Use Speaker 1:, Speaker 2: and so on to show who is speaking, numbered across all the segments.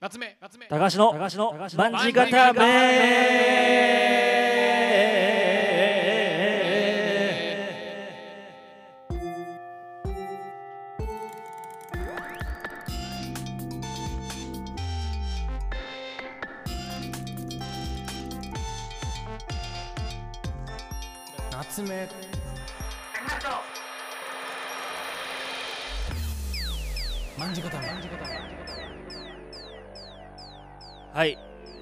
Speaker 1: 夏目夏目
Speaker 2: 高橋の高橋の万事固め
Speaker 1: 夏目まんじ固め
Speaker 2: はい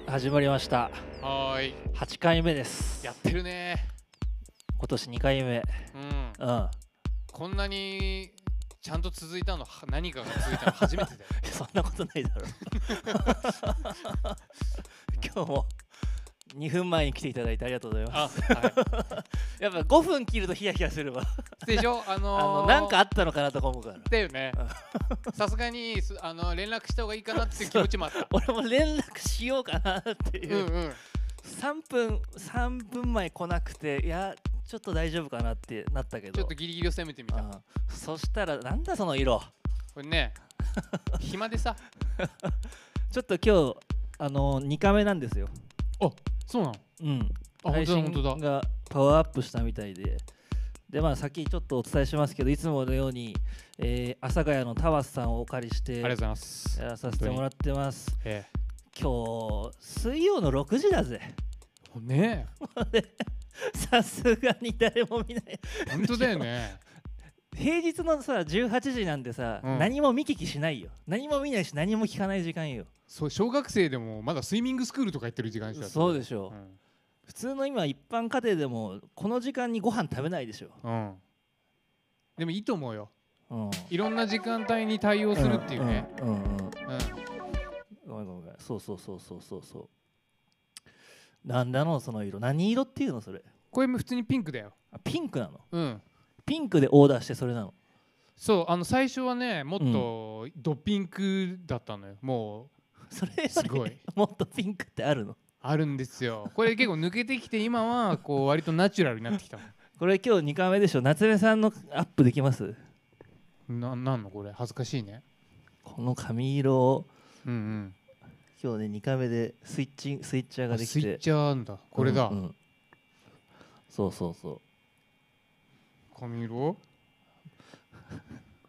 Speaker 2: 始まりました
Speaker 1: はーい
Speaker 2: 8回目です
Speaker 1: やってるね
Speaker 2: 今年2回目
Speaker 1: うん
Speaker 2: うん
Speaker 1: こんなにちゃんと続いたのは何かが続いたの初めてだ よ
Speaker 2: そんなことないだろう 今日も2分前に来ていただいてありがとうございま
Speaker 1: あ、は
Speaker 2: すやっぱ5分切るとヒヤヒヤするわ
Speaker 1: い、でしょあ
Speaker 2: あの
Speaker 1: のー、
Speaker 2: なんかあったのかなとか思うから
Speaker 1: だよねさすがにすあの連絡した方がいいかなっていう気持ちもあった
Speaker 2: 俺も連絡しようかなって
Speaker 1: う
Speaker 2: い
Speaker 1: ん
Speaker 2: う、
Speaker 1: うん
Speaker 2: 3分3分前来なくていやちょっと大丈夫かなってなったけど
Speaker 1: ちょっとギリギリを攻めてみた
Speaker 2: うんそしたらなんだその色
Speaker 1: これね暇でさ
Speaker 2: ちょっと今日あの2回目なんですよ
Speaker 1: そうなの
Speaker 2: うん
Speaker 1: あ本当だ本当だ
Speaker 2: がパワーアップしたみたいででまあ先ちょっとお伝えしますけどいつものように、えー、阿佐ヶ谷のタワスさんをお借りし
Speaker 1: あ
Speaker 2: て
Speaker 1: りがとうござ
Speaker 2: や
Speaker 1: います
Speaker 2: らさせてもらってます
Speaker 1: え
Speaker 2: 今日水曜の6時だぜ
Speaker 1: えね
Speaker 2: さすがに誰も見ない
Speaker 1: え本当だよ ね
Speaker 2: 平日のさ18時なんてさ、
Speaker 1: うん
Speaker 2: 何も見聞きしないよ何も見ないし何も聞かない時間よ
Speaker 1: そう小学生でもまだスイミングスクールとか行ってる時間でした
Speaker 2: そうで
Speaker 1: し
Speaker 2: しょ
Speaker 1: ょ
Speaker 2: う、普通の今一般家庭でもこの時間にご飯食べないでしょ、
Speaker 1: うん、うんでもいいと思うよ
Speaker 2: うん、
Speaker 1: いろんな時間帯に対応するっていうね、
Speaker 2: うんうんうん
Speaker 1: うん
Speaker 2: ごめんごめんごめんそうそうそうそうそうそうなんだのその色何色っていうのそれ
Speaker 1: これも普通にピンクだよ
Speaker 2: あピンクなの
Speaker 1: うん
Speaker 2: ピンクでオーダーしてそれなの
Speaker 1: そうあの最初はねもっとドピンクだったのよもう
Speaker 2: それより
Speaker 1: すご い
Speaker 2: もっとピンクってあるの
Speaker 1: あるんですよこれ結構抜けてきて今はこう割とナチュラルになってきたも
Speaker 2: これ今日2回目でしょ夏目さんのアップできます
Speaker 1: んななんのこれ恥ずかしいね
Speaker 2: この髪色を
Speaker 1: うんうん
Speaker 2: 今日ね2回目でスイッチスイッチャーができ
Speaker 1: ス
Speaker 2: て
Speaker 1: イッチャーあんだこれだ、
Speaker 2: うんうんそうそうそう
Speaker 1: 髪色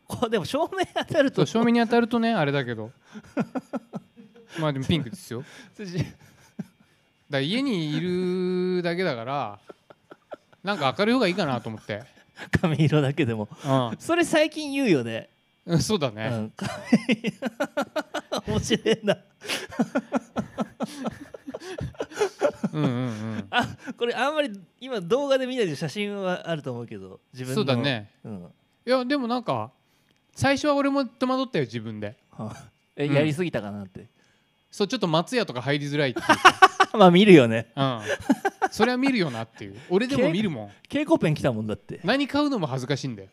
Speaker 2: これでも照明当たる
Speaker 1: そ
Speaker 2: と
Speaker 1: う照明に当たるとねあれだけどまあでもピンクですよだか
Speaker 2: 筋
Speaker 1: ら家にいるだけだからなんか明るい方がいいかなと思って
Speaker 2: 髪色だけでもそれ最近言うよね、
Speaker 1: うんそうだ
Speaker 2: う
Speaker 1: ね、
Speaker 2: ん、 髪面白いな
Speaker 1: うん、うんうん
Speaker 2: これあんまり今動画で見ないで写真はあると思うけど自分の
Speaker 1: そうだね
Speaker 2: うん
Speaker 1: いやでもなんか最初は俺も戸惑ったよ自分で
Speaker 2: はえ
Speaker 1: うん
Speaker 2: やりすぎたかなって、
Speaker 1: そうちょっと松屋とか入りづらいっていうか
Speaker 2: まあ見るよね
Speaker 1: うんそれは見るよなっていう俺でも見るもん
Speaker 2: 蛍光ペン来たもんだって
Speaker 1: 何買うのも恥ずかしいんだよ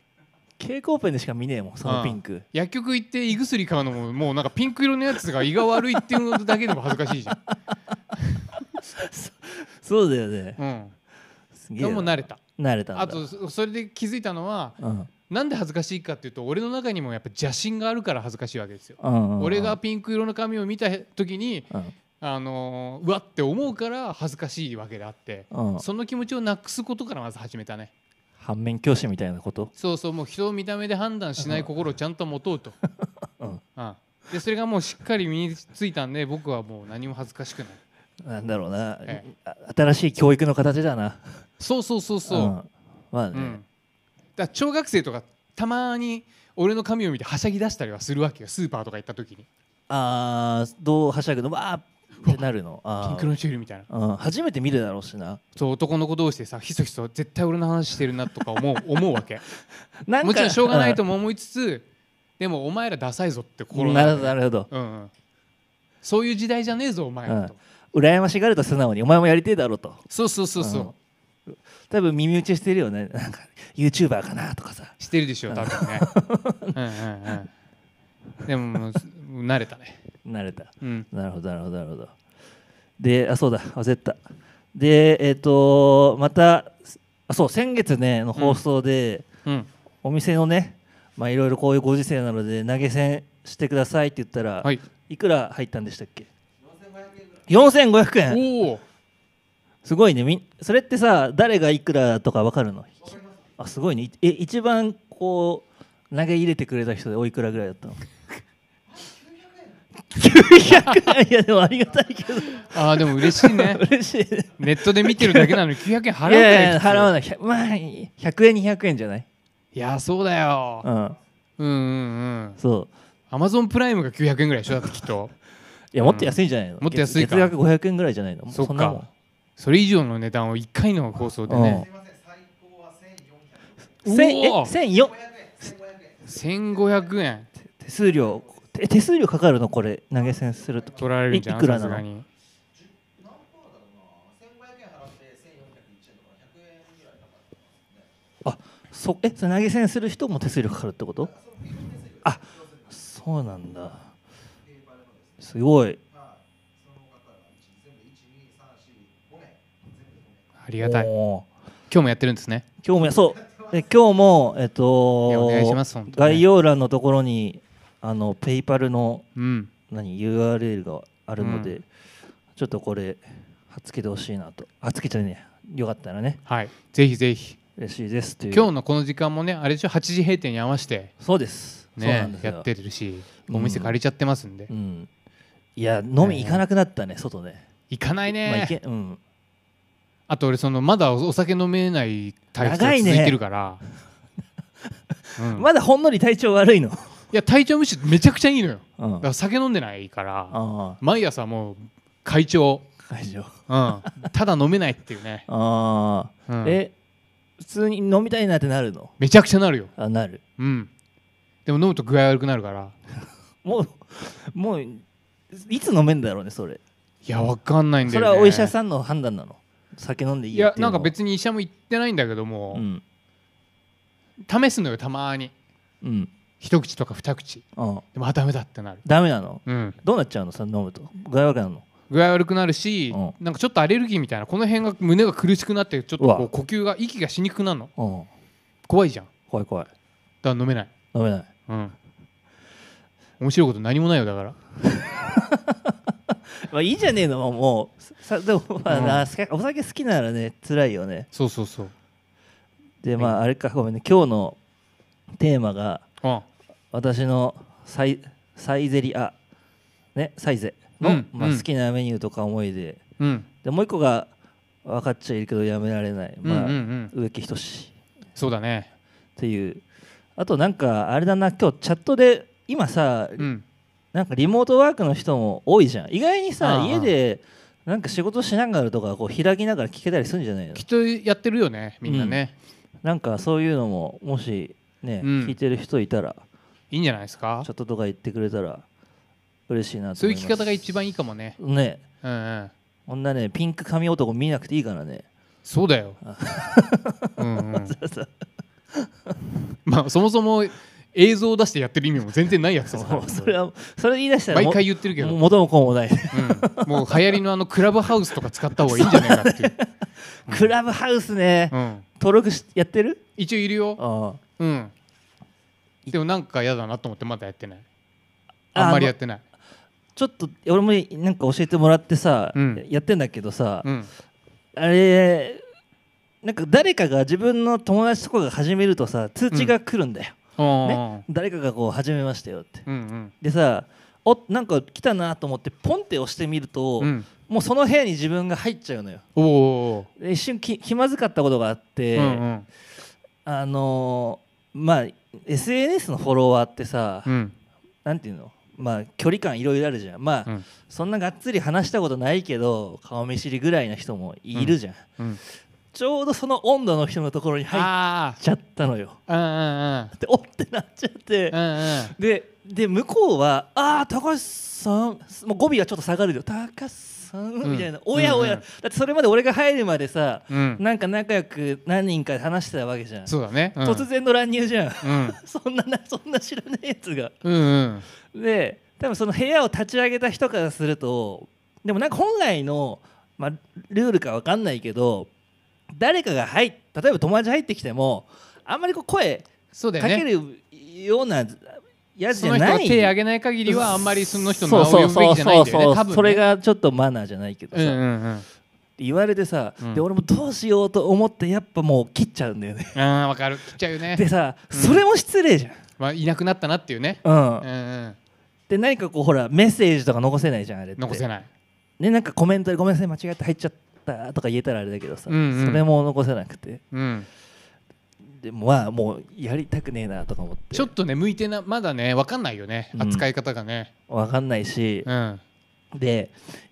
Speaker 2: 蛍光ペンでしか見ねえもんそのピンク、
Speaker 1: 薬局行って胃薬買うのももうなんかピンク色のやつが胃が悪いっていうのだけでも恥ずかしいじゃん、
Speaker 2: そうだよね
Speaker 1: うん、
Speaker 2: すげ
Speaker 1: で
Speaker 2: えな
Speaker 1: も慣れた
Speaker 2: 慣れたんだ
Speaker 1: あとそそれで気づいたのは
Speaker 2: うん
Speaker 1: なんで恥ずかしいかっていうと俺の中にもやっぱ邪心があるから恥ずかしいわけですよ。
Speaker 2: うんうんうん
Speaker 1: 俺がピンク色の髪を見た時に、
Speaker 2: うん
Speaker 1: あのーうわって思うから恥ずかしいわけであって、
Speaker 2: うん
Speaker 1: その気持ちをなくすことからまず始めたね
Speaker 2: 反面教師みたいなこと
Speaker 1: そうそうもう人を見た目で判断しない心をちゃんと持とうと、
Speaker 2: うん
Speaker 1: うんでそれがもうしっかり身についたんで僕はもう何も恥ずかしくない
Speaker 2: なんだろうな、
Speaker 1: え
Speaker 2: あ新しい教育の形だな
Speaker 1: そうそうそうそう、
Speaker 2: んまあ
Speaker 1: う
Speaker 2: ね、
Speaker 1: ん、だから小学生とかたまに俺の髪を見てはしゃぎ出したりはするわけよスーパーとか行った時に
Speaker 2: あーどうはしゃぐのわーってなるの
Speaker 1: ピン
Speaker 2: あ
Speaker 1: ク
Speaker 2: ー
Speaker 1: のチュールみたいな
Speaker 2: うん、初めて見るだろうしな
Speaker 1: そう男の子同士でさひそひそ絶対俺の話してるなとか思う思うわけ
Speaker 2: なんか
Speaker 1: もちろんしょうがないとも思いつつでもお前らダサいぞって
Speaker 2: う
Speaker 1: 心の
Speaker 2: ん
Speaker 1: 中
Speaker 2: な
Speaker 1: で
Speaker 2: るほどなるほど
Speaker 1: うんうん、そういう時代じゃねえぞお前らと、
Speaker 2: うん羨ましがると素直にお前もやりてえだろうと
Speaker 1: そうそうそうそう、
Speaker 2: うん多分耳打ちしてるよねなんか YouTuber かなとかさ
Speaker 1: してるでしょ多分ねうんうんうんでももう慣れたね
Speaker 2: 慣れた
Speaker 1: うん
Speaker 2: なるほどなるほどなるほどであそうだ焦ったでえっ、とまたあそう先月ねの放送で、
Speaker 1: うん
Speaker 2: お店のねまあいろいろこういうご時世なので投げ銭してくださいって言ったら、
Speaker 1: はい
Speaker 2: いくら入ったんでしたっけ4500円
Speaker 1: おお
Speaker 2: すごいねみんそれってさ誰がいくらとか分かるのあすごいねいえ一番こう投げ入れてくれた人でおいくらぐらいだったの900円いやでもありがたいけど
Speaker 1: あーでも嬉しいね
Speaker 2: 嬉しいね
Speaker 1: ネットで見てるだけなのに900円払う
Speaker 2: い
Speaker 1: か
Speaker 2: やい
Speaker 1: ら
Speaker 2: や払わ
Speaker 1: い
Speaker 2: ない100まあ100円200円じゃない
Speaker 1: いやそうだよ
Speaker 2: うん
Speaker 1: うんうんうん
Speaker 2: そう
Speaker 1: アマゾンプライムが900円ぐらいでしょだってきっと
Speaker 2: いやもっと安いんじゃないの、
Speaker 1: もっと安いか
Speaker 2: 月額500円ぐらいじゃないの
Speaker 1: そっ
Speaker 2: んなもん
Speaker 1: かそれ以上の値段を1回の放送でね
Speaker 2: うんせんえ
Speaker 1: うおー
Speaker 2: 1004
Speaker 1: 1500円
Speaker 2: 手数料え手数料かかるのこれ投げ銭すると
Speaker 1: 取られるんじゃ
Speaker 2: い
Speaker 1: ん
Speaker 2: いくら
Speaker 1: さ
Speaker 2: な
Speaker 1: すが
Speaker 2: の
Speaker 1: に
Speaker 2: そえそれ投げ銭する人も手数料かかるってことあそうなんだすごい
Speaker 1: ありがたい今
Speaker 2: おー
Speaker 1: 日もやってるんですね
Speaker 2: 今日もやそうえ今日もえっ
Speaker 1: いや
Speaker 2: と
Speaker 1: お願いします本当にね
Speaker 2: 概要欄のところにあのペイパルの
Speaker 1: うん
Speaker 2: 何 URL があるので、
Speaker 1: う
Speaker 2: ちょっとこれはっつけてほしいなとはっつけちゃねえよかったらね
Speaker 1: はいぜひぜひ
Speaker 2: 嬉しいですという
Speaker 1: 今日のこの時間もねあれでしょ8時閉店に合わせて
Speaker 2: そうですそうな
Speaker 1: ね
Speaker 2: んですよ
Speaker 1: やってるし
Speaker 2: うん
Speaker 1: お店借りちゃってますんで
Speaker 2: うんいや飲み行かなくなったね外ね
Speaker 1: 行かない
Speaker 2: まあ行
Speaker 1: ね
Speaker 2: けうん
Speaker 1: あと俺そのまだお酒飲めない体質が
Speaker 2: 長いね
Speaker 1: 続いてるからうんい
Speaker 2: まだほんのり体調悪いの。
Speaker 1: や体調むしろめちゃくちゃいいのよ
Speaker 2: うん
Speaker 1: だから酒飲んでないから
Speaker 2: あ
Speaker 1: 毎朝もう会長
Speaker 2: あ、会場。
Speaker 1: うんただ飲めないっていうね
Speaker 2: あ
Speaker 1: う
Speaker 2: あ、
Speaker 1: ん
Speaker 2: え、普通に飲みたいなってなるの
Speaker 1: めちゃくちゃなるよ
Speaker 2: あなる。
Speaker 1: うんでも飲むと具合悪くなるから
Speaker 2: もう、もう、いつ飲めんだろうね、それ。
Speaker 1: いやわかんないんだ
Speaker 2: そ
Speaker 1: よ
Speaker 2: れ
Speaker 1: ね
Speaker 2: はお医者さんの判断なの。酒飲んでいい
Speaker 1: い
Speaker 2: よっ
Speaker 1: や
Speaker 2: てい
Speaker 1: な
Speaker 2: うんの
Speaker 1: か
Speaker 2: は。
Speaker 1: 別に医者も行ってないんだけども
Speaker 2: うん。
Speaker 1: 試すのよたまに
Speaker 2: うん。
Speaker 1: 一口とか二口
Speaker 2: ああ
Speaker 1: でもあダメだってなる、
Speaker 2: ダメなの
Speaker 1: うん、
Speaker 2: どうなっちゃうのさ、飲むと。具合悪くなるの
Speaker 1: 具合悪くなるし、
Speaker 2: うん
Speaker 1: なんかちょっとアレルギーみたいなこの辺が胸が苦しくなってちょっとこ
Speaker 2: うわ
Speaker 1: う呼吸が息がしにくくなるの
Speaker 2: うん。
Speaker 1: 怖いじゃんだ
Speaker 2: 怖い怖い。
Speaker 1: から飲めない
Speaker 2: 飲めない。
Speaker 1: うん面白いこと何もないよだから
Speaker 2: まあいいじゃねえの、もう。さでも、まあ
Speaker 1: うん
Speaker 2: な、お酒好きならね、辛いよね。
Speaker 1: そうそうそう
Speaker 2: で、まあ、あれか、ごめんね。今日のテーマが、
Speaker 1: あ
Speaker 2: 私のサイサイゼリアねサイゼの、
Speaker 1: うん
Speaker 2: まあ、
Speaker 1: うん
Speaker 2: 好きなメニューとか思い出、
Speaker 1: うん
Speaker 2: でもう一個が分かっちゃいるけどやめられない、まあ
Speaker 1: うんうんうん
Speaker 2: 植木仁
Speaker 1: そうだね
Speaker 2: っていうあとなんかあれだな今日チャットで今さ、
Speaker 1: うん
Speaker 2: なんかリモートワークの人も多いじゃん意外に
Speaker 1: あ
Speaker 2: さ
Speaker 1: あ
Speaker 2: 家でなんか仕事しながらとかこう開きながら聞けたりするんじゃないの
Speaker 1: きっとやってるよねみんなね、
Speaker 2: なんかそういうのももしね、
Speaker 1: うん
Speaker 2: 聞いてる人いたら
Speaker 1: いいんじゃないですか
Speaker 2: チャットとか言ってくれたら嬉しいなと
Speaker 1: そう
Speaker 2: 思
Speaker 1: い
Speaker 2: いうます
Speaker 1: 聞き方が一番いいかもね
Speaker 2: ね
Speaker 1: うんうん
Speaker 2: こんなねピンク髪男見なくていいからね
Speaker 1: そうだ ようん、うん、まあそもそも映像を出してやってる意味も全然ないやつですか
Speaker 2: も
Speaker 1: ら
Speaker 2: うそれはそれ言い出したら
Speaker 1: 毎
Speaker 2: も
Speaker 1: 回言ってるけど
Speaker 2: もう元も子もない
Speaker 1: うんもう流行りのあのクラブハウスとか使った方がいいんじゃないかってい う、
Speaker 2: クラブハウスね、
Speaker 1: うん、
Speaker 2: 登録しやってる
Speaker 1: 一応いるよ、
Speaker 2: あ
Speaker 1: うん、でもなんか嫌だなと思ってまだやってないあんまりやってない、
Speaker 2: ちょっと俺もなんか教えてもらってさ、
Speaker 1: うん
Speaker 2: やってんだけどさ、
Speaker 1: うん、
Speaker 2: あれなんか誰かが自分の友達とかが始めるとさ通知が来るんだよ、
Speaker 1: あ
Speaker 2: ね、誰かがこう始めましたよって
Speaker 1: ーうん
Speaker 2: でさおなんか来たなと思ってポンって押してみると、
Speaker 1: うんうん
Speaker 2: もうその部屋に自分が入っちゃうのよ
Speaker 1: おお
Speaker 2: で一瞬き気まずかったことがあって、
Speaker 1: ー、うん
Speaker 2: あのーまあ SNS のフォロワーってさ、
Speaker 1: うんうん
Speaker 2: なんていうのまあ距離感いろいろあるじゃんまあ、
Speaker 1: うん
Speaker 2: そんながっつり話したことないけど顔見知りぐらいな人もいるじゃん、
Speaker 1: うん
Speaker 2: ちょうどその温度の人のところに入っ
Speaker 1: あ
Speaker 2: ちゃったのよ
Speaker 1: あ
Speaker 2: でおってなっちゃって
Speaker 1: うんうんうんうんうん
Speaker 2: でで向こうは「ああ高橋さん」もう語尾がちょっと下がるよ「高橋さん」
Speaker 1: ん
Speaker 2: みたいな「おやおや」
Speaker 1: うんうん
Speaker 2: だってそれまで俺が入るまでさ、
Speaker 1: うん
Speaker 2: なんか仲良く何人かで話してたわけじゃん
Speaker 1: そうだね、うん、
Speaker 2: 突然の乱入じゃん
Speaker 1: うん
Speaker 2: そんななそんな知らないやつが
Speaker 1: うんうん
Speaker 2: で多分その部屋を立ち上げた人からするとでもなんか本来の、まあ、ルールかわかんないけど誰かが入っ例えば友達入ってきてもあんまりこう声
Speaker 1: そうだ
Speaker 2: か
Speaker 1: よ
Speaker 2: け
Speaker 1: ね
Speaker 2: るようなやつ
Speaker 1: そ
Speaker 2: じ
Speaker 1: の
Speaker 2: ゃ
Speaker 1: 人
Speaker 2: な
Speaker 1: が
Speaker 2: い
Speaker 1: 手挙げない限りはあんまりその人の
Speaker 2: そう
Speaker 1: 名を
Speaker 2: そう
Speaker 1: 呼ぶべき
Speaker 2: そう
Speaker 1: じゃない
Speaker 2: そ
Speaker 1: ん
Speaker 2: う
Speaker 1: だよね
Speaker 2: そう、
Speaker 1: 多分ね
Speaker 2: それがちょっとマナーじゃないけど
Speaker 1: う
Speaker 2: さ、
Speaker 1: んうんうん
Speaker 2: 言われてさ、
Speaker 1: うん
Speaker 2: で俺もどうしようと思ってやっぱもう切っちゃうんだよね
Speaker 1: あーわかる切っちゃうよね
Speaker 2: でさ、
Speaker 1: うん
Speaker 2: それも失礼じ
Speaker 1: まあいなくなったなっていうね
Speaker 2: ゃん、うん
Speaker 1: うんうん
Speaker 2: で何かこうほらメッセージとか残せないじゃんあれって
Speaker 1: 残せない
Speaker 2: ねなんかコメントで「ごめんなさい間違って入っちゃった」とか言えたらあれだけどさ、
Speaker 1: うんうん
Speaker 2: それも残せなくて
Speaker 1: うん
Speaker 2: でもまあもうやりたくねえなとか思って
Speaker 1: ちょっとね向いてなまだねわかんないよね
Speaker 2: うん
Speaker 1: 扱い方がね
Speaker 2: 分かんないし
Speaker 1: う、ん
Speaker 2: で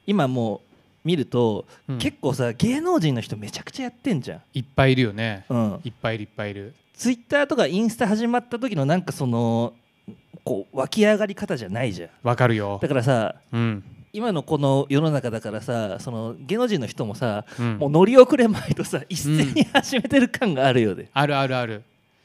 Speaker 2: 今もう見ると、
Speaker 1: うん
Speaker 2: 結構さ芸能人の人めちゃくちゃやってんじゃん、
Speaker 1: いっぱいいるよね
Speaker 2: うん、
Speaker 1: いっぱいいるいっぱいいる
Speaker 2: ツイッターとかインスタ始まった時のなんかそのこう湧き上がり方じゃないじゃん
Speaker 1: わかるよ
Speaker 2: だからさ
Speaker 1: うん
Speaker 2: 今のこの世の中だからさその芸能人の人もさ、
Speaker 1: うん
Speaker 2: もう乗り遅れまいとさ一斉に始めてる感があるよね、
Speaker 1: あるあるある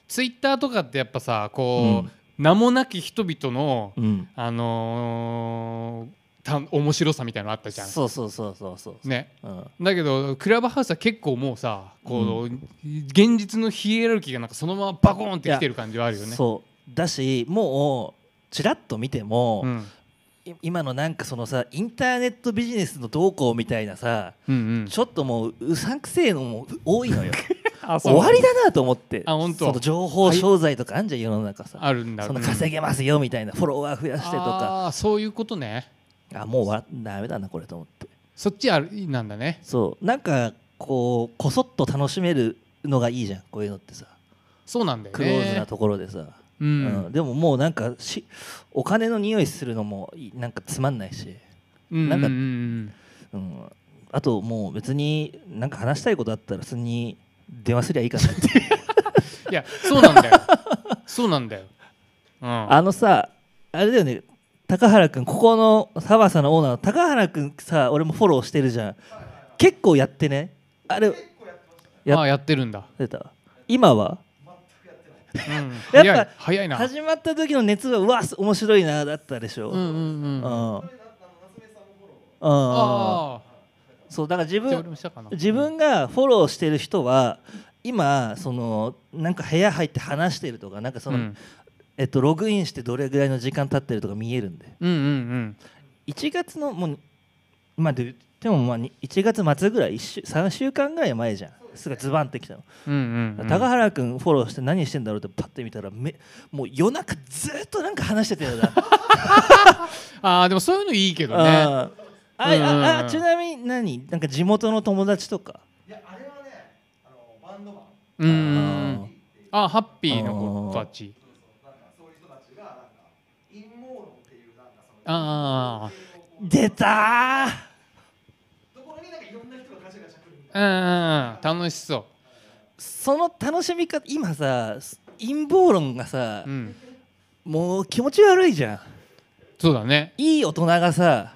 Speaker 1: ツイッターとかってやっぱさこ
Speaker 2: うん
Speaker 1: う名もなき人々の
Speaker 2: うん、
Speaker 1: あのーた面白さみたいなのあったじゃん
Speaker 2: そうそうそうそうそう、
Speaker 1: ね
Speaker 2: うん、
Speaker 1: だけどクラブハウスは結構もうさこう、現実のヒエラルキーがなんかそのままバコーンってきてる感じはあるよね。
Speaker 2: そうだしもうちらっと見ても、
Speaker 1: うん
Speaker 2: い今のなんかそのさインターネットビジネスの動向みたいなさ
Speaker 1: うんうん
Speaker 2: ちょっともううさんくせえのも多いのよ
Speaker 1: あそう
Speaker 2: 終わりだなと思って
Speaker 1: あ本当
Speaker 2: その情報商材とかあんじゃん世の中さ
Speaker 1: あるんだ
Speaker 2: そんな稼げますよみたいなフォロワー増やしてとか
Speaker 1: あーそういうことね
Speaker 2: あもうわダメだなこれと思って
Speaker 1: そっちあるなんだね
Speaker 2: そうなんかこうこそっと楽しめるのがいいじゃんこういうのってさ
Speaker 1: そうなんだよ
Speaker 2: ク
Speaker 1: ね
Speaker 2: ローズなところでさ、
Speaker 1: う
Speaker 2: うん
Speaker 1: ん、
Speaker 2: でももうなんかしお金の匂いするのもいなんかつまんないし、
Speaker 1: うん、
Speaker 2: なんか
Speaker 1: うんうんうん
Speaker 2: うん、あともう別になんか話したいことあったら普通に電話すりゃいいかなって
Speaker 1: いやそうなん だよそうなんだよ、 うん、
Speaker 2: あのさあれだよね高原君ここのサバサのオーナーの高原君さ俺もフォローしてるじゃん結構やってねあれや
Speaker 1: やあやってるんだ、
Speaker 2: 出た今は
Speaker 1: うん、
Speaker 2: ぱ
Speaker 1: 早い早いな
Speaker 2: 始まった時の熱がうわ面白いなだったでしょ、
Speaker 1: うんうんうん
Speaker 2: う
Speaker 1: あ
Speaker 2: んうん
Speaker 1: あ
Speaker 2: そうだから自
Speaker 1: ーじゃあ
Speaker 2: 分
Speaker 1: 俺もしたかな
Speaker 2: 自分がフォローしてる人は今そのなんか部屋入って話してるとかなんかその、
Speaker 1: うん
Speaker 2: えっと、ログインしてどれぐらいの時間経ってるとか見えるんで
Speaker 1: うんうん
Speaker 2: 1月のもうまあででもまあに1月末ぐらい一週3週間ぐらい前じゃんすがズバンってきたの、
Speaker 1: うんうんうんうん
Speaker 2: 高原君フォローして何してんだろうってパッて見たらめもう夜中ずっとなんか話してたよな
Speaker 1: ああでもそういうのいいけどね
Speaker 2: あー
Speaker 1: う
Speaker 2: あ
Speaker 1: んうんうん
Speaker 2: ああちなみに何なんか地元の友達とか
Speaker 1: うんうんうん
Speaker 2: あ
Speaker 1: あハッピーの子たちあ
Speaker 2: ー出たー
Speaker 1: あうんうんうん楽しそ
Speaker 2: その楽しみ方今さ陰謀論がさ
Speaker 1: う、うん、
Speaker 2: もう気持ち悪いじゃん
Speaker 1: そうだね
Speaker 2: いい大人がさ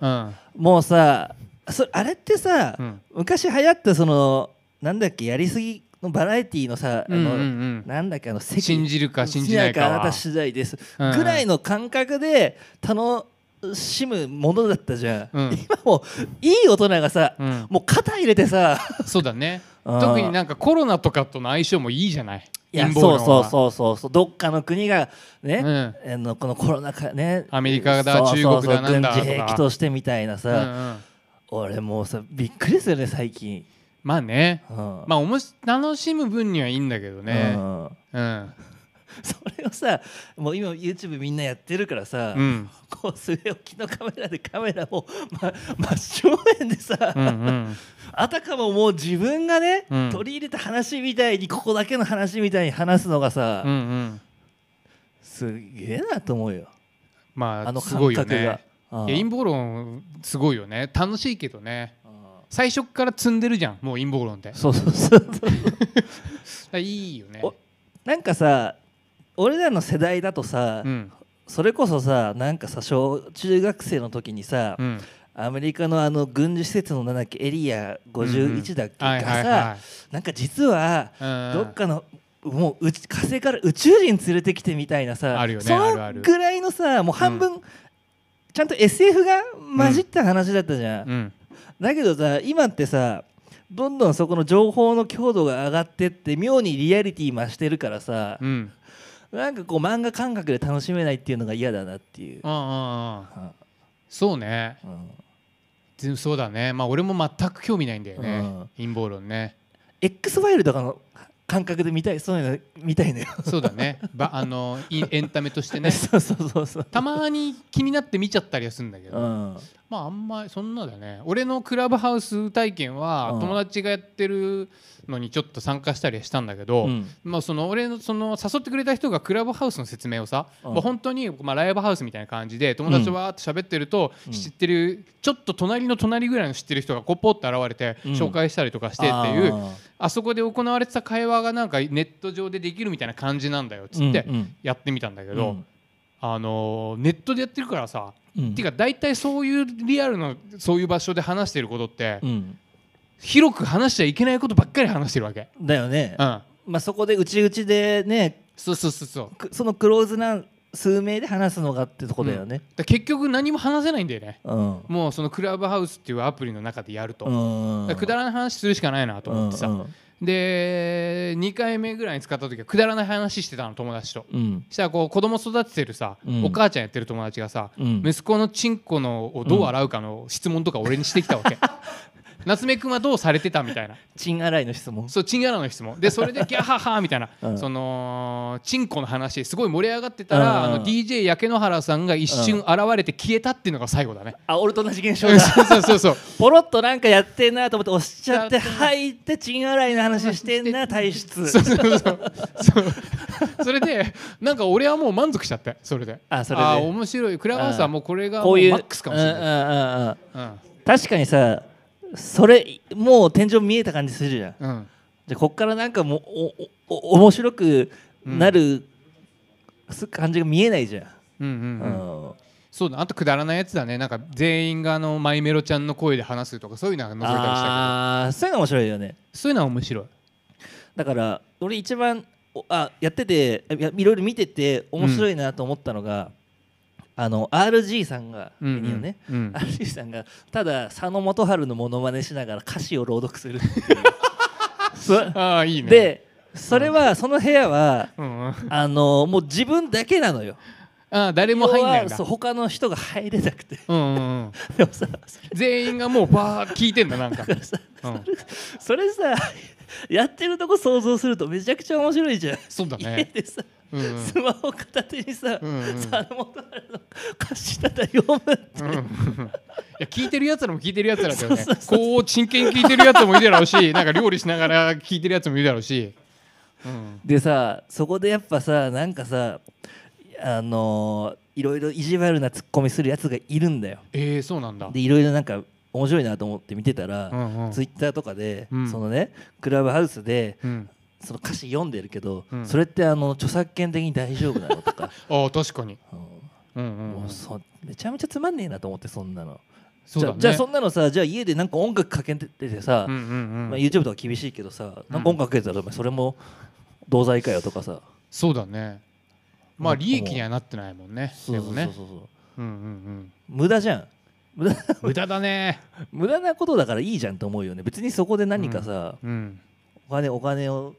Speaker 1: うん
Speaker 2: もうさそあれってさ、
Speaker 1: うん
Speaker 2: 昔流行ったそのなんだっけやりすぎのバラエティーのさ、
Speaker 1: うんうん
Speaker 2: あ
Speaker 1: う
Speaker 2: の
Speaker 1: ん
Speaker 2: なんだっけあの席
Speaker 1: 信じるか信じないか
Speaker 2: 信じあな
Speaker 1: は
Speaker 2: た次第です、
Speaker 1: うん
Speaker 2: ぐらいの感覚で楽しむものだったじゃん、
Speaker 1: うん
Speaker 2: 今もういい大人がさ、
Speaker 1: うん
Speaker 2: もう肩入れてさ
Speaker 1: そうだ ね
Speaker 2: うん
Speaker 1: 特になんかコロナとかとの相性もいいじゃない
Speaker 2: いや
Speaker 1: 陰謀
Speaker 2: そ
Speaker 1: 論
Speaker 2: う
Speaker 1: は
Speaker 2: そうそうそうそうどっかの国がね、
Speaker 1: うん
Speaker 2: あのこのコロナ禍ね
Speaker 1: アメリカだ
Speaker 2: そうそう
Speaker 1: 中
Speaker 2: そう
Speaker 1: 国だなんだとか
Speaker 2: 軍事兵器としてみたいな
Speaker 1: うんう
Speaker 2: さ、
Speaker 1: ん
Speaker 2: 俺もうさびっくりするね最近、
Speaker 1: まあね
Speaker 2: うん
Speaker 1: まあおもし楽しむ分にはいいんだけど
Speaker 2: う
Speaker 1: ね
Speaker 2: ん
Speaker 1: うん
Speaker 2: それをさもう今 YouTube みんなやってるからさ、
Speaker 1: うん
Speaker 2: こう据え置きのカメラでカメラを、ま、真正面でさ、
Speaker 1: うんうん
Speaker 2: あたかももう自分がね、
Speaker 1: うん
Speaker 2: 取り入れた話みたいにここだけの話みたいに話すのがさ、
Speaker 1: うんうん
Speaker 2: すげえなと思うよ
Speaker 1: ま
Speaker 2: あ
Speaker 1: あ
Speaker 2: の
Speaker 1: す
Speaker 2: 感
Speaker 1: ごいよ
Speaker 2: 覚
Speaker 1: ね。
Speaker 2: がうん
Speaker 1: いや陰謀論すごいよね楽しいけどね
Speaker 2: うん
Speaker 1: 最初っから積んでるじゃんもう陰謀論ってだか
Speaker 2: そうそうそうそう
Speaker 1: らいいよね
Speaker 2: おなんかさ俺らの世代だとさ、
Speaker 1: うん
Speaker 2: それこそさなんかさ小中学生の時にさ、
Speaker 1: うん
Speaker 2: アメリカのあの軍事施設のなんだっけエリア51だっけ
Speaker 1: うんうんはい
Speaker 2: が
Speaker 1: はいは
Speaker 2: さなんか実はい
Speaker 1: うん
Speaker 2: どっかのもううち火星から宇宙人連れてきてみたいなさ
Speaker 1: あるよね
Speaker 2: そ
Speaker 1: あるあ
Speaker 2: の
Speaker 1: る
Speaker 2: ぐらいのさもう半分ちゃんと SF が混じった話だったじゃん
Speaker 1: うん
Speaker 2: だけどさ今ってさどんどんそこの情報の強度が上がってって妙にリアリティ増してるからさ
Speaker 1: うん
Speaker 2: なんかこう漫画感覚で楽しめないっていうのが嫌だなっていう、
Speaker 1: うんうんうん
Speaker 2: は
Speaker 1: そうね
Speaker 2: いうん
Speaker 1: でそうだねまあ俺も全く興味ないんだよね、
Speaker 2: うん
Speaker 1: 陰謀論ね
Speaker 2: X ファイルとかの感覚で見たいそういうの見たいのよ、
Speaker 1: そうだねばあのいエンタメとしてね
Speaker 2: そうそうそうそう、
Speaker 1: たまに気になって見ちゃったりはするんだけど、
Speaker 2: うん、あ
Speaker 1: まああんまりそんなだね俺のクラブハウス体験は
Speaker 2: うん
Speaker 1: 友達がやってるのにちょっと参加したりはしたんだけど、まあ、その俺のその誘ってくれた人がクラブハウスの説明をさ、
Speaker 2: うん
Speaker 1: まあ、本当にまあライブハウスみたいな感じで友達とわーって喋ってると
Speaker 2: うん
Speaker 1: 知ってるちょっと隣の隣ぐらいの知ってる人がこうポッと現れて
Speaker 2: うん
Speaker 1: 紹介したりとかしてっていう、あそこで行われてた会話がなんかネット上でできるみたいな感じなんだよっつって
Speaker 2: うんうん
Speaker 1: やってみたんだけ
Speaker 2: け
Speaker 1: ど、あのーネットでやってるからさ
Speaker 2: うん、
Speaker 1: ていうか大体そういうリアルのそういう場所で話してることって
Speaker 2: うん、
Speaker 1: 広く話しちゃいけないことばっかり話してるわけ。
Speaker 2: だよね、
Speaker 1: うん、
Speaker 2: まあ、そこでうちうちでね
Speaker 1: そうそうそうそう
Speaker 2: くそのクローズな数名で話すのがってとこだよ
Speaker 1: だ
Speaker 2: ね、
Speaker 1: から結局何も話せないんだよね
Speaker 2: うん
Speaker 1: もうそのクラブハウスっていうアプリの中でやると、
Speaker 2: うん
Speaker 1: だからくだらない話するしかないなと思ってさ、
Speaker 2: うんうん
Speaker 1: で2回目ぐらいに使った時はくだらない話してたの友達と
Speaker 2: うん
Speaker 1: したらこう子供育ててるさ、
Speaker 2: うん
Speaker 1: お母ちゃんやってる友達がさ、
Speaker 2: うん
Speaker 1: 息子のチンコのをどう洗うかの質問とか俺にしてきたわけ、 夏目くんはどうされてたみたいな
Speaker 2: チン洗いの質問
Speaker 1: そうチンアラの質問でそれでギャハ ハみたいな、
Speaker 2: うん
Speaker 1: そのチンコの話すごい盛り上がってたら、
Speaker 2: うん
Speaker 1: あの DJ 焼け野原さんが一瞬現れて消えたっていうのが最後だね、
Speaker 2: あ俺と同じ現象
Speaker 1: そう
Speaker 2: だ
Speaker 1: そうそうそう
Speaker 2: ポロッとなんかやってんなと思って押しちゃって
Speaker 1: やってんな
Speaker 2: 入ってチン洗いの話してんな体質
Speaker 1: そうそうそうそうそれでなんか俺はもう満足しちゃってそれで
Speaker 2: あそれで
Speaker 1: あ面白いクラブハウスはもうこれが
Speaker 2: こ
Speaker 1: も
Speaker 2: う
Speaker 1: う
Speaker 2: いう
Speaker 1: マックスかもしれない、
Speaker 2: うんうんうんうん
Speaker 1: うん
Speaker 2: 確かにさそれもう天井見えた感じするじゃん
Speaker 1: うん
Speaker 2: じゃあこっからなんかもうおおお面白くなる、す感じが見えないじゃん、
Speaker 1: うんうんうん
Speaker 2: うん
Speaker 1: そうだあとくだらないやつだねなんか全員があのマイメロちゃんの声で話すとかそういうのが覗いたりした
Speaker 2: ああーそういうの面白いよね
Speaker 1: けどそういうのは面白い
Speaker 2: だから俺一番おあやってていやいろいろ見てて面白いなと思ったのが、あの RG さんがい
Speaker 1: うんうん
Speaker 2: るよね、
Speaker 1: うん
Speaker 2: RG さんがただ佐野元春のモノマネしながら歌詞を朗読するっていう そ
Speaker 1: ああいいね
Speaker 2: でそれはその部屋は
Speaker 1: うんうん、あ
Speaker 2: あのもう自分だけなのよ
Speaker 1: あ誰も入んないん
Speaker 2: 要は
Speaker 1: だ
Speaker 2: そう他の人が入れなくて
Speaker 1: うんうんうん、
Speaker 2: でもさそれ
Speaker 1: 全員がもうバーッ聞いてんだ なんか、うん、
Speaker 2: それさやってるとこ想像するとめちゃくちゃ面白いじゃん、
Speaker 1: そうだ
Speaker 2: 家
Speaker 1: ね、
Speaker 2: でさ
Speaker 1: うんうん
Speaker 2: スマホ片手にさ、
Speaker 1: うんうん
Speaker 2: サルモトラの歌詞ただ読むって、
Speaker 1: うん、いや聞いてるやつらも聞いてるやつらだ よね
Speaker 2: そうそうそ
Speaker 1: こう真剣に聞いてるやつもいるだろうし なんか料理しながら聞いてるやつもいるだろうし、うん、
Speaker 2: でさそこでやっぱさなんかさあのーいろいろ意地悪なツッコミするやつがいるんだよ
Speaker 1: えー、そうなんだ
Speaker 2: でいろいろなんか面白いなと思って見てたら、
Speaker 1: うんうん
Speaker 2: ツイッターとかで、
Speaker 1: うん
Speaker 2: そのねクラブハウスで
Speaker 1: うん、
Speaker 2: その歌詞読んでるけど、
Speaker 1: うん
Speaker 2: それってあの著作権的に大丈夫なのとか、
Speaker 1: ああ確かに、
Speaker 2: う
Speaker 1: う
Speaker 2: ん
Speaker 1: んうんう
Speaker 2: も
Speaker 1: ん
Speaker 2: う、そめちゃめちゃつまんねえなと思ってそんなの
Speaker 1: そうだね
Speaker 2: じゃあじゃあそんなのさじゃあ家でなんか音楽かけててさ、
Speaker 1: うんうん
Speaker 2: ま
Speaker 1: うん、
Speaker 2: あ、YouTube とか厳しいけどさなんか音楽かけてたらお前それも同罪かよとかさ
Speaker 1: そうだねまあ利益にはなってないもんねでもね
Speaker 2: そうそうそう
Speaker 1: うんうんうん
Speaker 2: 無駄じゃん無駄
Speaker 1: 無駄だね
Speaker 2: 無駄なことだからいいじゃんと思うよね別にそこで何かさ、
Speaker 1: うん
Speaker 2: お金お金を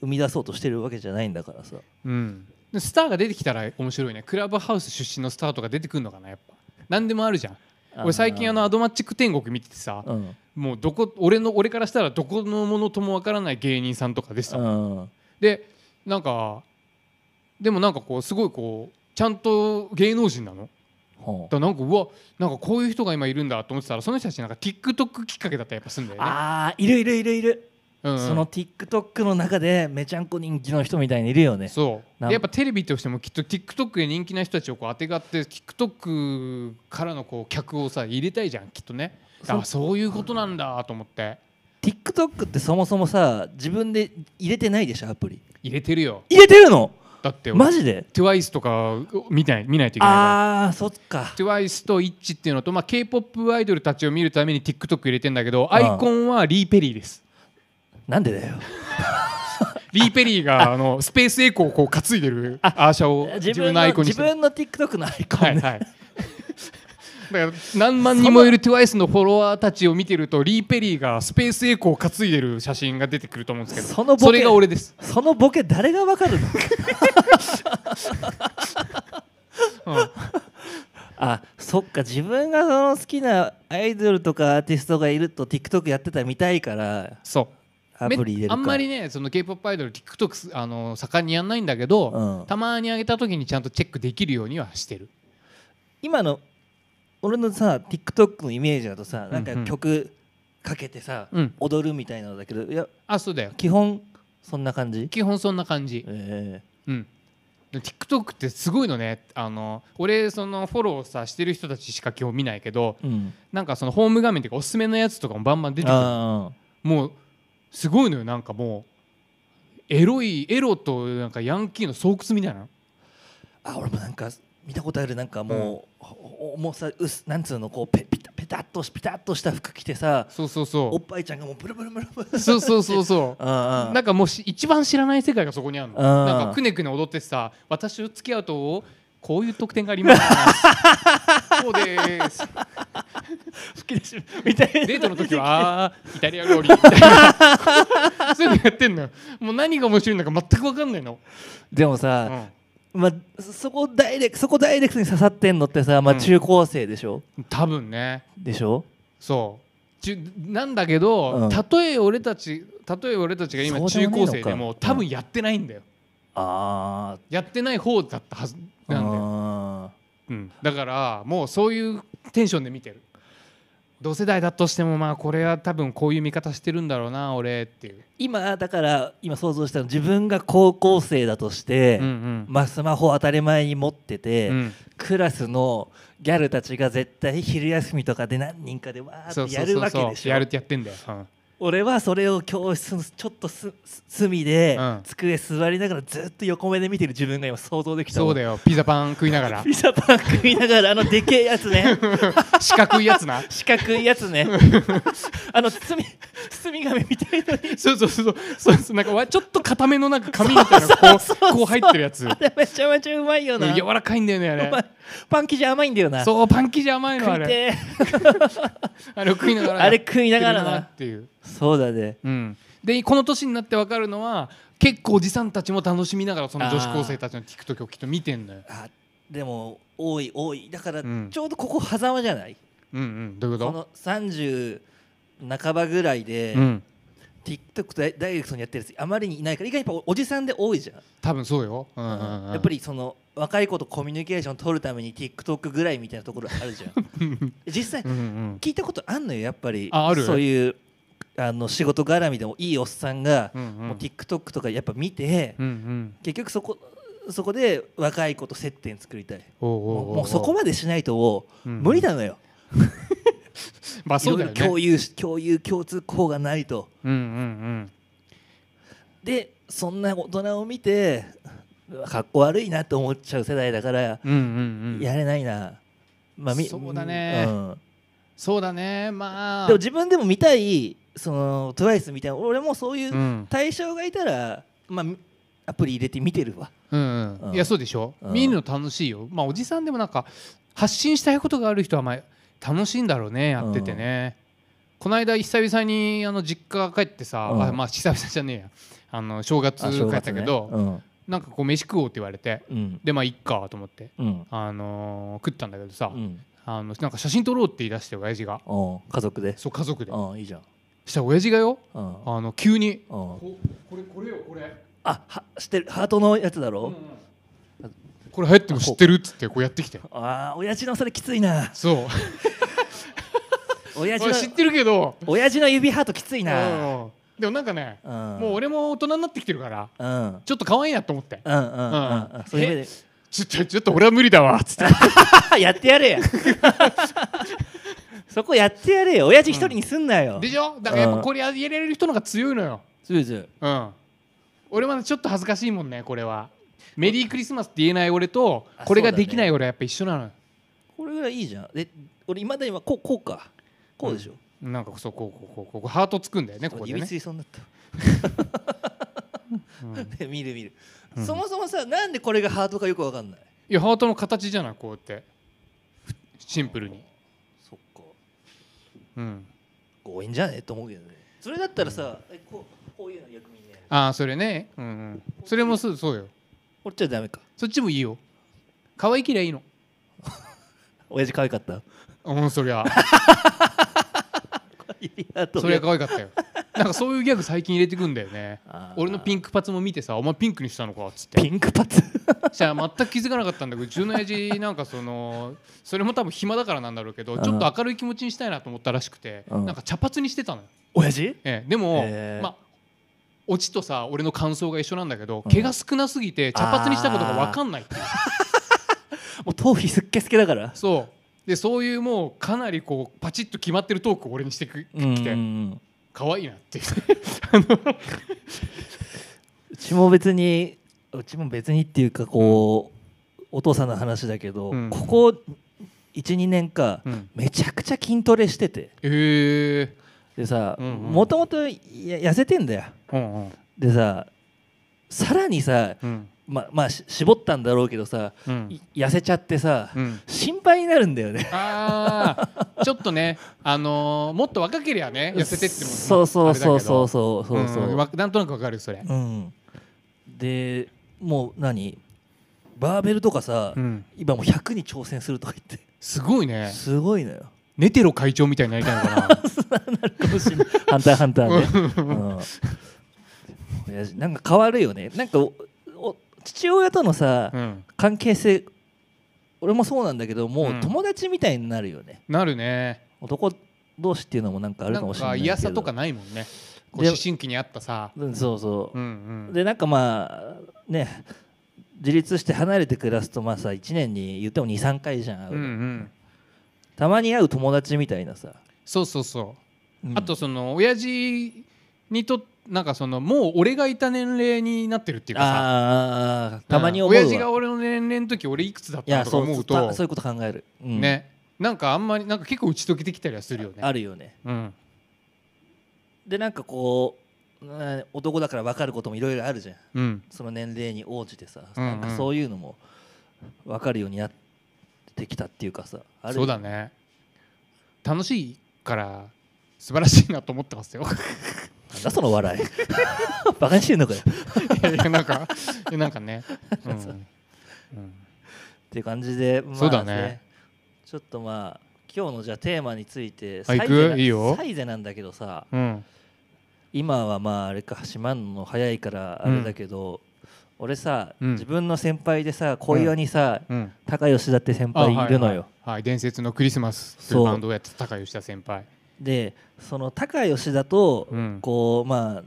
Speaker 2: 生み出そうとしてるわけじゃないんだからさ
Speaker 1: うんでスターが出てきたら面白いねクラブハウス出身のスターとか出てくるのかなやっぱ何でもあるじゃん俺最近あのアドマッチック天国見ててさ、
Speaker 2: うん
Speaker 1: もうどこ俺の俺からしたらどこのものともわからない芸人さんとかでした、
Speaker 2: うん
Speaker 1: でなんかでもなんかこうすごいこうちゃんと芸能人なの
Speaker 2: ほう
Speaker 1: だからなんかうわなんかこういう人が今いるんだと思ってたらその人たちなんか TikTok きっかけだったらやっぱすんだよね
Speaker 2: あーいるいるいるいる、
Speaker 1: うんうん
Speaker 2: その TikTok の中でめちゃんこ人気の人みたいにいるよね
Speaker 1: そう
Speaker 2: なん
Speaker 1: でやっぱテレビとしてもきっと TikTok で人気な人たちをこう当てがって TikTok からのこう客をさ入れたいじゃんきっとね
Speaker 2: そう
Speaker 1: あそういうことなんだと思って
Speaker 2: TikTok ってそもそもさ自分で入れてないでしょアプリ
Speaker 1: 入れてるよ
Speaker 2: 入れてるの
Speaker 1: だって俺
Speaker 2: マジで
Speaker 1: TWICE とか見ない見ないといけないから
Speaker 2: あーそっか
Speaker 1: TWICE と ITCH っていうのと、まあ、k p o p アイドルたちを見るために TikTok 入れてんだけど
Speaker 2: あ
Speaker 1: ア
Speaker 2: あ
Speaker 1: イコンはリー・ペリーです
Speaker 2: なんでだよ
Speaker 1: リー・ペリーがあのスペースエコーをこう担いでるアーシャを自分のアイコンにし
Speaker 2: 自
Speaker 1: て
Speaker 2: 分の TikTok のアイコ
Speaker 1: は
Speaker 2: ン
Speaker 1: い
Speaker 2: ね、
Speaker 1: はいだから何万人もいる TWICE のフォロワーたちを見てるとリー・ペリーがスペースエコーを担いでる写真が出てくると思うんですけど
Speaker 2: そのボケ
Speaker 1: れが俺です、
Speaker 2: そのボケ誰がわかるの
Speaker 1: うん
Speaker 2: あそっか自分がその好きなアイドルとかアーティストがいると TikTok やってたみたいから
Speaker 1: そう
Speaker 2: アプリ入れる
Speaker 1: め
Speaker 2: か
Speaker 1: あんまりねその k p o p アイドル TikTok すあの盛んにやんないんだけど、
Speaker 2: うん
Speaker 1: たまに上げた時にちゃんとチェックできるようにはしてる
Speaker 2: 今の俺のさ TikTok のイメージだとさなんか
Speaker 1: うんうん
Speaker 2: 曲かけてさ、
Speaker 1: うん
Speaker 2: 踊るみたいなのだけどいや
Speaker 1: あそうだよ
Speaker 2: 基本そんな感じ、
Speaker 1: 基本そんな感じ
Speaker 2: え
Speaker 1: うんで TikTok ってすごいのねあの俺そのフォローさしてる人たちしか基本見ないけど
Speaker 2: えうん、
Speaker 1: なんかそのホーム画面っていうかおすすめのやつとかもバンバン出てくる
Speaker 2: あ
Speaker 1: もうすごいのよなんかもうエロいエロとなんかヤンキーの巣窟みたいな
Speaker 2: ーあ俺もなんか見たことあるなんかもう、おもうさうすなんつうのこうペピタペタっとしピタっとした服着てさ
Speaker 1: そうそう
Speaker 2: お
Speaker 1: そ
Speaker 2: っぱいちゃんがもうブルブルブルブ
Speaker 1: う
Speaker 2: ル
Speaker 1: そうそうそうそう
Speaker 2: あ
Speaker 1: なんかもうし一番知らない世界がそこにあるの
Speaker 2: うん
Speaker 1: なんかくねくね踊ってさ私と付き合うとこういう特典がありますそうです
Speaker 2: 吹き出しみたい な
Speaker 1: デートの時 はあーイタリア料理み たいなそういうのやってんのよもう何が面白いのか全く分かんないの、
Speaker 2: でも
Speaker 1: う
Speaker 2: さ、
Speaker 1: ん
Speaker 2: まあ、そそこダイレクそこダイレクトに刺さってんのってさ、まあ、
Speaker 1: うん
Speaker 2: 中高生でしょ、
Speaker 1: 多分ね
Speaker 2: でしょ
Speaker 1: そうちゅなんだけど、
Speaker 2: うん
Speaker 1: たとえ俺たちたとえ俺たちが今
Speaker 2: そうで
Speaker 1: 中
Speaker 2: もねえの
Speaker 1: 高生
Speaker 2: か
Speaker 1: でも
Speaker 2: うん
Speaker 1: 多分やってないんだよ、
Speaker 2: あー
Speaker 1: やってない方だったはずなんだよ
Speaker 2: あ
Speaker 1: うん、だからもうそういうテンションで見てる同世代だとしてもまあこれは多分こういう見方してるんだろうな俺っていう、
Speaker 2: ー今だから今想像したの自分が高校生だとして、
Speaker 1: うん
Speaker 2: まあ、スマホ当たり前に持ってて、
Speaker 1: うんうん
Speaker 2: クラスのギャルたちが絶対昼休みとかで何人かでわー
Speaker 1: そ
Speaker 2: っ
Speaker 1: う
Speaker 2: て
Speaker 1: そ
Speaker 2: や
Speaker 1: うそ
Speaker 2: る
Speaker 1: う
Speaker 2: わけ
Speaker 1: そ
Speaker 2: で
Speaker 1: う
Speaker 2: し
Speaker 1: や
Speaker 2: ょ
Speaker 1: るってやってんだよ、うん
Speaker 2: 俺はそれを教室のちょっとすす隅で、
Speaker 1: うん
Speaker 2: 机座りながらずっと横目で見てる自分が今想像できた
Speaker 1: そうだ
Speaker 2: よ
Speaker 1: よピザパン食いながら
Speaker 2: ピザパン食いながらあのでけえやつ ね
Speaker 1: 四角いやつな
Speaker 2: 四角いや つねあの包み包み紙みたいなのに
Speaker 1: そうそうそうそうそうなんかわちょっと固めのなんか紙みたいなのこうこう入ってるやつ
Speaker 2: あれめちゃめちゃうまいよ
Speaker 1: うん
Speaker 2: な
Speaker 1: 柔らかいんだよねあ
Speaker 2: うまい
Speaker 1: れ
Speaker 2: パン生地甘いんだよな
Speaker 1: そうパン生地甘いのあ
Speaker 2: 食い
Speaker 1: れ
Speaker 2: てえ
Speaker 1: あれを食いながら
Speaker 2: あれ食いながらな
Speaker 1: やってるなっていう
Speaker 2: そうだね
Speaker 1: うん、でこの年になって分かるのは結構おじさんたちも楽しみながらその女子高生たちの TikTok をきっと見てんのよ。
Speaker 2: あでも多い多いだから
Speaker 1: うん
Speaker 2: ちょうどここ狭間じゃない、
Speaker 1: うんうん、どういうこと
Speaker 2: この30半ばぐらいで、
Speaker 1: うん
Speaker 2: TikTok ダイダイレクトにやってるやつあまりにいないから意外にやっぱおじさんで多いじゃん,、
Speaker 1: 多分そうよ。うんうんうん、
Speaker 2: やっぱりその若い子とコミュニケーション取るために TikTok ぐらいみたいなところあるじゃ ん
Speaker 1: うん
Speaker 2: 実際
Speaker 1: うんうん
Speaker 2: 聞いたことあんのよやっぱり
Speaker 1: あある
Speaker 2: そういうあの仕事絡みでもいいおっさんが、
Speaker 1: うんうん
Speaker 2: もう TikTok とかやっぱ見て、
Speaker 1: うんうん
Speaker 2: 結局そこそこで若い子と接点作りたい
Speaker 1: おうおうお
Speaker 2: もうもうそこ
Speaker 1: で、
Speaker 2: までしないともう
Speaker 1: うん
Speaker 2: 無理なのよ、
Speaker 1: まあ、
Speaker 2: い
Speaker 1: そ
Speaker 2: ろ
Speaker 1: う
Speaker 2: い
Speaker 1: だ
Speaker 2: ろ
Speaker 1: よね。
Speaker 2: 共有し共有共通項がないと
Speaker 1: うんうん
Speaker 2: でそんな大人を見てうわかっこ悪いなと思っちゃう世代だから、
Speaker 1: うんうんうんうん
Speaker 2: やれないな、まみ
Speaker 1: そうだね
Speaker 2: うん
Speaker 1: そうだねまあ
Speaker 2: でも自分でも見たいその TWICE みたいな俺もそういう
Speaker 1: う
Speaker 2: うん対象がいたら、まあみアプリ入れて見てるわ
Speaker 1: うんうん、いやそうでしょ、
Speaker 2: うん
Speaker 1: 見るの楽しいよ、まあ、おじさんでもなんか発信したいことがある人はまあ楽しいんだろうねやっててね、この間久々にあの実家帰ってさ、
Speaker 2: うん
Speaker 1: あまあ久々じゃねえやあの正月
Speaker 2: あ
Speaker 1: 帰
Speaker 2: 正
Speaker 1: っ
Speaker 2: 月
Speaker 1: た
Speaker 2: ね
Speaker 1: けど、
Speaker 2: うん
Speaker 1: なんかこう飯食おうって言われて
Speaker 2: うん
Speaker 1: でまあいっかと思って、
Speaker 2: うん
Speaker 1: あのー食ったんだけどさ、
Speaker 2: うん
Speaker 1: あのなんか写真撮ろうって言い出して親父が
Speaker 2: うん家族で
Speaker 1: そう家族で
Speaker 2: うんいいじゃん
Speaker 1: したら親父がよ
Speaker 2: うん
Speaker 1: あの急に
Speaker 2: うん
Speaker 1: ここれこれよこれ、
Speaker 2: あは知ってるハートのやつだ
Speaker 1: うんう
Speaker 2: ろ
Speaker 1: ん、これ流行っても知ってるっつってこうやってきて
Speaker 2: ああ親父のそれきついな
Speaker 1: そう
Speaker 2: 親父
Speaker 1: 俺知っ
Speaker 2: の
Speaker 1: てるけど、
Speaker 2: 親父の指ハートきついな
Speaker 1: うんでもなんかね、
Speaker 2: うん
Speaker 1: もう俺も大人になってきてるから
Speaker 2: うんうん
Speaker 1: ちょっと可愛いなと思って
Speaker 2: うんうんうんうんそういう目で
Speaker 1: ちょちょちょっと俺は無理だわっつって
Speaker 2: やってやれやそこやってやれよ親父一人にすんなよ
Speaker 1: でしょだからやっ
Speaker 2: う
Speaker 1: ぱ
Speaker 2: ん
Speaker 1: これやれる人の方が強いのよ
Speaker 2: そうです
Speaker 1: うん俺まだちょっと恥ずかしいもんねこれはメリークリスマスって言えない俺と
Speaker 2: あ
Speaker 1: これが
Speaker 2: そうだ
Speaker 1: で
Speaker 2: ね
Speaker 1: きない俺はやっぱ一緒なのよ
Speaker 2: これぐらいいいじゃんで俺いまだ今こうこうかこうでしょ
Speaker 1: なんかそうこうこうこうこうハートつくんだよねここで
Speaker 2: 指
Speaker 1: ね
Speaker 2: ついそうになった
Speaker 1: うんい
Speaker 2: で見る見る
Speaker 1: うん
Speaker 2: そもそもさなんでこれがハートかよくわかんない
Speaker 1: やハートの形じゃないこうやってシンプルにうん、
Speaker 2: 強引じゃねえと思うけどねそれだったらさ、えこうこういうの逆にね
Speaker 1: ああそれね、うんうん、それもそうそうよ
Speaker 2: こっちはダメか
Speaker 1: そっちもいいよ可愛けりゃいいの
Speaker 2: 親父可愛か った
Speaker 1: うんそりゃ
Speaker 2: いやどう
Speaker 1: そりゃ可愛かったよなんかそういうギャグ最近入れてくんだよね
Speaker 2: あー
Speaker 1: 俺のピンクパツも見てさお前ピンクにしたのかっつって
Speaker 2: ピンクパ ツ
Speaker 1: じゃ全く気づかなかったんだけどうちの親父なんかそのそれも多分暇だからなんだろうけどちょっと明るい気持ちにしたいなと思ったらしくて
Speaker 2: うん
Speaker 1: なんか茶髪にしてたのよ、
Speaker 2: 親父
Speaker 1: ええ、でも、
Speaker 2: へえ
Speaker 1: まあオチとさ俺の感想が一緒なんだけど
Speaker 2: うん
Speaker 1: 毛が少なすぎて茶髪にしたことが分かんないっていう
Speaker 2: もう頭皮すっけすけだから
Speaker 1: そうでそういうもうかなりこうパチッと決まってるトークを俺にしてく
Speaker 2: うん
Speaker 1: き
Speaker 2: う
Speaker 1: て
Speaker 2: ん
Speaker 1: 可愛いなっていう
Speaker 2: うちも別にうちも別にっていうかこう、お父さんの話だけど、
Speaker 1: うん
Speaker 2: ここ12年か、
Speaker 1: うん
Speaker 2: めちゃくちゃ筋トレしてて
Speaker 1: へえ
Speaker 2: でさ
Speaker 1: うんうん
Speaker 2: もともと痩せてんだよ
Speaker 1: うんうん
Speaker 2: でささらにさ
Speaker 1: うん
Speaker 2: ままあし絞ったんだろうけどさ、
Speaker 1: うん
Speaker 2: い痩せちゃってさ、
Speaker 1: うん
Speaker 2: 心配になるんだよね
Speaker 1: あーちょっとね、あのーもっと若ければね痩せてっても
Speaker 2: そうそうそうそう
Speaker 1: う
Speaker 2: そうそうそう、
Speaker 1: んわなんとなくわかるよそれ、
Speaker 2: うん、でもう何バーベルとかさ、
Speaker 1: うん、
Speaker 2: 今もう100に挑戦するとか言って
Speaker 1: すごいね
Speaker 2: すごいのよ
Speaker 1: ネテロ会長みたいになりたいのかな
Speaker 2: ハンターハンタ ーね、うん、親父なんか変わるよねなんかおお父親との さ、
Speaker 1: うん
Speaker 2: 関係性俺もそうなんだけども
Speaker 1: う
Speaker 2: うん友達みたいになるよね、
Speaker 1: なるね
Speaker 2: 男同士っていうのもなんかある
Speaker 1: な
Speaker 2: かも
Speaker 1: ん
Speaker 2: しれな
Speaker 1: か
Speaker 2: いけど
Speaker 1: 嫌さとかないもんねこう
Speaker 2: で
Speaker 1: 思春期にあったさ
Speaker 2: うんそうそうう、
Speaker 1: んうん
Speaker 2: でなんかまあね自立して離れて暮らすとまあさ1年に言っても23回じゃん会う
Speaker 1: うんう
Speaker 2: の、
Speaker 1: ん
Speaker 2: たまに会う友達みたいなさ、
Speaker 1: そうそうそう
Speaker 2: うん
Speaker 1: あとその親父にとなんかそのもう俺がいた年齢になってるっていうかさ
Speaker 2: あーたまに
Speaker 1: うん
Speaker 2: 思うわ、
Speaker 1: 親父が俺の年齢の時俺いくつだっ
Speaker 2: い
Speaker 1: たの
Speaker 2: や
Speaker 1: とか
Speaker 2: そう
Speaker 1: 思う
Speaker 2: た
Speaker 1: と
Speaker 2: そういうこと考える、うん
Speaker 1: ねなんかあんまりなんか結構打ち解けてきたりはするよね
Speaker 2: あるよね
Speaker 1: うん
Speaker 2: でなんかこううん男だから分かることもいろいろあるじゃん
Speaker 1: うん
Speaker 2: その年齢に応じてさ、
Speaker 1: うんうん
Speaker 2: なんかそういうのも分かるようになってきたっていうかさある
Speaker 1: そうだね楽しいから素晴らしいなと思ってます よ
Speaker 2: なんだその笑い バカにしてんのかよっ
Speaker 1: いやいやなんかいやなんか ね、うんうん
Speaker 2: ていう感じで、まあ
Speaker 1: そうだね
Speaker 2: ちょっとまあ今日のじゃあテーマについて
Speaker 1: あ
Speaker 2: サ
Speaker 1: 行
Speaker 2: イ
Speaker 1: く
Speaker 2: ゼない
Speaker 1: いよ
Speaker 2: サイゼなんだけどさ
Speaker 1: うん、
Speaker 2: 今はまああれか閉まんの早いからあれだけど、俺さ、
Speaker 1: うん
Speaker 2: 自分の先輩でさ小岩にさ、
Speaker 1: うん
Speaker 2: 高吉田って先
Speaker 1: あ
Speaker 2: 輩いるのよ、
Speaker 1: はいはいはい伝説のクリスマスという
Speaker 2: そう
Speaker 1: バンドをやってた高吉田先輩
Speaker 2: でその高吉田と、
Speaker 1: うん
Speaker 2: こうま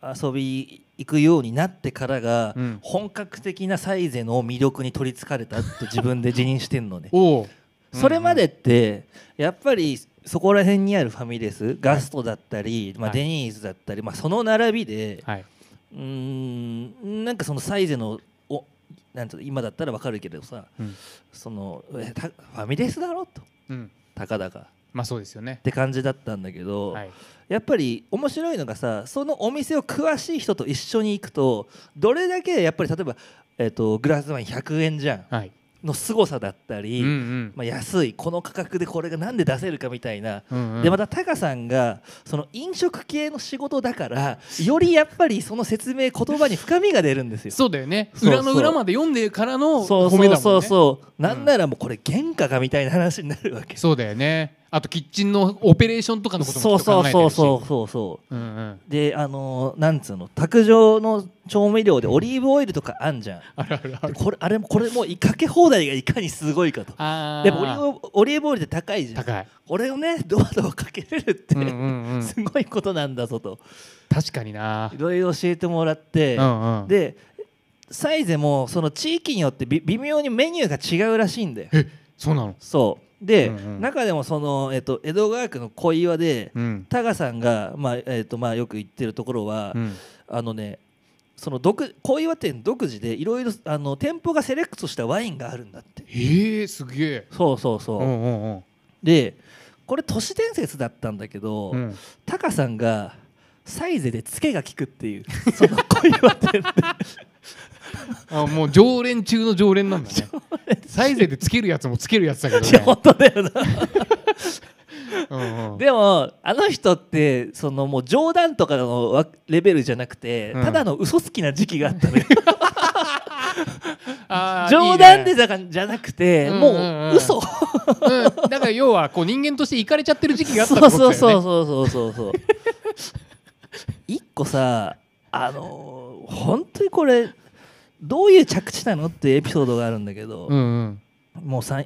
Speaker 2: あ遊び行くようになってからが、
Speaker 1: うん
Speaker 2: 本格的なサイゼの魅力に取りつかれたって自分で辞任してんのね
Speaker 1: おお
Speaker 2: それまでってやっぱりそこら辺にあるファミレスガストだったり、まあ、
Speaker 1: はい
Speaker 2: デニーズだったり、まあ、その並びで、
Speaker 1: はいう
Speaker 2: ーんなんかそのサイゼのおなんていうの今だったらわかるけどさ
Speaker 1: うん、
Speaker 2: そのえたファミレスだろと
Speaker 1: うん、
Speaker 2: たかだかっ
Speaker 1: まあそうですよね
Speaker 2: て感じだったんだけど、
Speaker 1: はい
Speaker 2: やっぱり面白いのがさそのお店を詳しい人と一緒に行くとどれだけやっぱり例えば、えっとグラスワイン100円じゃん
Speaker 1: はい
Speaker 2: の凄さだったり、
Speaker 1: うんうん
Speaker 2: まあ、安いこの価格でこれがなんで出せるかみたいな。
Speaker 1: うんうん
Speaker 2: でまたタカさんがその飲食系の仕事だからよりやっぱりその説明言葉に深みが出るんですよ。
Speaker 1: そうだよね
Speaker 2: そうそ
Speaker 1: 裏
Speaker 2: う
Speaker 1: の裏まで読んでからの
Speaker 2: そう
Speaker 1: 褒めだもん
Speaker 2: そ
Speaker 1: ね
Speaker 2: う
Speaker 1: う
Speaker 2: そうそうなんならもうこれ原価かみたいな話になるわけ。
Speaker 1: そうだよねあとキッチンのオペレーションとかのこと
Speaker 2: そ
Speaker 1: も
Speaker 2: う
Speaker 1: きっと考え
Speaker 2: そう
Speaker 1: て
Speaker 2: そ
Speaker 1: るし
Speaker 2: うそうそうそう。
Speaker 1: うんうん
Speaker 2: であのーなんつうの卓上の調味料でオリーブオイルとかあんじゃん
Speaker 1: あるあるあ
Speaker 2: で
Speaker 1: る
Speaker 2: これあれもこれもいかけ放題がいかにすごいかと
Speaker 1: あー
Speaker 2: やっぱオリーブオリーブオイルって高いじゃん
Speaker 1: 高い、
Speaker 2: これをねドバドバかけれるって、
Speaker 1: うんうんうん、
Speaker 2: すごいことなんだぞと
Speaker 1: 確かにない
Speaker 2: ろ いろ教えてもらって、
Speaker 1: うんうん、
Speaker 2: でサイゼもその地域によってび微妙にメニューが違うらしいんだよ
Speaker 1: えそうなの
Speaker 2: そうで、
Speaker 1: うんうん
Speaker 2: 中でもその、えっと江戸川区の小岩で、
Speaker 1: うん、
Speaker 2: タガさんが、まあえっとまあ、よく行ってるところは、
Speaker 1: うん、
Speaker 2: あのねその独小岩店独自でいろいろあの店舗がセレクトしたワインがあるんだって
Speaker 1: えー、すげえ
Speaker 2: そうそうそうう、
Speaker 1: んうんうん
Speaker 2: でこれ都市伝説だったんだけど、
Speaker 1: うん
Speaker 2: タカさんがサイゼでツケが効くっていうその小岩 店で
Speaker 1: あもう常連中の常連なんだねサイゼでつけるやつもつけるやつだけど
Speaker 2: いや
Speaker 1: ね
Speaker 2: 本当だよな
Speaker 1: うんうんうん
Speaker 2: でもあの人ってそのもう冗談とかのわレベルじゃなくて、
Speaker 1: うん
Speaker 2: ただの嘘つきな時期があったのよ
Speaker 1: あー
Speaker 2: 冗談で
Speaker 1: いいね
Speaker 2: じゃじゃなくて、
Speaker 1: うんうん
Speaker 2: も
Speaker 1: う
Speaker 2: うん嘘、
Speaker 1: うん、だから要はこう人間としていかれちゃってる時期があったってこ
Speaker 2: そう
Speaker 1: とだ
Speaker 2: そ
Speaker 1: よ
Speaker 2: う
Speaker 1: ね
Speaker 2: そうそうそうそうそう一個さあのー本当にこれどういう着地なのってエピソードがあるんだけど、
Speaker 1: うんうん
Speaker 2: もうさん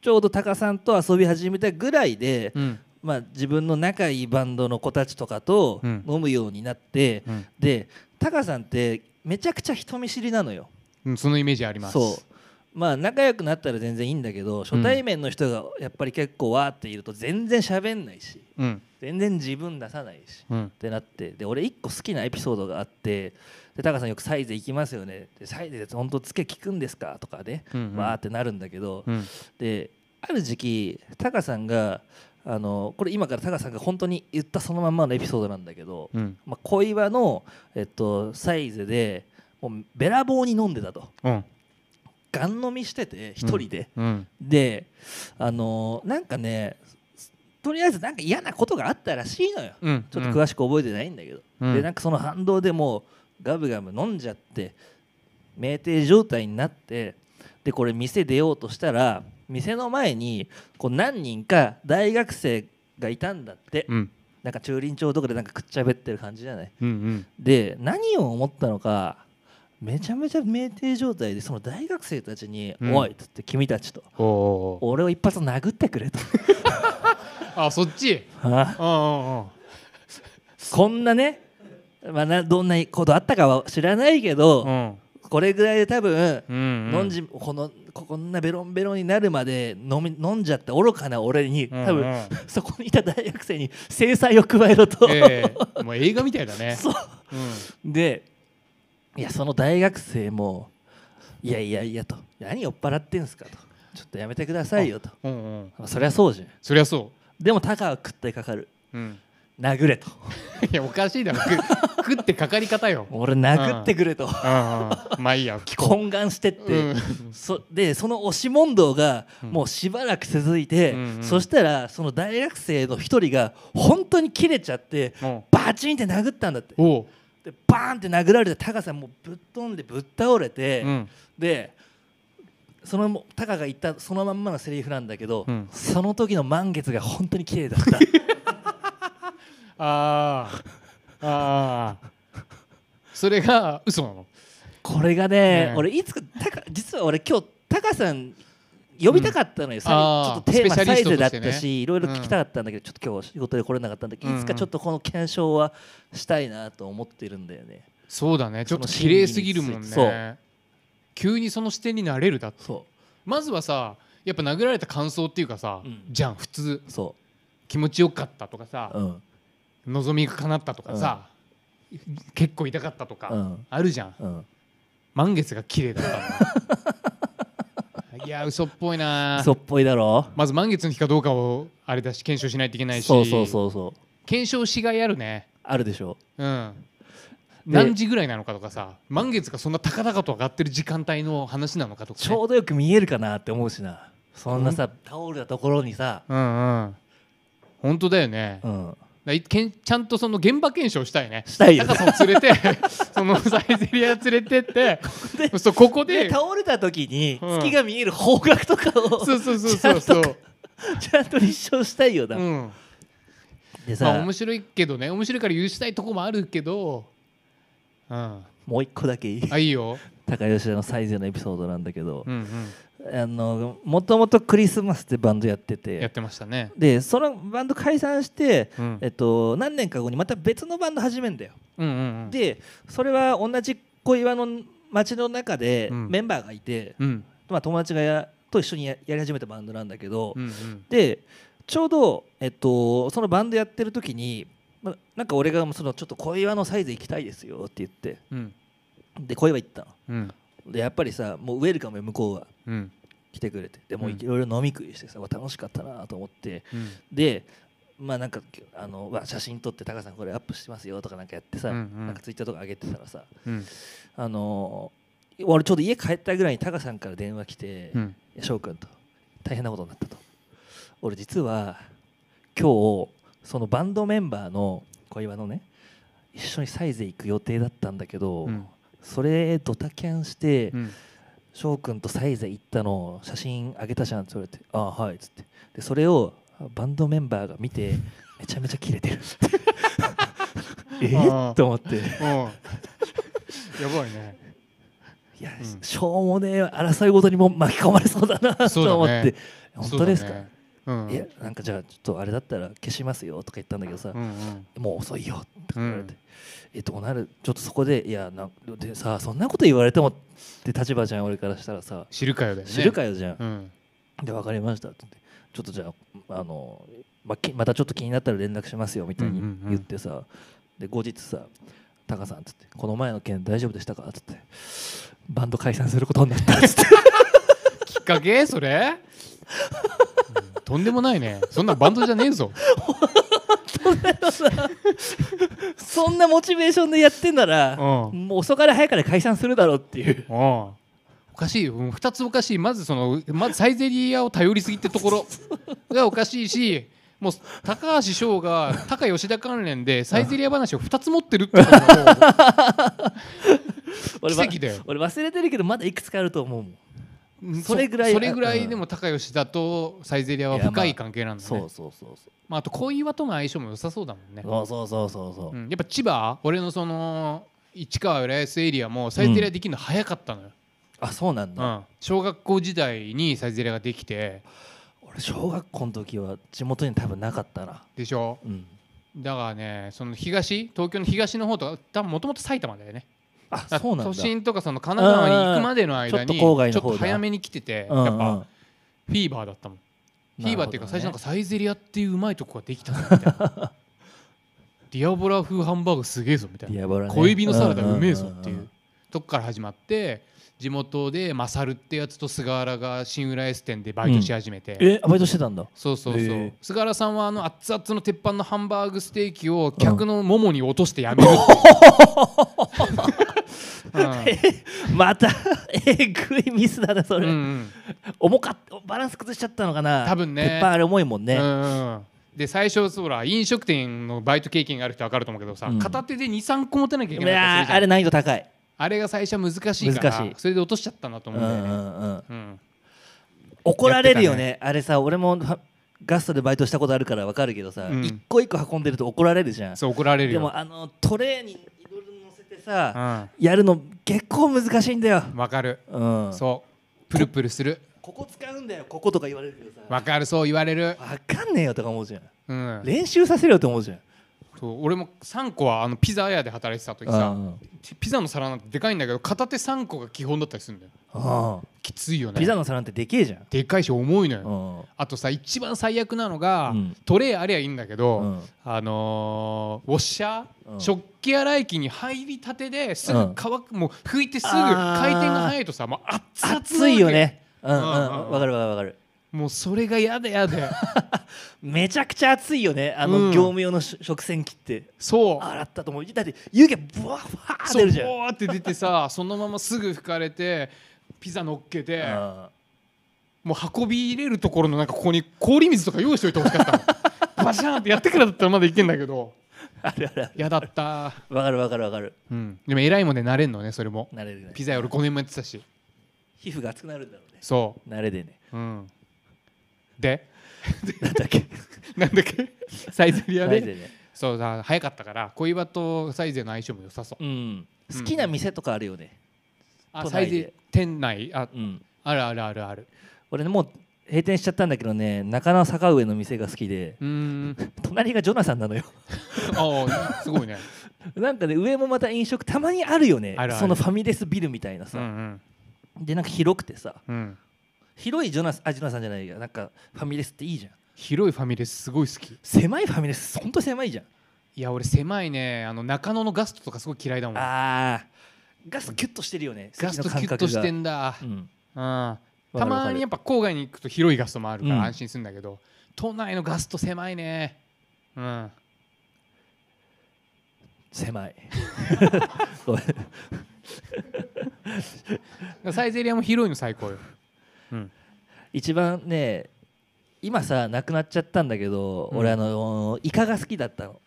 Speaker 2: ちょうどタカさんと遊び始めたぐらいで、
Speaker 1: うん
Speaker 2: まあ、自分の仲いいバンドの子たちとかと
Speaker 1: うん
Speaker 2: 飲むようになって、
Speaker 1: うん
Speaker 2: でタカさんってめちゃくちゃ人見知りなのよ。
Speaker 1: うん、そのイメージあります
Speaker 2: そうまあ仲良くなったら全然いいんだけど初対面の人がやっぱり結構わーっていると全然喋んないし
Speaker 1: ううん
Speaker 2: 全然自分出さないし
Speaker 1: うん
Speaker 2: ってなってで俺一個好きなエピソードがあってでタカさんよくサイズ行きますよねでサイズで本当ツケ効くんですかとかね
Speaker 1: うんうん
Speaker 2: わーってなるんだけど、
Speaker 1: うん
Speaker 2: である時期タカさんがあのこれ今からタカさんが本当に言ったそのまんまのエピソードなんだけど、
Speaker 1: うん
Speaker 2: まあ、小岩の、えっと、サイズでもうべらぼうに飲んでたと
Speaker 1: うん
Speaker 2: ガン飲みしてて一人で、
Speaker 1: うん
Speaker 2: であのなんかねとりあえずなんか嫌なことがあったらしいのよ
Speaker 1: うん
Speaker 2: ちょっと詳しく覚えてないんだけど、
Speaker 1: うん
Speaker 2: でなんかその反動でもうガブガブ飲んじゃって酩酊状態になってでこれ店出ようとしたら店の前にこう何人か大学生がいたんだって、
Speaker 1: うん
Speaker 2: なんか駐輪場とかでなんかくっちゃべってる感じじゃない
Speaker 1: うんうん
Speaker 2: で何を思ったのかめちゃめちゃ酩酊状態でその大学生たちに「
Speaker 1: うん
Speaker 2: おい!」っつって「君たち」と
Speaker 1: お
Speaker 2: 「
Speaker 1: お
Speaker 2: 俺を一発殴ってく れ」と
Speaker 1: あそっち
Speaker 2: 「あ
Speaker 1: うんうんうん
Speaker 2: こんなね、まあ、などんなことあったかは知らないけど、
Speaker 1: うん
Speaker 2: これぐらいで多分、
Speaker 1: うん
Speaker 2: 飲んじこのここんなベロンベロンになるまで飲み飲んじゃった愚かな俺に多分、
Speaker 1: うんうん
Speaker 2: そこにいた大学生に制裁を加えろと、
Speaker 1: ええもう映画みたいだね
Speaker 2: そう
Speaker 1: うん
Speaker 2: でいやその大学生もいやいやいやと何酔っ払ってんすかとちょっとやめてくださいよと
Speaker 1: うんうん
Speaker 2: そりゃそうじゃん
Speaker 1: そりゃそ
Speaker 2: でもタカは食ってかかる
Speaker 1: ううん
Speaker 2: 殴れと
Speaker 1: いやおかしいだろく食ってかかり方ようんうん
Speaker 2: 俺殴ってくれと、
Speaker 1: まあいいや聞こ
Speaker 2: 懇願してっ
Speaker 1: う
Speaker 2: て、
Speaker 1: うん
Speaker 2: そでその押し問答が
Speaker 1: うん
Speaker 2: もうしばらく続いて、
Speaker 1: うんうん
Speaker 2: そしたらその大学生の一人が本当に切れちゃって
Speaker 1: うん
Speaker 2: バチンって殴ったんだって
Speaker 1: おう
Speaker 2: でバーンって殴られてタカさんもうぶっ飛んでぶっ倒れて、
Speaker 1: うん
Speaker 2: でそのタカが言ったそのまんまのセリフなんだけど、
Speaker 1: うん
Speaker 2: その時の満月が本当に綺麗だった
Speaker 1: ああああそれが嘘なの
Speaker 2: これがね、
Speaker 1: ね
Speaker 2: 俺いつかタカ実は俺今日タカさん呼びたかったのよ、さ
Speaker 1: あー
Speaker 2: ちょっとテーマ
Speaker 1: スペシャ
Speaker 2: サ
Speaker 1: リ
Speaker 2: イ
Speaker 1: スト
Speaker 2: ズだ
Speaker 1: として
Speaker 2: っ
Speaker 1: ね
Speaker 2: たしいろいろ聞きたかったんだけど、ちょっと今日仕事で来れなかったんだけど、
Speaker 1: うんうん
Speaker 2: いつかちょっとこの検証はしたいなと思ってるんだよね
Speaker 1: そうだねちょっと
Speaker 2: その
Speaker 1: 綺麗すぎるもん
Speaker 2: 真偽について
Speaker 1: ね急にその視点になれるだって
Speaker 2: そ
Speaker 1: まずはさやっぱ殴られた感想っていうかさ、
Speaker 2: うん
Speaker 1: じゃん普通
Speaker 2: うそ
Speaker 1: 気持ちよかったとかさ
Speaker 2: う、う、ん
Speaker 1: 望みが叶ったとかさ、結構痛かったとか、
Speaker 2: うん
Speaker 1: あるじゃん
Speaker 2: うん、
Speaker 1: 満月が綺麗だっ たのいや嘘っぽいな
Speaker 2: 嘘っぽいだろ
Speaker 1: まず満月の日かどうかをあれだし検証しないといけないし
Speaker 2: そうそうそうそう
Speaker 1: 検証しがいあるね
Speaker 2: あるでしょ
Speaker 1: うん
Speaker 2: で
Speaker 1: 何時ぐらいなのかとかさ満月がそんな高々と上がってる時間帯の話なのかとか、ね、
Speaker 2: ちょうどよく見えるかなって思うしなそんなさ、タオルのところにさ、
Speaker 1: うんうん本当だよね、
Speaker 2: うん、
Speaker 1: だいけんちゃんとその現場検証したいね
Speaker 2: したいよ
Speaker 1: 高さんを連れて そのサイゼリア連れてってそうここ
Speaker 2: で
Speaker 1: で
Speaker 2: 倒れた時に
Speaker 1: うん
Speaker 2: 月が見える方角とかを、
Speaker 1: そうそうそうそう
Speaker 2: ちゃ
Speaker 1: そ
Speaker 2: ん
Speaker 1: う
Speaker 2: と、 ちゃんと立証したいよな、
Speaker 1: うん、
Speaker 2: でさ、
Speaker 1: まあ面白いけどね面白いから許したいとこもあるけどうん
Speaker 2: もう一個だけいい
Speaker 1: あいいよ、
Speaker 2: 高吉田の最善のエピソードなんだけど
Speaker 1: う、ん
Speaker 2: あのもともとクリスマスってバンドやって
Speaker 1: うん、やっててましたね、
Speaker 2: でそのバンド解散して、
Speaker 1: うん、
Speaker 2: えっと、何年か後にまた別のバンド始めんだよ、
Speaker 1: うんうんうん
Speaker 2: でそれは同じ小岩の町の中で
Speaker 1: うん
Speaker 2: メンバーがいて、
Speaker 1: うん
Speaker 2: まあ、友達がやと一緒にややり始めたバンドなんだけど、
Speaker 1: うんうん
Speaker 2: でちょうど、えっと、そのバンドやってる時に、まあ、なんか俺がそのちょっと小岩のサイズ行きたいですよって言って
Speaker 1: うん
Speaker 2: で小岩行った
Speaker 1: うん
Speaker 2: のでやっぱりさもうウェルカムよ向こうは
Speaker 1: うん
Speaker 2: 来てくれてでもう
Speaker 1: うん
Speaker 2: いろいろ飲み食いしてさ、わ楽しかったなと思って
Speaker 1: うん
Speaker 2: でまあなんかあのわ写真撮ってタカさんこれアップしてますよとかなんかやってさ、
Speaker 1: うんうん
Speaker 2: なんかツイッターとか上げてたらさ
Speaker 1: うん
Speaker 2: あのー俺ちょうど家帰ったぐらいにタカさんから電話来て、
Speaker 1: うん
Speaker 2: いや翔くんと大変なことになったと俺実は今日そのバンドメンバーの小岩のね一緒にサイゼ行く予定だったんだけど、
Speaker 1: うん
Speaker 2: それドタキャンして
Speaker 1: うん
Speaker 2: 翔くんとサイゼ行ったの写真あげたじゃんって言われて「ああはい」っつってでそれをバンドメンバーが 見てめちゃめちゃキレてるえ
Speaker 1: あー
Speaker 2: っと思って
Speaker 1: うんやばいね
Speaker 2: いや、
Speaker 1: うん
Speaker 2: しょうもねえ争いごとにも巻き込まれそうだな
Speaker 1: そうだね
Speaker 2: と思って、本
Speaker 1: そう
Speaker 2: 当
Speaker 1: だね
Speaker 2: ですか、
Speaker 1: うん
Speaker 2: いやなんかじゃあちょっとあれだったら消しますよとか言ったんだけどさ、
Speaker 1: うんうん
Speaker 2: もう遅いよって言われて、えどうなるちょっとそこでいやなんでさそんなこと言われてもって立場じゃん俺からしたらさ
Speaker 1: 知るかよだよね
Speaker 2: 知るかよじゃん、
Speaker 1: うん
Speaker 2: で分かりましたって言ってちょっとじゃああのまきまたちょっと気になったら連絡しますよみたいに
Speaker 1: うんうんうん
Speaker 2: 言ってさ、で後日さ「タカさん」っつって「この前の件大丈夫でしたか?」っつって「バンド解散することになった」っつって
Speaker 1: きっかけ それ、うんとんでもないねそんなバンドじゃねえぞ
Speaker 2: そんなモチベーションでやってんなら、
Speaker 1: うん
Speaker 2: もう遅かれ早かれ解散するだろうっていう
Speaker 1: うんおかしいうん二つおかしいまずそのまずサイゼリアを頼りすぎってところ がおかしいしもう高橋翔が高吉田関連でサイゼリア話を二つ持ってるってことがもう
Speaker 2: 俺 は
Speaker 1: 奇跡だよ
Speaker 2: 俺忘れてるけどまだいくつかあると思うもん
Speaker 1: うん
Speaker 2: それぐらい
Speaker 1: それぐらいでも高吉田とサイゼリアは深い関係なんだね、
Speaker 2: そ
Speaker 1: ま
Speaker 2: うそうそうそう
Speaker 1: あ、あと小岩との相性も良さそうだもんね、
Speaker 2: そうそうそうそうそう
Speaker 1: うんやっぱ千葉俺のその市川浦安エリアもサイゼリアできるの早かったのよ、
Speaker 2: あそうなん
Speaker 1: う
Speaker 2: だ、
Speaker 1: ん、小学校時代にサイゼリアができて
Speaker 2: 俺小学校の時は地元に多分なかったな
Speaker 1: でしょ
Speaker 2: うん
Speaker 1: だからねその東東京の東の方とか多分もともと埼玉だよね
Speaker 2: あそうなんだ
Speaker 1: 都心とかその神奈川に行くまでの間
Speaker 2: うんうん
Speaker 1: に
Speaker 2: ちょっと郊外
Speaker 1: ちょっ
Speaker 2: の方だ
Speaker 1: と早めに来ててやっ
Speaker 2: うんうん
Speaker 1: ぱフィーバーだったもんフィーバーっていうか
Speaker 2: な
Speaker 1: 最
Speaker 2: る
Speaker 1: 初な
Speaker 2: ほ
Speaker 1: ん
Speaker 2: ど
Speaker 1: かサ
Speaker 2: ね
Speaker 1: イゼリアっていううまいとこができたんだみたいな ディアボラ風ハンバーグすげえぞみたいな
Speaker 2: ディアボラね
Speaker 1: 小指のサラダうめえぞってい
Speaker 2: んんん
Speaker 1: うとこから始まって地元でマサルってやつと菅原が新浦安店でバイトし始めて、
Speaker 2: んえバイトしてたんだ
Speaker 1: そうそうそう、
Speaker 2: へえ
Speaker 1: 菅原さんはあの熱々の鉄板のハンバーグステーキを
Speaker 2: ん
Speaker 1: 客のももに落としてやめるっていう
Speaker 2: また えぐいミスだな
Speaker 1: う
Speaker 2: そ
Speaker 1: ん
Speaker 2: れ、
Speaker 1: うんうん
Speaker 2: 重かったバランス崩しちゃったのかな
Speaker 1: 多分ね
Speaker 2: 鉄板あれ重いもんね、
Speaker 1: うんうんで最初そうら飲食店のバイト経験がある人分かると思うけどさ、
Speaker 2: うん
Speaker 1: 片手で23個持たなきゃいけ
Speaker 2: い
Speaker 1: ない
Speaker 2: やーあれ難易度高い、
Speaker 1: あれが最初は難しいから
Speaker 2: 難しい
Speaker 1: それで落としちゃったんだと
Speaker 2: う
Speaker 1: 思
Speaker 2: ん
Speaker 1: う
Speaker 2: うん
Speaker 1: だよね、
Speaker 2: んうん、
Speaker 1: うん
Speaker 2: 怒られるよねあれさ俺もはガストでバイトしたことあるからわかるけどさ、
Speaker 1: うん
Speaker 2: 一個一個運んでると怒られるじゃん
Speaker 1: そう怒られる
Speaker 2: で
Speaker 1: よ
Speaker 2: もあのトレーにいろいろ乗せてさ、
Speaker 1: う
Speaker 2: やるの結構難しいんだよ、
Speaker 1: ん、わかる、
Speaker 2: うん、
Speaker 1: そうプルプルする
Speaker 2: ここ使うんだよこことか言われるけどさ
Speaker 1: わかるそう言われる、
Speaker 2: わかんねえよとか思うじゃん
Speaker 1: うん、
Speaker 2: 練習させろよと思うじゃん
Speaker 1: そう俺も3個はあのピザ屋で働いてた時
Speaker 2: あ
Speaker 1: さピザの皿なんてでかいんだけど片手3個が基本だったりするんだよ
Speaker 2: あ
Speaker 1: きついよね
Speaker 2: ピザの皿なんてでけえじゃん
Speaker 1: でかいし重いのよ、
Speaker 2: うん
Speaker 1: あとさ一番最悪なのが、
Speaker 2: うん
Speaker 1: トレイありゃいいんだけど、
Speaker 2: うん
Speaker 1: あのーウォッシャー、
Speaker 2: うん
Speaker 1: 食器洗い機に入りたてです
Speaker 2: う
Speaker 1: ぐ
Speaker 2: ん
Speaker 1: 乾く、もう拭いてすぐ
Speaker 2: あー
Speaker 1: 回転が速いとさもう熱々なわけ
Speaker 2: 熱いよねうんうん
Speaker 1: うんうんうん
Speaker 2: わかるわかるわかる
Speaker 1: もうそれがやだや だ
Speaker 2: めちゃくちゃ熱いよねあ
Speaker 1: う
Speaker 2: の
Speaker 1: ん
Speaker 2: 業務用のし食洗機って
Speaker 1: そう
Speaker 2: 洗ったと思うだって湯気ブワッワー
Speaker 1: そう
Speaker 2: 出るじゃん
Speaker 1: ボーって出てさそのまますぐ拭かれてピザ乗っけて
Speaker 2: あ
Speaker 1: もう運び入れるところのなんかここに氷水とか用意しといてほしか ったのバシャーンってやってからだったらまだいけんだけど
Speaker 2: あるあるある
Speaker 1: 嫌だった、
Speaker 2: わかるわかるわかる
Speaker 1: うん、でも偉いもんで慣れんのねそれも
Speaker 2: 慣れるね
Speaker 1: ピザ屋俺5年もやってたし
Speaker 2: 皮膚が熱くなるんだろうね
Speaker 1: そ
Speaker 2: 慣れでね
Speaker 1: ううんで
Speaker 2: なんだっけ
Speaker 1: なんだっけサイゼリア
Speaker 2: 慣
Speaker 1: で
Speaker 2: れでね
Speaker 1: そうだ早かったから小岩とサイゼの相性も良さそう
Speaker 2: うん好きな店とかあるよね
Speaker 1: あ
Speaker 2: 都
Speaker 1: サイ
Speaker 2: 内で
Speaker 1: ゼ店内あ
Speaker 2: うん
Speaker 1: あるあるあるある
Speaker 2: 俺ねもう閉店しちゃったんだけどね中野坂上の店が好きで
Speaker 1: うーん
Speaker 2: 隣がジョナサンなのよ
Speaker 1: ああすごいね
Speaker 2: なんかね上もまた飲食たまにあるよね
Speaker 1: あるある
Speaker 2: そのファミレスビルみたいな
Speaker 1: う
Speaker 2: さ、
Speaker 1: ん
Speaker 2: でなんか広くてさ
Speaker 1: うんうん
Speaker 2: 広いジョナサンあジョナサンじゃないやなんかファミレスっていいじゃん
Speaker 1: 広いファミレスすごい好き
Speaker 2: 狭いファミレスほんと狭いじゃん
Speaker 1: いや俺狭いねあの中野のガストとかすごい嫌いだもんガ
Speaker 2: あーガストキュッとしてるよね
Speaker 1: ストキュッとしてんだ、
Speaker 2: 席
Speaker 1: う
Speaker 2: の感覚
Speaker 1: ん、
Speaker 2: が
Speaker 1: たまにやっぱ郊外に行くと広いガストもあるか
Speaker 2: うん
Speaker 1: ら安心するんだけど、都内のガスト狭いねうん
Speaker 2: 狭 いごめん
Speaker 1: サイゼリアも広いの最高よ、うん、
Speaker 2: 一番ね今さなくなっちゃったんだけど、
Speaker 1: うん
Speaker 2: 俺あのイカが好きだったの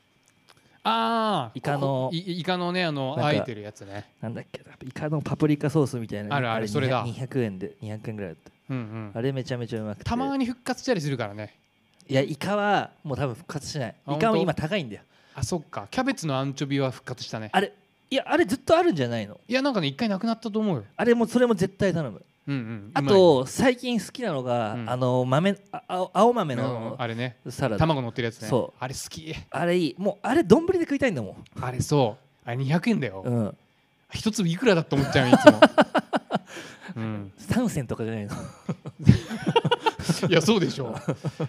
Speaker 1: ああ
Speaker 2: イカの
Speaker 1: イイカのねあの
Speaker 2: なんか
Speaker 1: あえてるやつね
Speaker 2: なんだっけなイカのパプリカソースみたいな
Speaker 1: あるある
Speaker 2: れ
Speaker 1: それだ
Speaker 2: 200円で200円ぐらいだっ
Speaker 1: うんう
Speaker 2: た
Speaker 1: ん
Speaker 2: あれめちゃめちゃうまくて
Speaker 1: たまに復活したりするからね
Speaker 2: いやイカはもう多分復活しない
Speaker 1: あ
Speaker 2: イカは
Speaker 1: 本当
Speaker 2: 今高いんだよ
Speaker 1: あそっかキャベツのアンチョビは復活したね
Speaker 2: あれいやあれずっとあるんじゃないの
Speaker 1: いやなんかね一回なくなったと思うよ
Speaker 2: あれもそれも絶対頼む
Speaker 1: うんうん
Speaker 2: あ
Speaker 1: うまい
Speaker 2: と最近好きなのが、
Speaker 1: うん
Speaker 2: あの豆あ青青豆
Speaker 1: うん
Speaker 2: の
Speaker 1: あれね
Speaker 2: サラダ、
Speaker 1: 卵乗ってるやつね
Speaker 2: そう
Speaker 1: あれ好き
Speaker 2: あれいいもうあれ丼で食いたいんだもん、
Speaker 1: あれそうあれ200円だよ、
Speaker 2: うん、
Speaker 1: 一粒いくらだと思っちゃうよい つも、うん、
Speaker 2: 3銭とかじゃないの
Speaker 1: いやそうでしょ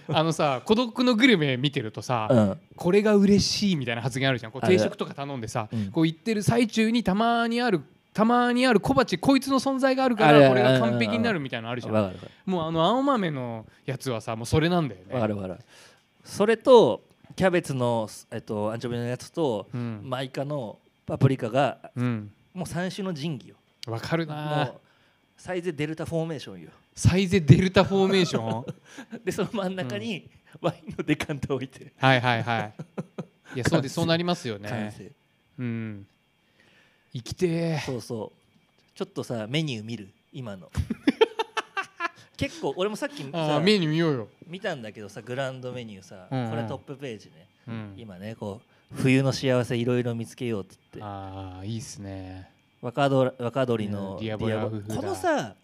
Speaker 1: あのさ孤独のグルメ見てるとさ、
Speaker 2: うん
Speaker 1: これが嬉しいみたいな発言あるじゃんこう
Speaker 2: ある
Speaker 1: 定食とか頼んでさ、
Speaker 2: うん
Speaker 1: こう言ってる最中にたまにあるたまにある小鉢こいつの存在があるか
Speaker 2: あるある
Speaker 1: らこれが完璧になるみたいなのあるじゃん
Speaker 2: わかるわか
Speaker 1: もうあの青豆のやつはさもうそれなんだよね
Speaker 2: るわかるわかるそれとキャベツの、えっと、アンチョビのやつと、
Speaker 1: うん
Speaker 2: マイカのパプリカが
Speaker 1: うん
Speaker 2: もう3種の神器よ
Speaker 1: わかるな
Speaker 2: もうサイズデルタフォーメーションよ
Speaker 1: サイゼデルタフォーメーショ ン
Speaker 2: でその真ん中にワインのデカンタ置いて、
Speaker 1: はいはいはいいやそう
Speaker 2: 完成
Speaker 1: でそうなりますよ
Speaker 2: 完
Speaker 1: ね
Speaker 2: 成
Speaker 1: うん生きてえ
Speaker 2: そうそうちょっとさメニュー見る今 の結構俺もさっき
Speaker 1: あ
Speaker 2: さ
Speaker 1: ーメニュー見ようよ
Speaker 2: 見たんだけどさグランドメニューさ、
Speaker 1: うんうん
Speaker 2: これトップページね、
Speaker 1: うん
Speaker 2: 今ねこう冬の幸せいろいろ見つけようって言って
Speaker 1: ああいいっすね
Speaker 2: 若ど若鳥
Speaker 1: う
Speaker 2: の
Speaker 1: んディアボラ
Speaker 2: ディ
Speaker 1: 夫婦だ
Speaker 2: このさ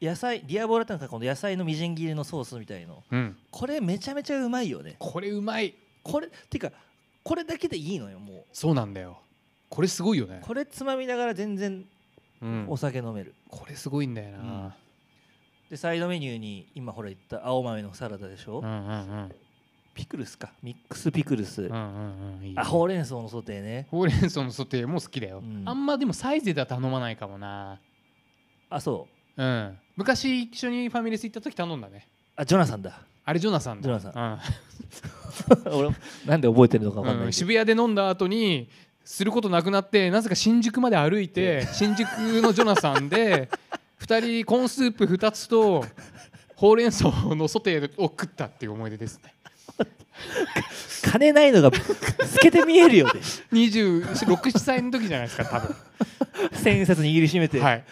Speaker 2: 野菜ディアボラってのはこの野菜のみじん切りのソースみたいの
Speaker 1: うん
Speaker 2: これめちゃめちゃうまいよね
Speaker 1: これうまい
Speaker 2: これてかこれだけでいいのよも
Speaker 1: そうなんだよこれすごいよね
Speaker 2: うこれつまみながら全然
Speaker 1: うん
Speaker 2: お酒飲める、
Speaker 1: これすごいんだよな、
Speaker 2: でサイドメニューに今ほら言った青豆のサラダでしょ、
Speaker 1: うん、うんうん
Speaker 2: ピクルスかミックスピクルス、
Speaker 1: うんうんうんいい
Speaker 2: あほうれん草のソテーね
Speaker 1: ほうれん草のソテーも好きだよ、
Speaker 2: うん
Speaker 1: あんまでもサイゼでは頼まないかもな
Speaker 2: あそう
Speaker 1: うん昔一緒にファミレス行った時頼んだね
Speaker 2: あジョナサンだ
Speaker 1: あれジョナサンだ
Speaker 2: ジョナサ
Speaker 1: ン、
Speaker 2: 俺もなんで覚えてるのか
Speaker 1: う
Speaker 2: わ
Speaker 1: ん
Speaker 2: かんない
Speaker 1: うん
Speaker 2: けど、
Speaker 1: 渋谷で飲んだ後にすることなくなってなぜか新宿まで歩いて新宿のジョナサンで2人コーンスープ2つとほうれん草のソテーを食ったっていう思い出ですね
Speaker 2: 金ないのが透けて見える よね
Speaker 1: 267歳の時じゃないですか多分
Speaker 2: 千円札握りしめて、
Speaker 1: はい。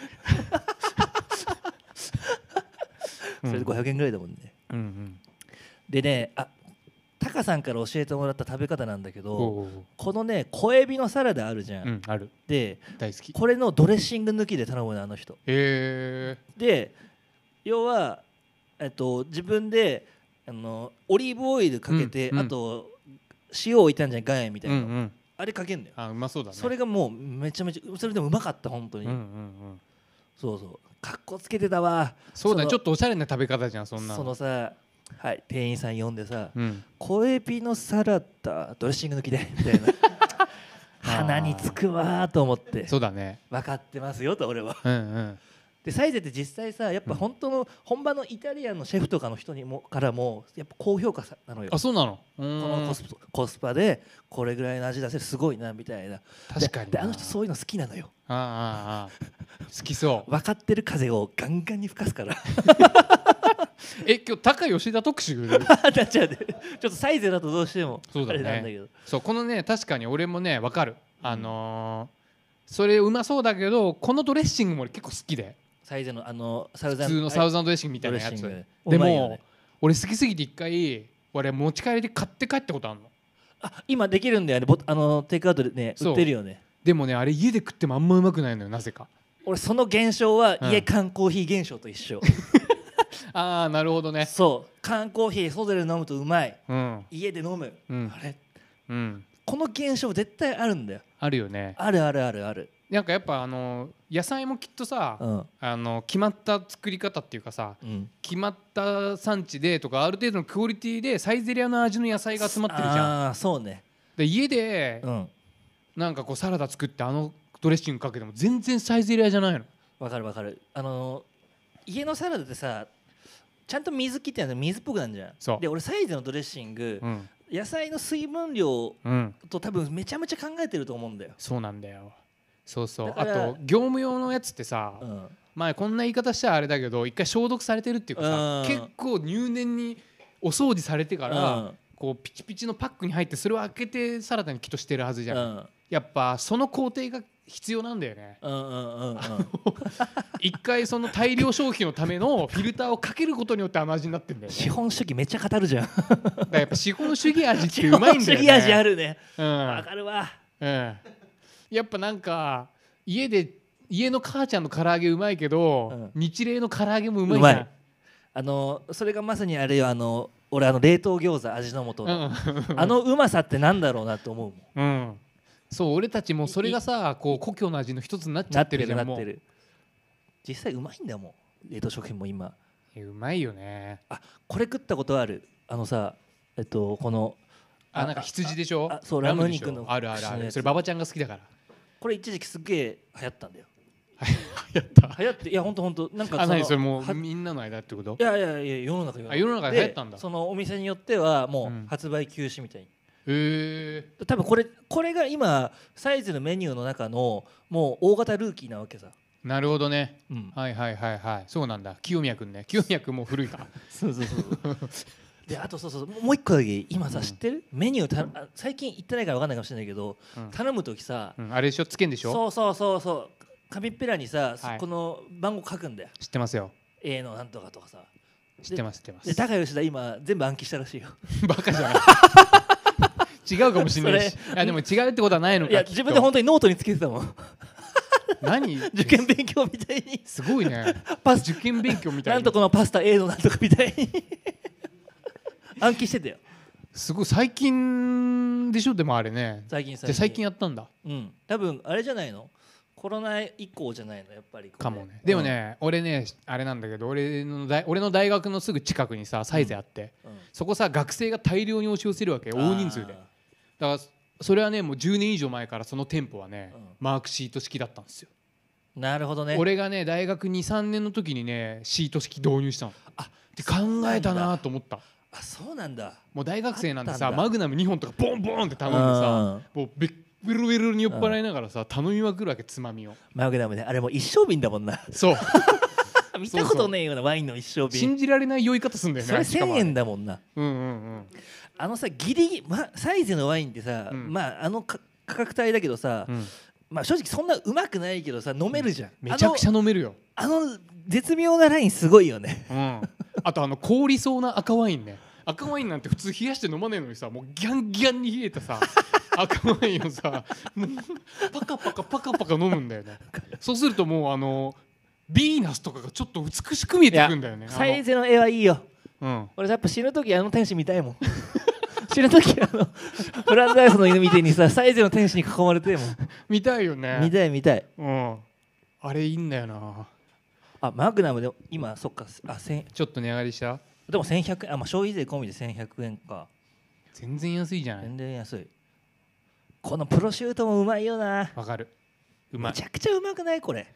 Speaker 2: それで500円ぐらいだもんね
Speaker 1: うんうん。
Speaker 2: でねあタカさんから教えてもらった食べ方なんだけ
Speaker 1: お
Speaker 2: ど
Speaker 1: うおう
Speaker 2: このね小エビのサラダあるじゃん、
Speaker 1: おう。うん、ある。
Speaker 2: で
Speaker 1: 大好き。
Speaker 2: これのドレッシング抜きで頼むのあの人
Speaker 1: え
Speaker 2: で要は、えっと、自分であのオリーブオイルかけて、
Speaker 1: うんうん
Speaker 2: あと塩置いたんじゃん岩塩み
Speaker 1: え
Speaker 2: た
Speaker 1: ー。
Speaker 2: いうな、
Speaker 1: んうん。
Speaker 2: あれかけんだよ
Speaker 1: あ、うまそうだね。
Speaker 2: それがもうめちゃめちゃそれでもうまかった本当
Speaker 1: う
Speaker 2: に、
Speaker 1: んうんうん。
Speaker 2: そうそうかっこつけてたわ
Speaker 1: そうだね。
Speaker 2: その
Speaker 1: ちょっとおしゃれな食べ方じゃん、そんな。
Speaker 2: そのさはい店員さん呼んでさ
Speaker 1: うん。
Speaker 2: 「小エビのサラダドレッシング抜きで」み たいな鼻につくわーと思って
Speaker 1: そうだね。
Speaker 2: 分かってますよと俺は
Speaker 1: うんうん。
Speaker 2: でサイゼって実際さやっぱ本当の本場のイタリアンのシェフとかの人にもからもやっぱ高評価さなのよ
Speaker 1: あ、そうなの。う
Speaker 2: この
Speaker 1: ー
Speaker 2: コ
Speaker 1: ん
Speaker 2: スパコスパでこれぐらいの味出せるすごいなみたいな
Speaker 1: 確かにな。
Speaker 2: でであの人そういうの好きなのよ
Speaker 1: ああああ。好き そう。
Speaker 2: 分かってる風をガンガンに吹かすから
Speaker 1: え、今日高吉田特集。
Speaker 2: なっちゃうねちょっとサイゼだとどうしても
Speaker 1: そうだね
Speaker 2: あれなんだけど
Speaker 1: そう、このね、確かに俺もね、わかる。あのー。それうまそうだけどこのドレッシングも俺結構好きで
Speaker 2: サイゼのあのサウ
Speaker 1: 普
Speaker 2: ザン
Speaker 1: 通のサウザンドレッシングみたいなや
Speaker 2: ドレッ
Speaker 1: つ
Speaker 2: シング
Speaker 1: で
Speaker 2: うまいよ
Speaker 1: も
Speaker 2: ね
Speaker 1: 俺好きすぎて一回俺持ち帰りで買って帰ったことあるの
Speaker 2: あ今できるんだよねボあのテイクアウトでね
Speaker 1: そう
Speaker 2: 売ってるよね
Speaker 1: でもねあれ家で食ってもあんまうまくないのよなぜか
Speaker 2: 俺その現象は
Speaker 1: うん
Speaker 2: 家缶コーヒー現象と一緒、
Speaker 1: ああなるほ どね
Speaker 2: そう缶コーヒー外で飲むとうまい
Speaker 1: うん
Speaker 2: 家で飲む、
Speaker 1: うん
Speaker 2: あれ
Speaker 1: うん
Speaker 2: この現象絶対あるんだよ
Speaker 1: あるよね
Speaker 2: あるあるあるある
Speaker 1: なんかやっぱあの野菜もきっとさ、
Speaker 2: うん
Speaker 1: あの決まった作り方っていうかさ
Speaker 2: うん
Speaker 1: 決まった産地でとかある程度のクオリティでサイゼリアの味の野菜が集まってるじゃん
Speaker 2: ああーそうね
Speaker 1: で家で
Speaker 2: うん
Speaker 1: なんかこうサラダ作ってあのドレッシングかけても全然サイゼリアじゃないの
Speaker 2: わかるわかるあのー家のサラダってさちゃんと水切ってないと水っぽくなるじゃん
Speaker 1: そう
Speaker 2: で俺サイズのドレッシング、
Speaker 1: うん
Speaker 2: 野菜の水分量
Speaker 1: うん
Speaker 2: と多分めちゃめちゃ考えてると思うんだよ、
Speaker 1: そうなんだよそうそう
Speaker 2: だか
Speaker 1: あ
Speaker 2: ら
Speaker 1: と業務用のやつってさ、
Speaker 2: うん、
Speaker 1: まあこんな言い方したらあれだけど一回消毒されてるっていうかさ
Speaker 2: うん
Speaker 1: 結構入念にお掃除されてから、
Speaker 2: うん
Speaker 1: こうピチピチのパックに入ってそれを開けてサラダにきっとしてるはずじ
Speaker 2: う
Speaker 1: ゃん、
Speaker 2: ん
Speaker 1: やっぱその工程が必要なんだよね
Speaker 2: うんうんうんうん
Speaker 1: 一回その大量消費のためのフィルターをかけることによってあの味になってんだ よね
Speaker 2: 資本主義めっちゃ語るじゃん
Speaker 1: だからやっぱ資本主義味って うまいんだよね
Speaker 2: 資本主義味あるね
Speaker 1: うん
Speaker 2: わかるわ
Speaker 1: うん、やっぱなんか家で家の母ちゃんの唐揚げうまいけど、
Speaker 2: うん
Speaker 1: 日例の唐揚げもうまいうじ
Speaker 2: ま
Speaker 1: ゃん
Speaker 2: いあのそれがまさにあれよあの俺あの冷凍餃子味の素のあのうまさってなんだろうなと思うもん
Speaker 1: うん、うんそう俺たちもそれがさこう故郷の味の一つになっちゃ
Speaker 2: な
Speaker 1: っ
Speaker 2: って
Speaker 1: てる
Speaker 2: る
Speaker 1: じゃ
Speaker 2: なん
Speaker 1: も
Speaker 2: ってる実際うまいんだもん冷凍食品も今
Speaker 1: ううまいよね
Speaker 2: あこれ食ったことあるあのさえっとこの
Speaker 1: あなんか羊でしょ
Speaker 2: ああそう
Speaker 1: でしょ
Speaker 2: ラム肉の
Speaker 1: あるある
Speaker 2: 串
Speaker 1: あ
Speaker 2: のや
Speaker 1: る
Speaker 2: つ
Speaker 1: それ馬場ちゃんが好きだから
Speaker 2: これ一時期すっげえ流行ったんだよ
Speaker 1: やった
Speaker 2: 流行っていやほんとほんとなんか
Speaker 1: あ何それも
Speaker 2: は
Speaker 1: うみんなの間ってこと
Speaker 2: いやいやいや世の中で
Speaker 1: あ世の中で流行ったんだ
Speaker 2: でそのお店によってはも
Speaker 1: うん
Speaker 2: う発売休止みたいに、
Speaker 1: へえ
Speaker 2: 多分これこれが今サイズのメニューの中のもう大型ルーキーなわけさ、
Speaker 1: なるほどね
Speaker 2: うん、
Speaker 1: はいはいはいはいそうなんだ清宮君ね清宮君もう古い か
Speaker 2: そうそうそうであとそうそうもう一個だけ今さ、
Speaker 1: うん
Speaker 2: 知ってるメニューたあ最近行ってないから分かんないかもしれないけど、
Speaker 1: うん
Speaker 2: 頼む時さ、
Speaker 1: うん、あれでしょつけんでしょ
Speaker 2: そうそうそうそう紙っぺらにさ、
Speaker 1: はい
Speaker 2: この番号書くんだよ
Speaker 1: 知ってますよ
Speaker 2: A のなんとかとかさ
Speaker 1: 知ってます知ってま
Speaker 2: です高吉田今全部暗記したらしいよ
Speaker 1: バカ じゃない違うかもしれないしいやでも違うってことはないのか
Speaker 2: いや
Speaker 1: きっと
Speaker 2: 自分で本当にノートにつけてたもん
Speaker 1: 何
Speaker 2: 受験勉強みたいに
Speaker 1: すごいね
Speaker 2: パス
Speaker 1: 受験勉強みた
Speaker 2: ないんと
Speaker 1: な
Speaker 2: このパスタ A のなんとかみたいに 暗記してたよ
Speaker 1: すごい最近でしょでもあれね
Speaker 2: 最近
Speaker 1: じゃあ最近やったんだ
Speaker 2: うん多分あれじゃないのコロナ以降じゃないのやっぱりこれ
Speaker 1: かもねでも、ね、俺ねあれなんだけど俺の大俺の大学のすぐ近くにさサイゼあって、
Speaker 2: うんうん
Speaker 1: そこさ学生が大量に押し寄せるわけよ大人数でだか
Speaker 2: あ
Speaker 1: らそれはねもう10年以上前からその店舗はね、
Speaker 2: うん
Speaker 1: マークシート式だったんですよ
Speaker 2: ーなるほどね
Speaker 1: 俺がね大学23年の時にねシート式導入したの
Speaker 2: あ
Speaker 1: って考えたなと思った
Speaker 2: あそうなんだ
Speaker 1: もう大学生なんて
Speaker 2: あ
Speaker 1: さ
Speaker 2: ったんだ
Speaker 1: マグナム2本とかボンボンって頼んでさもうベッベロベロに酔っ払いながらさ頼みまくるわけつまみを
Speaker 2: マグナムねあれもう一升瓶だも んな
Speaker 1: そう
Speaker 2: 見たことねえようなワインの一升
Speaker 1: 信
Speaker 2: 瓶
Speaker 1: じられない酔い方すんだよね
Speaker 2: それ
Speaker 1: しかも
Speaker 2: 1000
Speaker 1: あ
Speaker 2: 円だもんな
Speaker 1: うんうん
Speaker 2: あのさギリギリ、ま、サイズのワインってさ、
Speaker 1: うん
Speaker 2: まああのか価格帯だけどさ、
Speaker 1: うん、うん、
Speaker 2: まあ正直そんなうまくないけどさ飲めるじゃん、
Speaker 1: めちゃくちゃ飲めるよ、
Speaker 2: あのあの絶妙なラインすごいよね
Speaker 1: うん、あとあの凍りそうな赤ワインね赤ワインなんて普通冷やして飲まねえのにさもうギャンギャンに冷えた さ赤ワインをさもうパカパカパカパカ飲むんだよねそうするともうあのヴィーナスとかがちょっと美しく見えてくるんだよねあの
Speaker 2: サイズの絵はいいよ
Speaker 1: うん
Speaker 2: 俺やっぱ死ぬ時あの天使見たいもん 死ぬ時あのフランダイスの犬みてえにさサイズの天使に囲まれてえもん
Speaker 1: 見たいよね
Speaker 2: 見たい見たい
Speaker 1: うん、あれいいんだよな
Speaker 2: あマグナムでも今そっかあ千
Speaker 1: ちょっと値上がりした
Speaker 2: でも1100円あ、まあ、消費税込みで1100円か
Speaker 1: 全然安いじゃない
Speaker 2: 全然安いこのプロシュートもうまいよな
Speaker 1: わかるうま
Speaker 2: め
Speaker 1: い
Speaker 2: ちゃくちゃうまくないこれ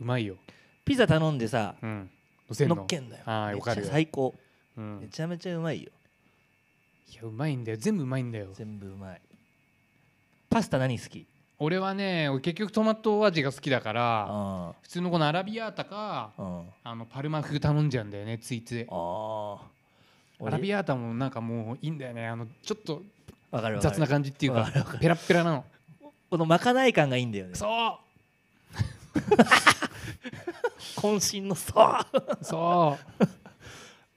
Speaker 1: うまいよ
Speaker 2: ピザ頼んでさ
Speaker 1: うんのせんの
Speaker 2: のっけんだよ
Speaker 1: あー
Speaker 2: め
Speaker 1: わ
Speaker 2: っちゃ
Speaker 1: かるよ
Speaker 2: 最高
Speaker 1: う
Speaker 2: め
Speaker 1: ん、
Speaker 2: ちゃめちゃうまいよ
Speaker 1: いやうまいんだよ全部うまいんだよ
Speaker 2: 全部うまいパスタ何好き
Speaker 1: 俺はね俺結局トマト味が好きだから
Speaker 2: あ
Speaker 1: 普通のこのアラビアータか
Speaker 2: あうん
Speaker 1: あのパルマ風頼んじゃうんだよねついつい
Speaker 2: ああ
Speaker 1: アラビアータもなんかもういいんだよねあのちょっと
Speaker 2: わかるわかる
Speaker 1: 雑な感じっていう
Speaker 2: わ
Speaker 1: か
Speaker 2: かるわかる
Speaker 1: ペラッペラなの
Speaker 2: このまかない感がいいんだよね
Speaker 1: そ
Speaker 2: 渾身のそう
Speaker 1: うそう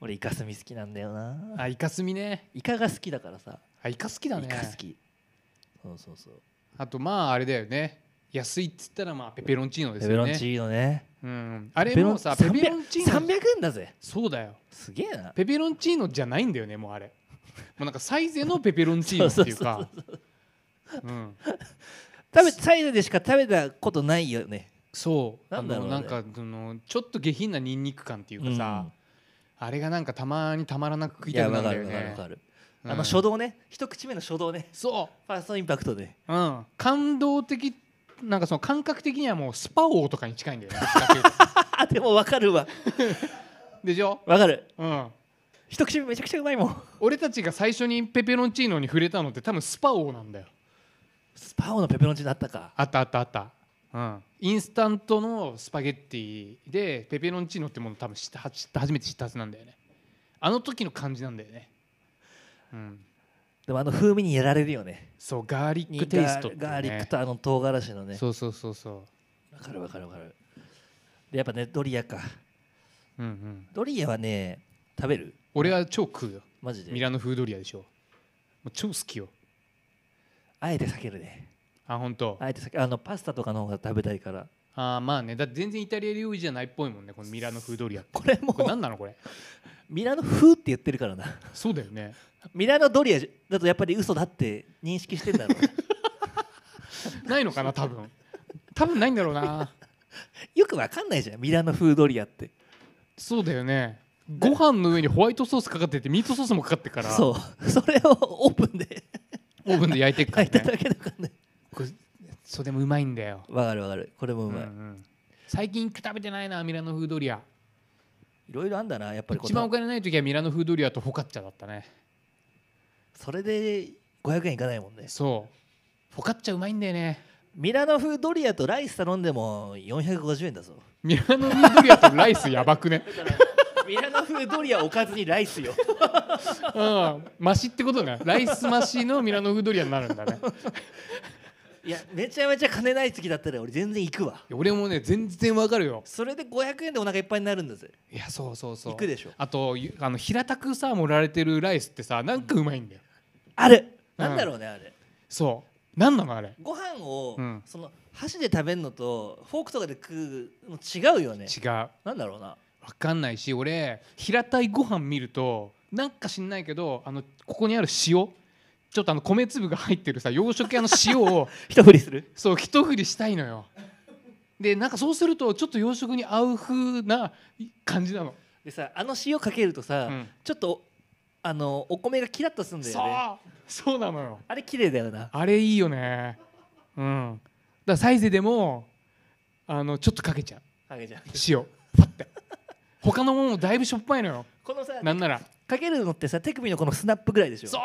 Speaker 2: 俺イカスミ好きなんだよな
Speaker 1: あイカスミね
Speaker 2: イカが好きだからさ
Speaker 1: あイカ好きだね
Speaker 2: イカ好きそうそうそう
Speaker 1: あとまああれだよね安いっつったらまあペペロンチーノです
Speaker 2: ペペ
Speaker 1: よ
Speaker 2: ロン
Speaker 1: ね
Speaker 2: チーノね
Speaker 1: うん、あれ
Speaker 2: ペペロ
Speaker 1: も
Speaker 2: ン
Speaker 1: うさペペロンチーノ
Speaker 2: 300円だぜ
Speaker 1: そうだよ
Speaker 2: すげえな
Speaker 1: ペペロンチーノじゃないんだよねもうあれもうなんかサイゼのペペロンチーノっていうかうん
Speaker 2: 食べサイズでしか食べたことないよね
Speaker 1: そうあ
Speaker 2: なんだ
Speaker 1: の
Speaker 2: ろうね
Speaker 1: なんかそのちょっと下品なニンニク感っていうかさ、あれがなんかたまにたまらなく食い
Speaker 2: い
Speaker 1: た
Speaker 2: や
Speaker 1: くなる
Speaker 2: わ
Speaker 1: んだ
Speaker 2: か
Speaker 1: よ
Speaker 2: るわかる
Speaker 1: ね
Speaker 2: わかる
Speaker 1: うん
Speaker 2: あの初動ね一口目の初動ね
Speaker 1: そ
Speaker 2: ファーストインパクトで
Speaker 1: う、うん、感動的なんかその感覚的にはもうスパ王とかに近いんだよね どっちかっていうと
Speaker 2: あでもわかるわ
Speaker 1: でしょ、
Speaker 2: わかる
Speaker 1: うん、
Speaker 2: 一口目めちゃくちゃうまいもん
Speaker 1: 俺たちが最初にペペロンチーノに触れたのって多分スパ王なんだよ
Speaker 2: スパオのペペロンチーノあったか
Speaker 1: あったあったあった、うん、インスタントのスパゲッティでペペロンチーノってもの多分知った知った初めて知ったはずなんだよねあの時の感じなんだよねうん、
Speaker 2: でもあの風味にやられるよね
Speaker 1: そうガーリックテイストっていうね、
Speaker 2: ガーガーリックとあの唐辛子のね
Speaker 1: そうそうそうそ
Speaker 2: わかるわかるわかるでやっぱねドリアか
Speaker 1: う、うんうん、
Speaker 2: ドリアはね食べる
Speaker 1: 俺は超食うよ
Speaker 2: マジで
Speaker 1: ミラノ風ドリアでしょもう超好きよ
Speaker 2: あえて避けるね
Speaker 1: あ本当。
Speaker 2: あえて避けあのパスタとかの方が食べたいから
Speaker 1: あーまあねだって全然イタリア料理じゃないっぽいもんねこのミラノ風ドリアって
Speaker 2: これも
Speaker 1: これ何なのこれ
Speaker 2: ミラノ風って言ってるからな
Speaker 1: そうだよね
Speaker 2: ミラノドリアだとやっぱり嘘だって認識してんだろう な
Speaker 1: ないのかな多分多分ないんだろうな
Speaker 2: よくわかんないじゃんミラノ風ドリアって
Speaker 1: そうだよねご飯の上にホワイトソースかかっててミートソースもかかってから
Speaker 2: そうそれをオープンで
Speaker 1: オーブンで焼いていくか
Speaker 2: 書
Speaker 1: ら、
Speaker 2: いた
Speaker 1: ね、
Speaker 2: だけだからね
Speaker 1: これそれもうまいんだよ、
Speaker 2: わかるわかるこれもう
Speaker 1: うんう
Speaker 2: まい、
Speaker 1: ん、最近食べてないなミラノ風ドリア
Speaker 2: いろいろあんだなやっぱりこう
Speaker 1: 一番お金ない時はミラノ風ドリアとフォカッチャだったね
Speaker 2: それで500円いかないもんね
Speaker 1: そうフォカッチャうまいんだよね
Speaker 2: ミラノ風ドリアとライス頼んでも450円だぞ
Speaker 1: ミラノ風ドリアとライスやばくね
Speaker 2: ミラノ風ドリアおかずにライスよ
Speaker 1: うんマシってことねライスマシのミラノ風ドリアになるんだね
Speaker 2: いやめちゃめちゃ金ない時だったら俺全然行くわ
Speaker 1: 俺もね全然わかるよ
Speaker 2: それで500円でお腹いっぱいになるんだぜ
Speaker 1: いやそうそうそう
Speaker 2: 行くでしょ
Speaker 1: あとゆあの平たくさ盛られてるライスってさなんかうまいんだよ
Speaker 2: あれなんだろうねあれ
Speaker 1: そうなんなのあれ
Speaker 2: ご飯を、
Speaker 1: うん
Speaker 2: その箸で食べるのとフォークとかで食うの違うよね
Speaker 1: 違うわ
Speaker 2: なんだろうな
Speaker 1: かんないし俺平たいご飯見るとなんか知んないけどあのここにある塩ちょっとあの米粒が入ってるさ洋食屋の塩を
Speaker 2: 一振りする
Speaker 1: そう一振りしたいのよでなんかそうするとちょっと洋食に合う風ない感じなの
Speaker 2: でさあの塩かけるとさ、
Speaker 1: うん
Speaker 2: ちょっとあのお米がキラッとすんだ
Speaker 1: そ
Speaker 2: よね
Speaker 1: うそうなのよ
Speaker 2: あれ綺麗だよな
Speaker 1: あれいいよねうんだからサイゼでもあのちょっとかけちゃう
Speaker 2: かけちゃう
Speaker 1: 塩パッて他のものもだいぶしょっぱいのよ
Speaker 2: このさ
Speaker 1: なんなら
Speaker 2: かけるのってさ手首のこのスナップぐらいでしょ
Speaker 1: そう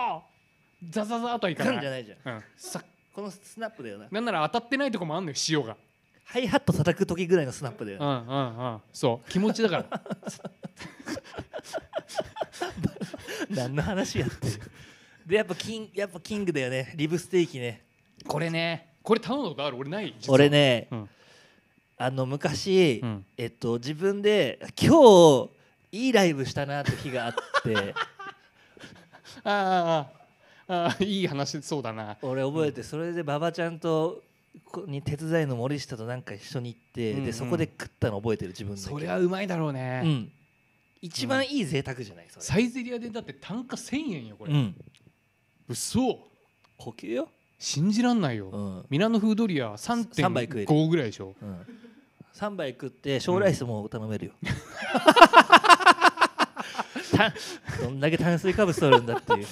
Speaker 1: ザザザーとはいか
Speaker 2: ガ
Speaker 1: な
Speaker 2: ン
Speaker 1: い
Speaker 2: じゃないじゃん
Speaker 1: うん、さ
Speaker 2: このスナップだよな
Speaker 1: なんなら当たってないとこもあんのよ塩が
Speaker 2: ハイハット叩く時ぐらいのスナップだよ
Speaker 1: う
Speaker 2: な、
Speaker 1: んうんうんそう気持ちだから
Speaker 2: 何の話やってるでやっぱキンやっぱキングだよねリブステーキね
Speaker 1: これねこれ頼んだことある俺ない実は
Speaker 2: 俺ね、
Speaker 1: うん
Speaker 2: あの昔、
Speaker 1: うん
Speaker 2: えっと自分で今日いいライブしたなって日があって
Speaker 1: ああああああいい話そうだな
Speaker 2: 俺覚えてそれで馬場ちゃんとこに手伝いの森下となんか一緒に行って、
Speaker 1: うんう
Speaker 2: で
Speaker 1: ん
Speaker 2: そこで食ったの覚えてる自分で
Speaker 1: そりゃうまいだろうね、
Speaker 2: うん一番いい贅沢じゃないそれ、
Speaker 1: サイゼリアでだって単価1000円よこれ、
Speaker 2: うん、
Speaker 1: 嘘
Speaker 2: 呼吸よ、
Speaker 1: 信じらんないよ、
Speaker 2: うん
Speaker 1: ミラノフードリア
Speaker 2: 三杯食える
Speaker 1: 3.5ぐらいでしょ
Speaker 2: うん、3杯食って小ライスも頼めるよ、 たどんだけ炭水化物取るんだっていう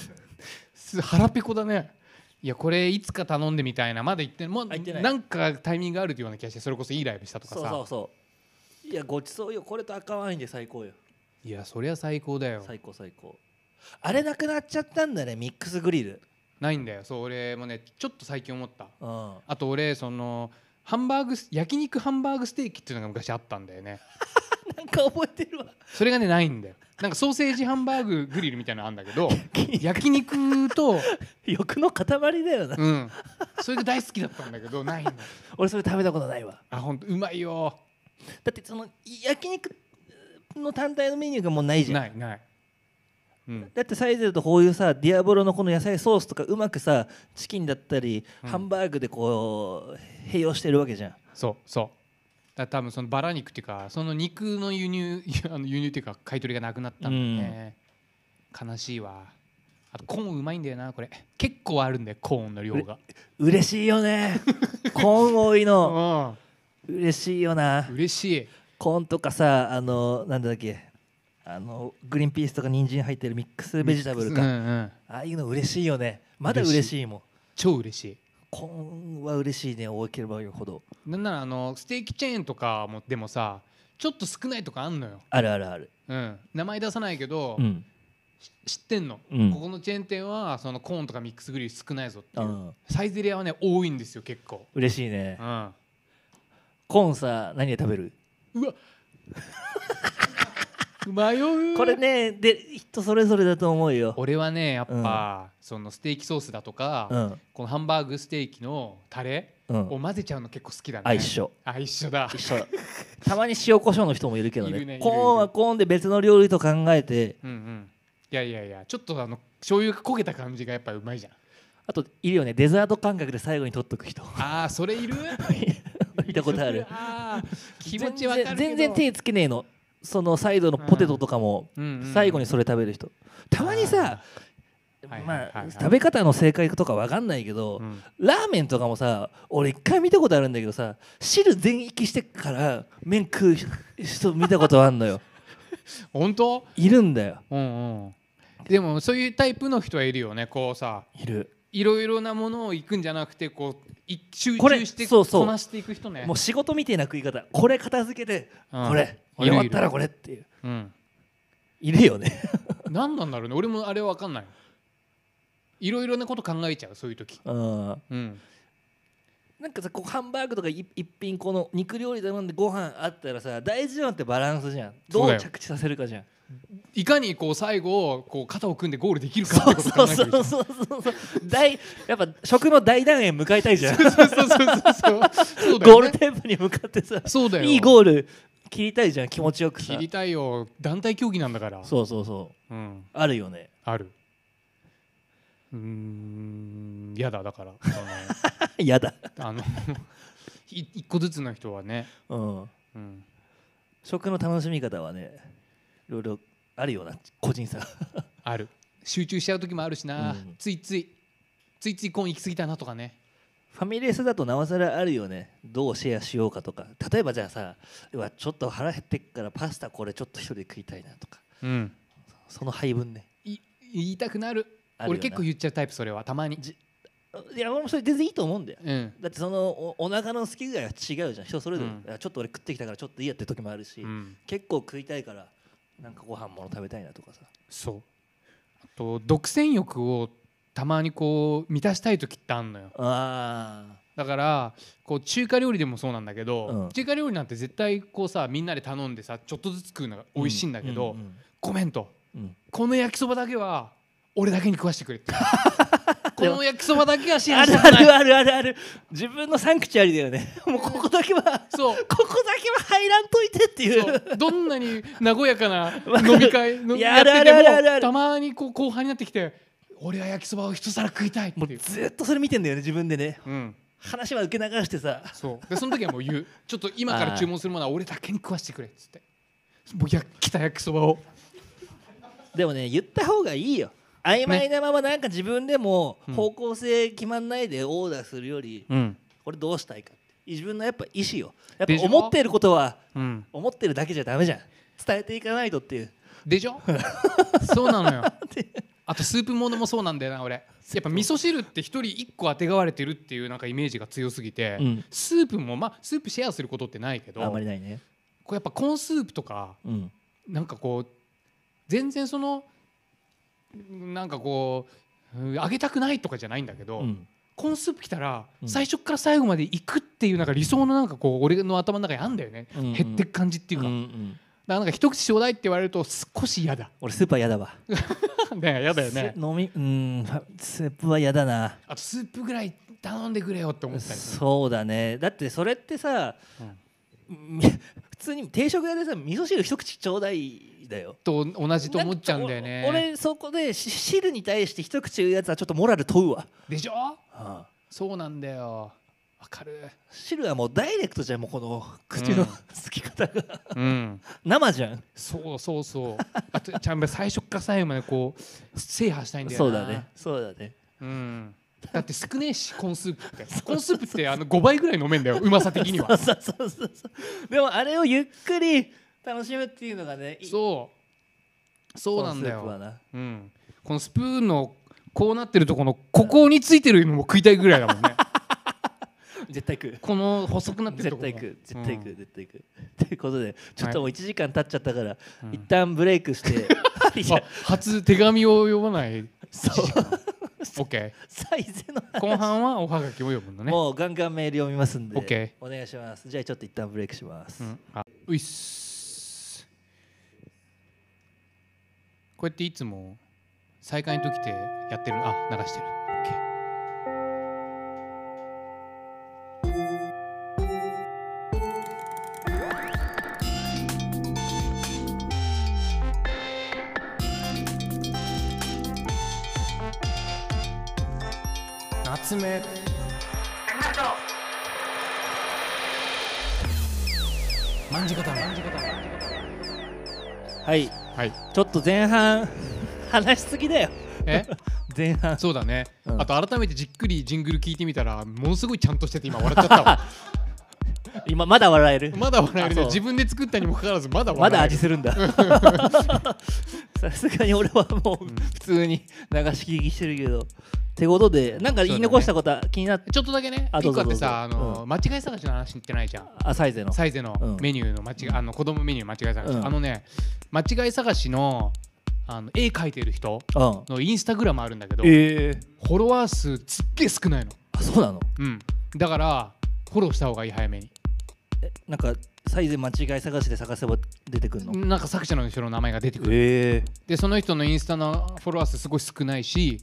Speaker 1: す腹ペコだねいやこれいつか頼んでみたいなまだ言ってもう
Speaker 2: あ言ってない
Speaker 1: なんかタイミングがあるような気がしてそれこそいいライブしたとかさ
Speaker 2: そうそうそういやごちそうよこれと赤ワインで最高よ
Speaker 1: いやそりゃ最高だよ
Speaker 2: 最高最高あれなくなっちゃったんだねミックスグリル
Speaker 1: ないんだよそう俺もねちょっと最近思った
Speaker 2: うん
Speaker 1: あと俺そのハンバーグス焼肉ハンバーグステーキっていうのが昔あったんだよね
Speaker 2: なんか覚えてるわ
Speaker 1: それがねないんだよなんかソーセージハンバーググリルみたいなのあるんだけ ど焼肉と
Speaker 2: 欲の塊だよな、
Speaker 1: うんそれが大好きだったんだけどないんだよ
Speaker 2: 俺それ食べたことないわ
Speaker 1: あ本当うまいよ
Speaker 2: だってその焼肉の単体のメニューがもうないじゃん
Speaker 1: ないない、うん、
Speaker 2: だってサイゼルとこういうさディアボロのこの野菜ソースとかうまくさチキンだったり、
Speaker 1: うん
Speaker 2: ハンバーグでこう併用してるわけじゃん
Speaker 1: そうそうだから多分そのバラ肉っていうかその肉の輸入 あの輸入っていうか買い取りがなくなったんだよね、悲しいわあとコーンうまいんだよなこれ結構あるんだよコーンの量が
Speaker 2: 嬉しいよ ねコーン多いの
Speaker 1: う
Speaker 2: 嬉しいよなん
Speaker 1: 嬉しい
Speaker 2: コーンとかさあのなんだっけあのグリーンピースとか人参入ってるミックスベジタブルか、
Speaker 1: うんうん、
Speaker 2: ああいうの嬉しいよねまだ
Speaker 1: 嬉しい
Speaker 2: 嬉しいもん
Speaker 1: 超嬉しい
Speaker 2: コーンは嬉しいね多ければ多いほど
Speaker 1: なんならあのステーキチェーンとかもでもさちょっと少ないとかあんのよ、
Speaker 2: あるあるある
Speaker 1: うん、名前出さないけど、
Speaker 2: うん
Speaker 1: 知ってんの、
Speaker 2: うん
Speaker 1: ここのチェーン店はそのコーンとかミックスグリル少ないぞっていう、
Speaker 2: うん
Speaker 1: サイゼリアはね多いんですよ結構、
Speaker 2: 嬉しいね
Speaker 1: うん、うわ
Speaker 2: コーンさ何で食べる
Speaker 1: 迷う
Speaker 2: これねで人それぞれだと思うよ、
Speaker 1: 俺はねやっぱ、そのステーキソースだとか、
Speaker 2: うん
Speaker 1: このハンバーグステーキのタレ
Speaker 2: うん
Speaker 1: を混ぜちゃうの結構好きだね、
Speaker 2: あ一緒
Speaker 1: あ一緒だ
Speaker 2: 一緒だたまに塩コショウの人もいるけど
Speaker 1: い
Speaker 2: ね
Speaker 1: るねいる
Speaker 2: コーンはコーンで別の料理と考えて
Speaker 1: うんうんいやいやいやちょっとあの醤油が焦げた感じがやっぱうまいじゃん
Speaker 2: あといるよねデザート感覚で最後に取っとく 人
Speaker 1: あーそれいる
Speaker 2: 見たことある
Speaker 1: あー気持ちわかるけど
Speaker 2: 全然全然手つけねえのそのサイドのポテトとかも
Speaker 1: うんうんうん
Speaker 2: 最後にそれ食べる人たまにさ
Speaker 1: はいはい
Speaker 2: ま
Speaker 1: はいは
Speaker 2: あ
Speaker 1: い
Speaker 2: 食べ方の正解とかわかんないけど
Speaker 1: うん
Speaker 2: ラーメンとかもさ俺一回見たことあるんだけどさ汁全域してから麺食う人見たことあんの よ
Speaker 1: 本当
Speaker 2: いるんだよ
Speaker 1: うんうんでもそういうタイプの人はいるよねこうさ
Speaker 2: いる
Speaker 1: いろいろなものを行くんじゃなくてこうい集
Speaker 2: これ
Speaker 1: 中して
Speaker 2: そうそう
Speaker 1: こなしていく人ね
Speaker 2: もう仕事みたいな食い方これ片付けて
Speaker 1: うん
Speaker 2: これ
Speaker 1: いるい
Speaker 2: 終
Speaker 1: る
Speaker 2: わったらこれっていう
Speaker 1: うん、
Speaker 2: いるよね
Speaker 1: 何なんだろうね俺もあれは分かんないいろいろなこと考えちゃうそういう時
Speaker 2: うん
Speaker 1: うん
Speaker 2: なんかさこうハンバーグとかい一品この肉料理頼んでご飯あったらさ大事なのってバランスじゃんど
Speaker 1: そうだ
Speaker 2: う
Speaker 1: よ
Speaker 2: 着地させるかじゃん
Speaker 1: いかにこう最後こう肩を組んでゴールできるかっ
Speaker 2: そ
Speaker 1: てこ
Speaker 2: う
Speaker 1: と
Speaker 2: そ
Speaker 1: 考えて
Speaker 2: うそう
Speaker 1: るじゃ
Speaker 2: そ
Speaker 1: ん
Speaker 2: うそう大やっぱ食の大団円迎えたいじゃん
Speaker 1: そうそうそうそうそうだ
Speaker 2: ゴ
Speaker 1: よ
Speaker 2: ー
Speaker 1: ね
Speaker 2: ルテープに向かってさ
Speaker 1: そうだよ
Speaker 2: いいゴール切りたいじゃん気持ちよくさ
Speaker 1: 切りたいよ団体競技なんだから
Speaker 2: そうそうそう
Speaker 1: うん
Speaker 2: あるよね
Speaker 1: あるうーん嫌だだから
Speaker 2: やだ、
Speaker 1: あの あのい一個ずつの人はね
Speaker 2: うん、
Speaker 1: うん
Speaker 2: 食の楽しみ方はねいろいろあるよな個人差
Speaker 1: ある集中しちゃう時もあるしな、
Speaker 2: うん
Speaker 1: ついついついついコーン行き過ぎたなとかね
Speaker 2: ファミレスだとなおさらあるよねどうシェアしようかとか例えばじゃあさうわちょっと腹減ってっからパスタこれちょっと一人で食いたいなとか
Speaker 1: うん
Speaker 2: その配分ね
Speaker 1: い言いたくなる
Speaker 2: あるよ
Speaker 1: 俺
Speaker 2: な
Speaker 1: 結構言っちゃうタイプそれはたまに
Speaker 2: いや俺もそれ全然いいと思うんだよ
Speaker 1: うん
Speaker 2: だってそのおお腹の好き具合は違うじゃん人それぞれ、
Speaker 1: うん
Speaker 2: あちょっと俺食ってきたからちょっといいやって時もあるし、
Speaker 1: うん
Speaker 2: 結構食いたいからなんかご飯もの食べたいなとかさ
Speaker 1: そうあと独占欲をたまにこう満たしたい時ってあんのよ
Speaker 2: あ
Speaker 1: だからこう中華料理でもそうなんだけど、
Speaker 2: うん
Speaker 1: 中華料理なんて絶対こうさみんなで頼んでさちょっとずつ食うのが美味しいんだけど、
Speaker 2: うん
Speaker 1: ごめんと
Speaker 2: うんうん
Speaker 1: この焼きそばだけは俺だけに食わしてく れってこの焼きそばだけはシェ
Speaker 2: あ
Speaker 1: アし
Speaker 2: る
Speaker 1: た
Speaker 2: あ
Speaker 1: くない
Speaker 2: るあるあるある自分のサンクチュアリだよねもうここだけはこ
Speaker 1: そう
Speaker 2: こだけは入らんといてっていう
Speaker 1: そうどんなに和やか な飲み会の
Speaker 2: い
Speaker 1: や
Speaker 2: や
Speaker 1: ってて
Speaker 2: あるあるあるあ
Speaker 1: も
Speaker 2: る
Speaker 1: たまにこう後半になってきて俺は焼きそばを一皿食いたいって
Speaker 2: もう
Speaker 1: いう、
Speaker 2: ずっとそれ見てんだよね自分でね
Speaker 1: うん、
Speaker 2: 話は受け流してさ
Speaker 1: そうでその時はもう言うちょっと今から注文するものは俺だけに食わしてくれっつってもうや来た焼きそばを
Speaker 2: でもね言った方がいいよ曖昧なままなんか自分でも
Speaker 1: うん
Speaker 2: 方向性決まんないでオーダーするより、
Speaker 1: うん
Speaker 2: これどうしたいかって自分のやっぱ意思よや
Speaker 1: で
Speaker 2: っ
Speaker 1: し
Speaker 2: ぱ
Speaker 1: ょ
Speaker 2: 思ってることは
Speaker 1: うん
Speaker 2: 思ってるだけじゃダメじゃん伝えていかないとっていう
Speaker 1: でしょ そうなのよあとスープものもそうなんだよな俺やっぱ味噌汁って一人一個あてがわれてるっていうなんかイメージが強すぎて、
Speaker 2: うん
Speaker 1: スープもまあスープシェアすることってないけど
Speaker 2: あんまりないね
Speaker 1: こうやっぱコーンスープとか
Speaker 2: うん
Speaker 1: なんかこう全然そのなんかこううんあげたくないとかじゃないんだけど、
Speaker 2: うん
Speaker 1: コーンスープ来たら
Speaker 2: うん
Speaker 1: 最初から最後まで行くっていうなんか理想のなんかこう俺の頭の中にあんだよね、
Speaker 2: うんうん
Speaker 1: 減ってく感じっていうか,、
Speaker 2: うん
Speaker 1: だか
Speaker 2: うん
Speaker 1: らなんか一口ちょうだいって言われると少し嫌だ
Speaker 2: 俺スーパー嫌だわ
Speaker 1: ね嫌だよね
Speaker 2: す飲みうんスープは嫌だな
Speaker 1: あとスープぐらい頼んでくれよって思ったりする
Speaker 2: そうだねだってそれってさ、み普通に定食屋でさ味噌汁一口ちょうだいだよ
Speaker 1: と同じと思っちゃうんだよね
Speaker 2: なんかお俺そこでし汁に対して一口言うやつはちょっとモラル問うわ、
Speaker 1: でしょそうなんだよわかる
Speaker 2: 汁はもうダイレクトじゃんもうこの口の、
Speaker 1: うん
Speaker 2: 好き方が
Speaker 1: うん
Speaker 2: 生じゃん
Speaker 1: そうそうそうあとちゃんと最初から最後までこう制覇したいんだよな
Speaker 2: そうだねそうだね
Speaker 1: うんだって少ねえしコーンスープ ってコーンスープってあの5倍ぐらい飲めんだようまさ的には
Speaker 2: そうそうそうそうでもあれをゆっくり楽しむっていうのがねい
Speaker 1: そうそうなんだ
Speaker 2: コーンスープは
Speaker 1: よ、
Speaker 2: な
Speaker 1: うん、このスプーンのこうなってるとこのここについてるのも食いたいぐらいだ もんね
Speaker 2: 絶対食う
Speaker 1: この細くなってるとこ
Speaker 2: 絶
Speaker 1: も
Speaker 2: 対食う絶対食う、
Speaker 1: うん
Speaker 2: 絶対食う ということでちょっともう1時間経っちゃったから、
Speaker 1: うん
Speaker 2: 一旦ブレイ クしていや
Speaker 1: あ初手紙を読まない
Speaker 2: そう
Speaker 1: OK
Speaker 2: 最善の
Speaker 1: 後半はおはがきを読むのね
Speaker 2: もうガンガンメール読みますんで、
Speaker 1: オッケ
Speaker 2: お願いしますじゃあちょっと一旦ブレイクします、
Speaker 1: うん、あういっすこうやっていつも再開の時ってやってるあ流してる OK 夏目まんじ方
Speaker 2: はい
Speaker 1: はい
Speaker 2: ちょっと前半 話しすぎだよ
Speaker 1: え
Speaker 2: 前 半
Speaker 1: そうだね、
Speaker 2: うん
Speaker 1: あと改めてじっくりジングル聞いてみたらものすごいちゃんとしてて今笑っちゃった わ
Speaker 2: 今まだ笑える
Speaker 1: まだ笑える
Speaker 2: あ
Speaker 1: ね
Speaker 2: そう
Speaker 1: 自分で作ったにもかかわらずまだ笑える
Speaker 2: まだ味する んださすがに俺はもう普通に流し聞きしてるけどってことでなんか言い残したことは気になっ
Speaker 1: ちょっとだけね
Speaker 2: あど
Speaker 1: 一
Speaker 2: う
Speaker 1: 個
Speaker 2: ぞ
Speaker 1: あってさあ
Speaker 2: どうぞ
Speaker 1: の、間違い探しの話ってないじゃん
Speaker 2: あサイゼの
Speaker 1: サイゼの
Speaker 2: うん
Speaker 1: メニューの間違い、あの子供メニューの間違い探し、
Speaker 2: うん
Speaker 1: あのね間違い探しのあの絵描いてる人
Speaker 2: うん
Speaker 1: のインスタグラムあるんだけど、
Speaker 2: ええ
Speaker 1: フォロワー数すっげえ少ないの
Speaker 2: あそうなの
Speaker 1: うんだからフォローした方がいい早めに
Speaker 2: えなんかサイゼ間違い探しで探せば出てくるの
Speaker 1: なんか作者の人の名前が出てくる
Speaker 2: え
Speaker 1: でその人のインスタのフォロワー数すごい少ないし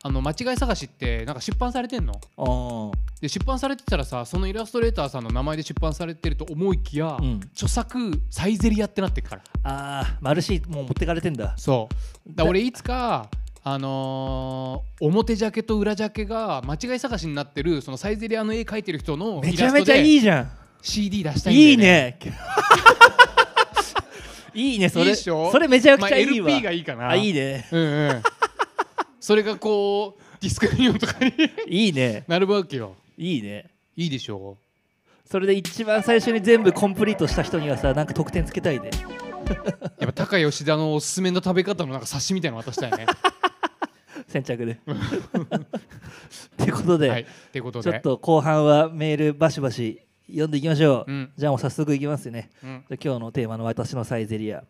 Speaker 1: あの間違い探しってなんか出版されてんの
Speaker 2: あー
Speaker 1: で出版されてたらさそのイラストレーターさんの名前で出版されてると思いきや、
Speaker 2: うん
Speaker 1: 著作サイゼリアってなってるから
Speaker 2: あーマルシーもう持ってかれてんだ
Speaker 1: そうだ
Speaker 2: だ
Speaker 1: 俺いつかあのー表ジャケと裏ジャケが間違い探しになってるそのサイゼリアの絵描いてる人の
Speaker 2: め
Speaker 1: イ
Speaker 2: ちゃ
Speaker 1: ラス
Speaker 2: め
Speaker 1: ト
Speaker 2: ちゃい
Speaker 1: で
Speaker 2: いじゃん
Speaker 1: CD 出したいんだよね
Speaker 2: いいね いいねそ
Speaker 1: いい
Speaker 2: れ
Speaker 1: っしょ
Speaker 2: それめちゃく
Speaker 1: まあ
Speaker 2: ちゃいいわ、
Speaker 1: LP がいいかな
Speaker 2: あいいね
Speaker 1: うんうんそれがこうディスクユニオンと かに
Speaker 2: いいね
Speaker 1: なるわけよ
Speaker 2: いいね
Speaker 1: いいでしょ
Speaker 2: それで一番最初に全部コンプリートした人にはさなんか得点つけたいで
Speaker 1: やっぱ高吉田のおすすめの食べ方のなんか冊子みたいなの渡 したいね。
Speaker 2: 先 着で。ってことで、
Speaker 1: はい、ってこと
Speaker 2: ち
Speaker 1: で
Speaker 2: ょっと後半はメールバシバシ読んでいきましょう、
Speaker 1: うん
Speaker 2: じゃあもう早速いきますね
Speaker 1: うん、
Speaker 2: じゃあ今日のテーマの「私のサイゼリア」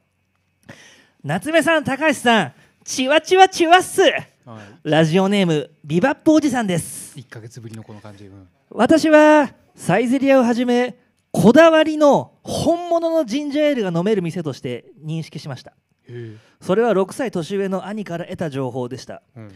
Speaker 2: 夏目さん高橋さんチワチワチワっす
Speaker 1: は
Speaker 2: ラジオネームビバップおじさんです
Speaker 1: い、1か月ぶりのこの感じ、うん、
Speaker 2: 私はサイゼリアをはじめこだわりの本物のジンジャーエールが飲める店として認識しました
Speaker 1: うん
Speaker 2: それは6歳年上の兄から得た情報でした
Speaker 1: うん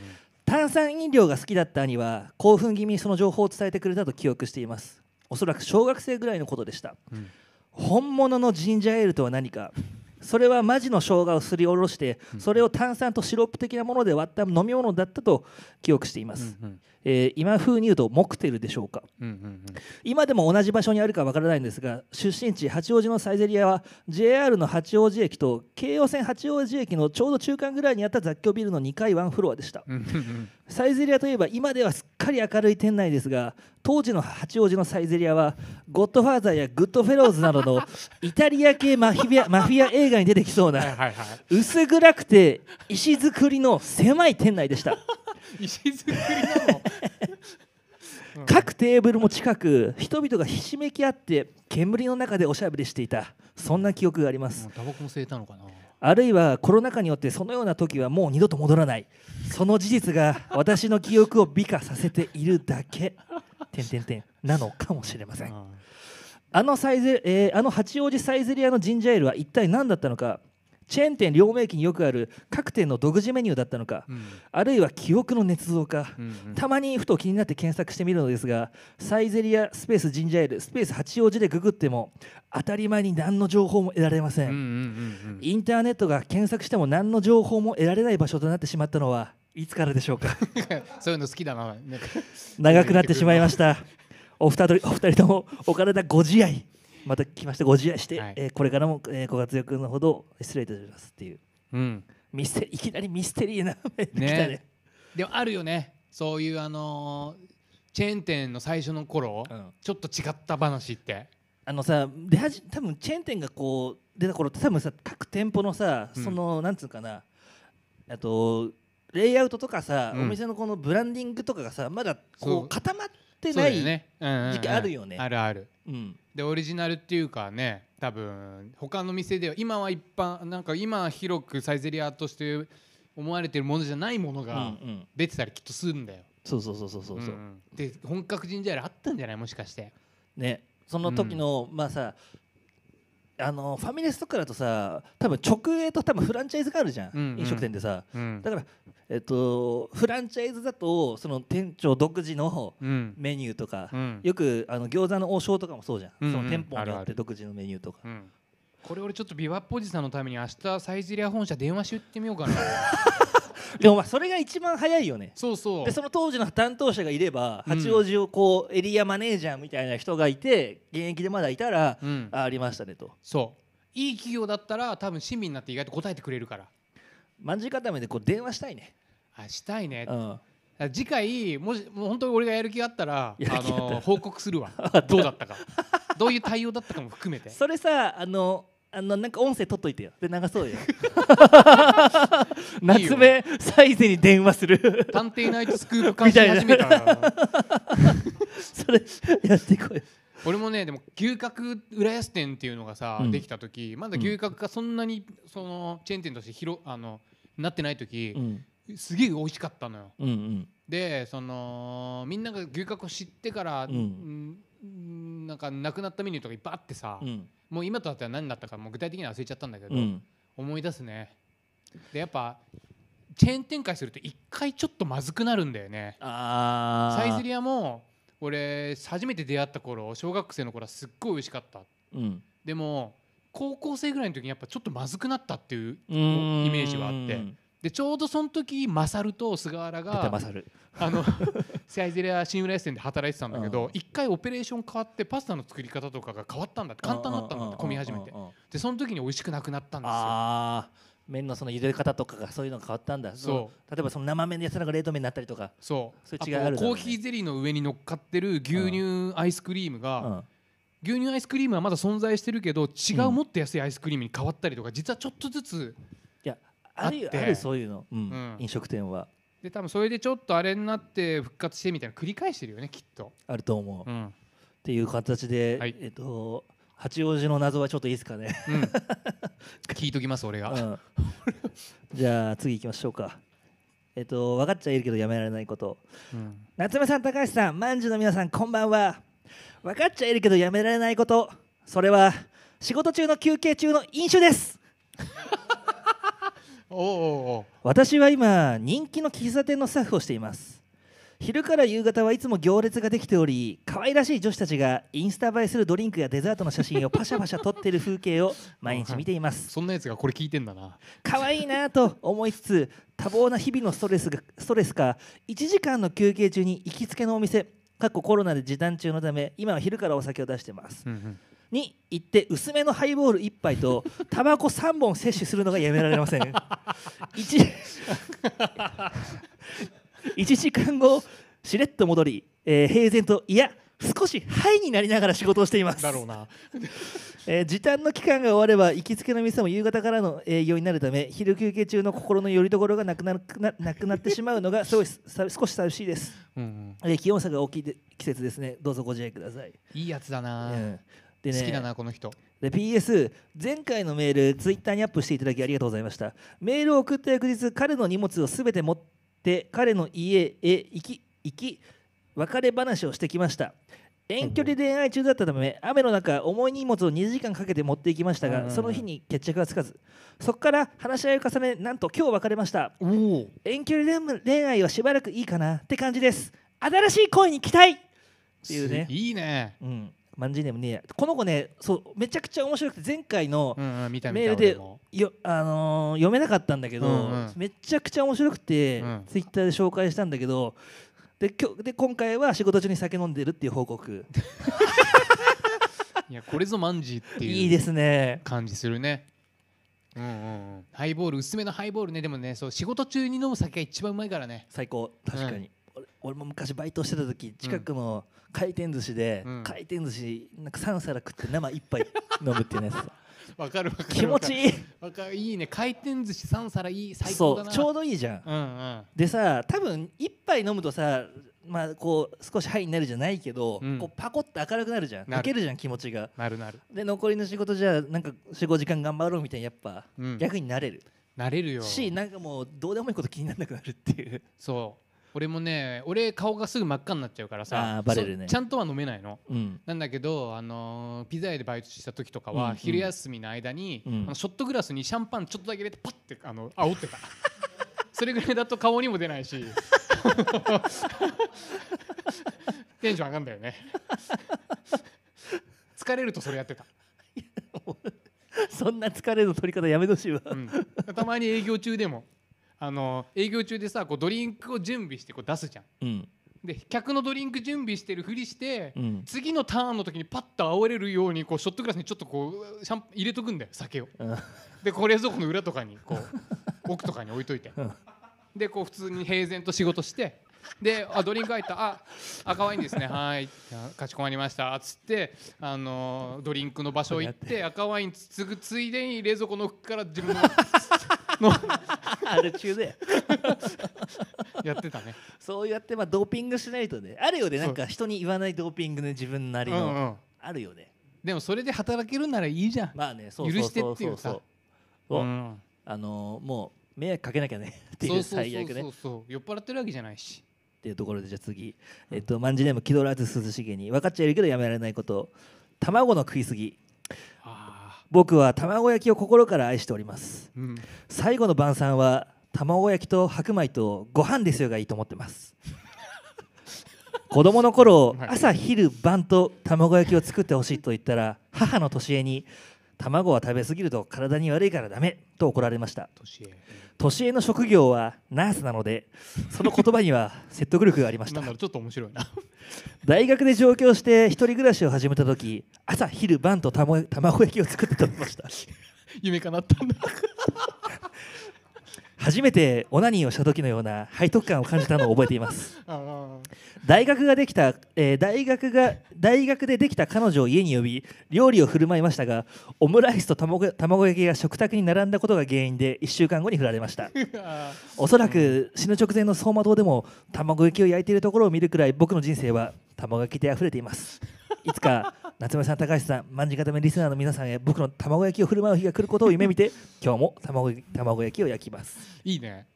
Speaker 2: 炭酸飲料が好きだった兄は興奮気味にその情報を伝えてくれたと記憶していますおそらく小学生ぐらいのことでした
Speaker 1: うん
Speaker 2: 本物のジンジャーエールとは何かそれはマジの生姜をすりおろしてそれを炭酸とシロップ的なもので割った飲み物だったと記憶していま
Speaker 1: う
Speaker 2: す、
Speaker 1: ん
Speaker 2: えー今風に言うとモクテルでしょうか
Speaker 1: うんうん
Speaker 2: 今でも同じ場所にあるかわからないんですが出身地八王子のサイゼリアは JR の八王子駅と京王線八王子駅のちょうど中間ぐらいにあった雑居ビルの2階ワンフロアでした
Speaker 1: うんうんうん
Speaker 2: サイゼリアといえば今ではすっかり明るい店内ですが当時の八王子のサイゼリアはゴッドファーザーやグッドフェローズなどの イタリア系マフィアマフィア映画に出てきそう
Speaker 1: はい
Speaker 2: な
Speaker 1: はいは
Speaker 2: 薄暗くて石造りの狭い店内でした
Speaker 1: い石造りなの
Speaker 2: 各テーブルも近く人々がひしめき合って煙の中でおしゃべりしていたそんな記憶があります
Speaker 1: もうタバコも吸えたのかな
Speaker 2: あるいはコロナ禍によってそのような時はもう二度と戻らないその事実が私の記憶を美化させているだけ点点点なのかもしれません
Speaker 1: あ
Speaker 2: あのサイゼ、えーあの八王子サイゼリアのジンジャーエールは一体何だったのかチェーン店両名機によくある各店の独自メニューだったのか
Speaker 1: うん
Speaker 2: あるいは記憶の捏造か
Speaker 1: うんうん
Speaker 2: たまにふと気になって検索してみるのですがサイゼリアスペースジンジャーエールスペース八王子でググっても当たり前に何の情報も得られませ
Speaker 1: うん
Speaker 2: ん、
Speaker 1: うんうんうん
Speaker 2: インターネットが検索しても何の情報も得られない場所となってしまったのはいつからでしょ うか
Speaker 1: そういうの好きだななんか
Speaker 2: 長くなってしまいましたお二人お二人ともお体ご自愛また来ましたご自愛して、
Speaker 1: はい
Speaker 2: えーこれからも、えーご活躍のほど失礼いたしますっていう
Speaker 1: うん
Speaker 2: ミステいきなりミステリーな メール来たね
Speaker 1: ねでもあるよねそういうあのーチェーン店の最初の頃、
Speaker 2: うん
Speaker 1: ちょっと違った話って
Speaker 2: あのさ出はじ多分チェーン店がこう出た頃って多分さ各店舗のさ
Speaker 1: うん
Speaker 2: その、なんつうかなあとレイアウトとかさ、
Speaker 1: うん
Speaker 2: お店のこのブランディングとかがさまだ
Speaker 1: そ
Speaker 2: こ
Speaker 1: う
Speaker 2: う固まって
Speaker 1: そう
Speaker 2: な
Speaker 1: だ
Speaker 2: い
Speaker 1: よねうんうんうん
Speaker 2: 時期あるよね
Speaker 1: あるある
Speaker 2: うん、
Speaker 1: でオリジナルっていうかね多分他の店では今は一般なんか今広くサイゼリアとして思われてるものじゃないもの
Speaker 2: う
Speaker 1: が
Speaker 2: ん、
Speaker 1: 出てたりきっとするんだよ。
Speaker 2: そうそうそうそうそうそう、
Speaker 1: んんで本格神社よりあったんじゃないもしかして。
Speaker 2: ねその時の、まあさあのファミレスとかだとさ多分直営と多分フランチャイズがあるじゃん、
Speaker 1: うんうん
Speaker 2: 飲食店でさ
Speaker 1: うん
Speaker 2: だから、えっと、フランチャイズだとその店長独自の
Speaker 1: うん
Speaker 2: メニューとか、
Speaker 1: うん
Speaker 2: よくあの餃子の王将とかもそうじゃん、
Speaker 1: うんうん
Speaker 2: その店舗
Speaker 1: あ
Speaker 2: に
Speaker 1: る
Speaker 2: よ
Speaker 1: あ
Speaker 2: って
Speaker 1: る
Speaker 2: 独自のメニューとか、
Speaker 1: うんこれ俺ちょっとビワッポジさんのために明日サイゼリア本社電話して言ってみようかな
Speaker 2: でもまあそれが一番早いよね
Speaker 1: そうそう
Speaker 2: でその当時の担当者がいれば
Speaker 1: うん
Speaker 2: 八王子をこうエリアマネージャーみたいな人がいて現役でまだいたら、
Speaker 1: うん
Speaker 2: あありましたねと
Speaker 1: そういい企業だったら多分親身になって意外と答えてくれるから
Speaker 2: まんじ固めでこう電話したいね、
Speaker 1: あしたいね
Speaker 2: う、ん、
Speaker 1: あ次回もしもう本当に俺がやる気があったら
Speaker 2: やる気あ
Speaker 1: あ
Speaker 2: ったら
Speaker 1: の報告する わどうだったかどういう対応だったかも含めて
Speaker 2: それさあのあのなんか音声取っといてよで 流そうよ夏目サイゼに電話する
Speaker 1: 探偵ナイトスクープ監視始めた ら
Speaker 2: それやっていこうよ
Speaker 1: 俺もねでも牛角浦安店っていうのがさ、
Speaker 2: うん
Speaker 1: できた時まだ牛角がそんなにそのチェーン店として広あのなってない時
Speaker 2: う、ん
Speaker 1: すげえ美味しかったのよ
Speaker 2: うんうん
Speaker 1: でそのみんなが牛角を知ってから、
Speaker 2: うん
Speaker 1: うんなんかなくなったメニューとかいっぱいあってさ、
Speaker 2: うん
Speaker 1: もう今となっては何だったかもう具体的には忘れちゃったんだけど、
Speaker 2: うん
Speaker 1: 思い出すねでやっぱチェーン展開すると一回ちょっとまずくなるんだよね
Speaker 2: あ
Speaker 1: サイゼ
Speaker 2: リ
Speaker 1: リアも俺初めて出会った頃小学生の頃はすっごい美味しかった
Speaker 2: うん
Speaker 1: でも高校生ぐらいの時にやっぱちょっとまずくなったっていう
Speaker 2: うーん
Speaker 1: イメージはあってでちょうどその時マサルと菅原
Speaker 2: ペタマ
Speaker 1: が
Speaker 2: サル
Speaker 1: あのサイゼリア新浦安店で働いてたんだけ
Speaker 2: うん
Speaker 1: ど一回オペレーション変わってパスタの作り方とかが変わったんだって簡単だったんだって混み始めて
Speaker 2: うんうんうんうん
Speaker 1: でその時に美味しくなくなったんですよ
Speaker 2: ああ麺のその茹で方とかがそういうのが変わったんだ
Speaker 1: そう
Speaker 2: 例えばその生麺でやつらが冷凍麺になったりとか
Speaker 1: そう
Speaker 2: そういう違いあるだろう
Speaker 1: と
Speaker 2: ね
Speaker 1: コーヒーゼリーの上に乗っかってる牛乳アイスクリームが、牛乳アイスクリームはまだ存在してるけど違う
Speaker 2: うん
Speaker 1: もっと安いアイスクリームに変わったりとか実はちょっとずつ
Speaker 2: いやあるよ
Speaker 1: あ
Speaker 2: あ
Speaker 1: って
Speaker 2: るそういうの、うん
Speaker 1: うん
Speaker 2: 飲食店は
Speaker 1: で多分それでちょっとあれになって復活してみたいな繰り返してるよねきっと、
Speaker 2: あると思う、っ
Speaker 1: うん
Speaker 2: ていう形で、
Speaker 1: はい
Speaker 2: えっと八王子の謎はちょっといいですかね、
Speaker 1: うん聞いときます俺が、
Speaker 2: うん、じゃあ次行きましょうかえっと分かっちゃいるけどやめられないこと
Speaker 1: うん
Speaker 2: 夏目さん高橋さんまんじゅうの皆さんこんばんは分かっちゃいるけどやめられないことそれは仕事中の休憩中の飲酒です
Speaker 1: おうおうおう
Speaker 2: 私は今人気の喫茶店のスタッフをしています昼から夕方はいつも行列ができており可愛らしい女子たちがインスタ映えするドリンクやデザートの写真をパシャパシャ撮ってる風景を毎日見ています
Speaker 1: そんなやつがこれ聞いてんだな
Speaker 2: 可愛いなと思いつつ多忙な日々のストレスがストレスか1時間の休憩中に行きつけのお店かっこコロナで時短中のため今は昼からお酒を出してます
Speaker 1: うん
Speaker 2: に行って薄めのハイボール1 杯とタバコ3本摂取するのがやめられません 1, 1時間後しれっと戻り、えー平然といや少しハイになりながら仕事をしていま
Speaker 1: うん
Speaker 2: す
Speaker 1: だろうな
Speaker 2: えー時短の期間が終われば行きつけの店も夕方からの営業になるため昼休憩中の心の拠り所がなくなるななくなってしまう のがすごいさ少し寂しいです、
Speaker 1: うんうん
Speaker 2: えー気温差が大きいで季節ですねどうぞご自愛ください、
Speaker 1: いいやつだ
Speaker 2: う
Speaker 1: な、
Speaker 2: んでね
Speaker 1: 好きだなこの人
Speaker 2: で PS 前回のメールツイッターにアップしていただきありがとうございましたメールを送った翌日彼の荷物をすべて持って彼の家へ行き行き別れ話をしてきました遠距離恋愛中だったため雨の中重い荷物を2時間かけて持っていきました
Speaker 1: うんうん
Speaker 2: が
Speaker 1: うん
Speaker 2: その日に決着はつかずそこから話し合いを重ねなんと今日別れました
Speaker 1: おお
Speaker 2: 遠距離恋恋愛はしばらくいいかなって感じです新しい恋に期待っていうね
Speaker 1: いいね
Speaker 2: うんマンジーネームねえやこの子ねそうめちゃくちゃ面白くて前回の、
Speaker 1: うんうん見た見た
Speaker 2: メールで
Speaker 1: 俺も
Speaker 2: よ、あのー読めなかったんだけど、
Speaker 1: うんうん
Speaker 2: めちゃくちゃ面白くて、
Speaker 1: うん
Speaker 2: ツイッターで紹介したんだけどで今日で今回は仕事中に酒飲んでるっていう報告
Speaker 1: いやこれぞマンジーっていう
Speaker 2: いいですね
Speaker 1: 感じするねうんうんうんハイボール薄めのハイボールねでもねそう仕事中に飲む酒が一番うまいからね
Speaker 2: 最高確かに、俺俺も昔バイトしてた時近くの回転寿司で、
Speaker 1: うん
Speaker 2: 回転寿司なんか3皿食って生一杯 飲むっていうのやつ
Speaker 1: わかるわかる
Speaker 2: 気持ちいい
Speaker 1: わかるいいね回転寿司3皿いい最高
Speaker 2: そ
Speaker 1: だ
Speaker 2: う
Speaker 1: な
Speaker 2: ちょうどいいじゃん、
Speaker 1: うんうん
Speaker 2: でさ多分一杯飲むとさまあこう少しハイになるじゃないけど、
Speaker 1: うん
Speaker 2: こうパコッと明るくなるじゃん
Speaker 1: なる
Speaker 2: 抜けるじゃん気持ちが
Speaker 1: なるなる、
Speaker 2: で残りの仕事じゃあなんか45時間頑張ろうみたいにやっぱ、
Speaker 1: うん、
Speaker 2: 逆になれる
Speaker 1: なれるよ
Speaker 2: しなんかもうどうでもいいこと気にならなくなるっていう
Speaker 1: そう俺もね俺顔がすぐ真っ赤になっちゃうから
Speaker 2: あ
Speaker 1: さ
Speaker 2: ーバレる
Speaker 1: そ
Speaker 2: ね
Speaker 1: うちゃんとは飲めないの
Speaker 2: うん
Speaker 1: なんだけど、あのーピザ屋でバイトした時とかは、
Speaker 2: うんうん
Speaker 1: 昼休みの間に、
Speaker 2: うん
Speaker 1: あのショットグラスにシャンパンちょっとだけ入れてパッてあの煽ってた それぐらいだと顔にも出ないし テンション上がんだよね疲れるとそれやってた、
Speaker 2: そんな疲れの取り方やめとしいわ、
Speaker 1: うんたまに営業中でもあの営業中でさこうドリンクを準備してこう出すじゃん
Speaker 2: うん
Speaker 1: で客のドリンク準備してるふりして、
Speaker 2: うん
Speaker 1: 次のターンの時にパッと煽れるようにこうショットグラスにちょっとこうシャン入れとくんだよ酒を
Speaker 2: うん
Speaker 1: でこう冷蔵庫の裏とかにこう奥とかに置いといて
Speaker 2: ん
Speaker 1: でこう普通に平然と仕事してであドリンク入ったあ赤ワインですねはいあかしこまりましたつってあのードリンクの場所行って赤ワインつつぐついでに冷蔵庫の奥から自分のの
Speaker 2: あれ中で
Speaker 1: やってたね
Speaker 2: そうやってまあドーピングしないとねあるよね
Speaker 1: そ
Speaker 2: な
Speaker 1: うん
Speaker 2: か人に言わないドーピングね自分なりの、
Speaker 1: うんうん
Speaker 2: あるよね
Speaker 1: でもそれで働けるならいいじゃん、
Speaker 2: まあねそうそうそうそ
Speaker 1: 許
Speaker 2: う
Speaker 1: してっていうさ
Speaker 2: そう
Speaker 1: うん
Speaker 2: あのーもう迷惑かけなきゃねっていう最悪ね
Speaker 1: そうそうそうそう酔っ払ってるわけじゃないし
Speaker 2: っていうところでじゃあ次、えっと、マンジネーム気取らず涼しげに分かっちゃいるけどやめられないこと卵の食いすぎ
Speaker 1: ああ
Speaker 2: 僕は卵焼きを心から愛しております
Speaker 1: うん
Speaker 2: 最後の晩餐は卵焼きと白米とご飯ですよがいいと思ってます子供の頃
Speaker 1: はい
Speaker 2: 朝昼晩と卵焼きを作ってほしいと言ったら母の年恵に卵は食べ過ぎると体に悪いからダメと怒られました
Speaker 1: 年上
Speaker 2: 年恵の職業はナースなのでその言葉には説得力がありまし
Speaker 1: な
Speaker 2: た
Speaker 1: んだろうちょっと面白いな
Speaker 2: 大学で上京して一人暮らしを始めた時朝昼晩と卵卵焼きを作って食べました
Speaker 1: 夢かなったんだ
Speaker 2: 初めてオナニーをした時のような背徳感を感じたのを覚えています
Speaker 1: あー
Speaker 2: 大学ができた、えー大学が大学でできた彼女を家に呼び料理を振る舞いましたがオムライスと卵卵焼きが食卓に並んだことが原因で1週間後に振られました
Speaker 1: あ
Speaker 2: おそらく死ぬ直前の走馬灯でも卵焼きを焼いているところを見るくらい僕の人生は卵焼きで溢れて いますいつか夏目さん高橋さん万事固めリスナーの皆さんへ僕の卵焼きを振る舞う日が来ることを夢見て 今日も卵焼き卵焼きを焼きます
Speaker 1: ーいいね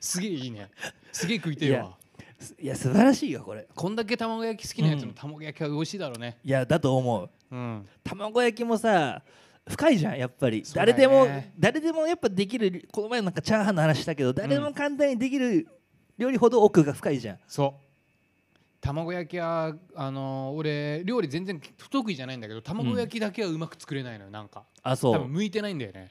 Speaker 1: すげえいいねすげえ食いて
Speaker 2: い
Speaker 1: え
Speaker 2: や
Speaker 1: わ
Speaker 2: すいや素晴らしいよこれ
Speaker 1: こんだけ卵焼き好きなやつの卵焼きは美味しいだろうね
Speaker 2: いやだと思う
Speaker 1: うん
Speaker 2: 卵焼きもさ深いじゃんやっぱり、
Speaker 1: そうだ
Speaker 2: 誰
Speaker 1: よね
Speaker 2: でも誰でもやっぱできるこの前なんかチャーハンの話したけど誰でも簡単にできる料理ほど奥が深いじゃん、
Speaker 1: そう卵焼きはあのー俺料理全然不得意じゃないんだけど卵焼きだけはうまく作れないのよなんか
Speaker 2: あそ
Speaker 1: 多分向いてないんだよね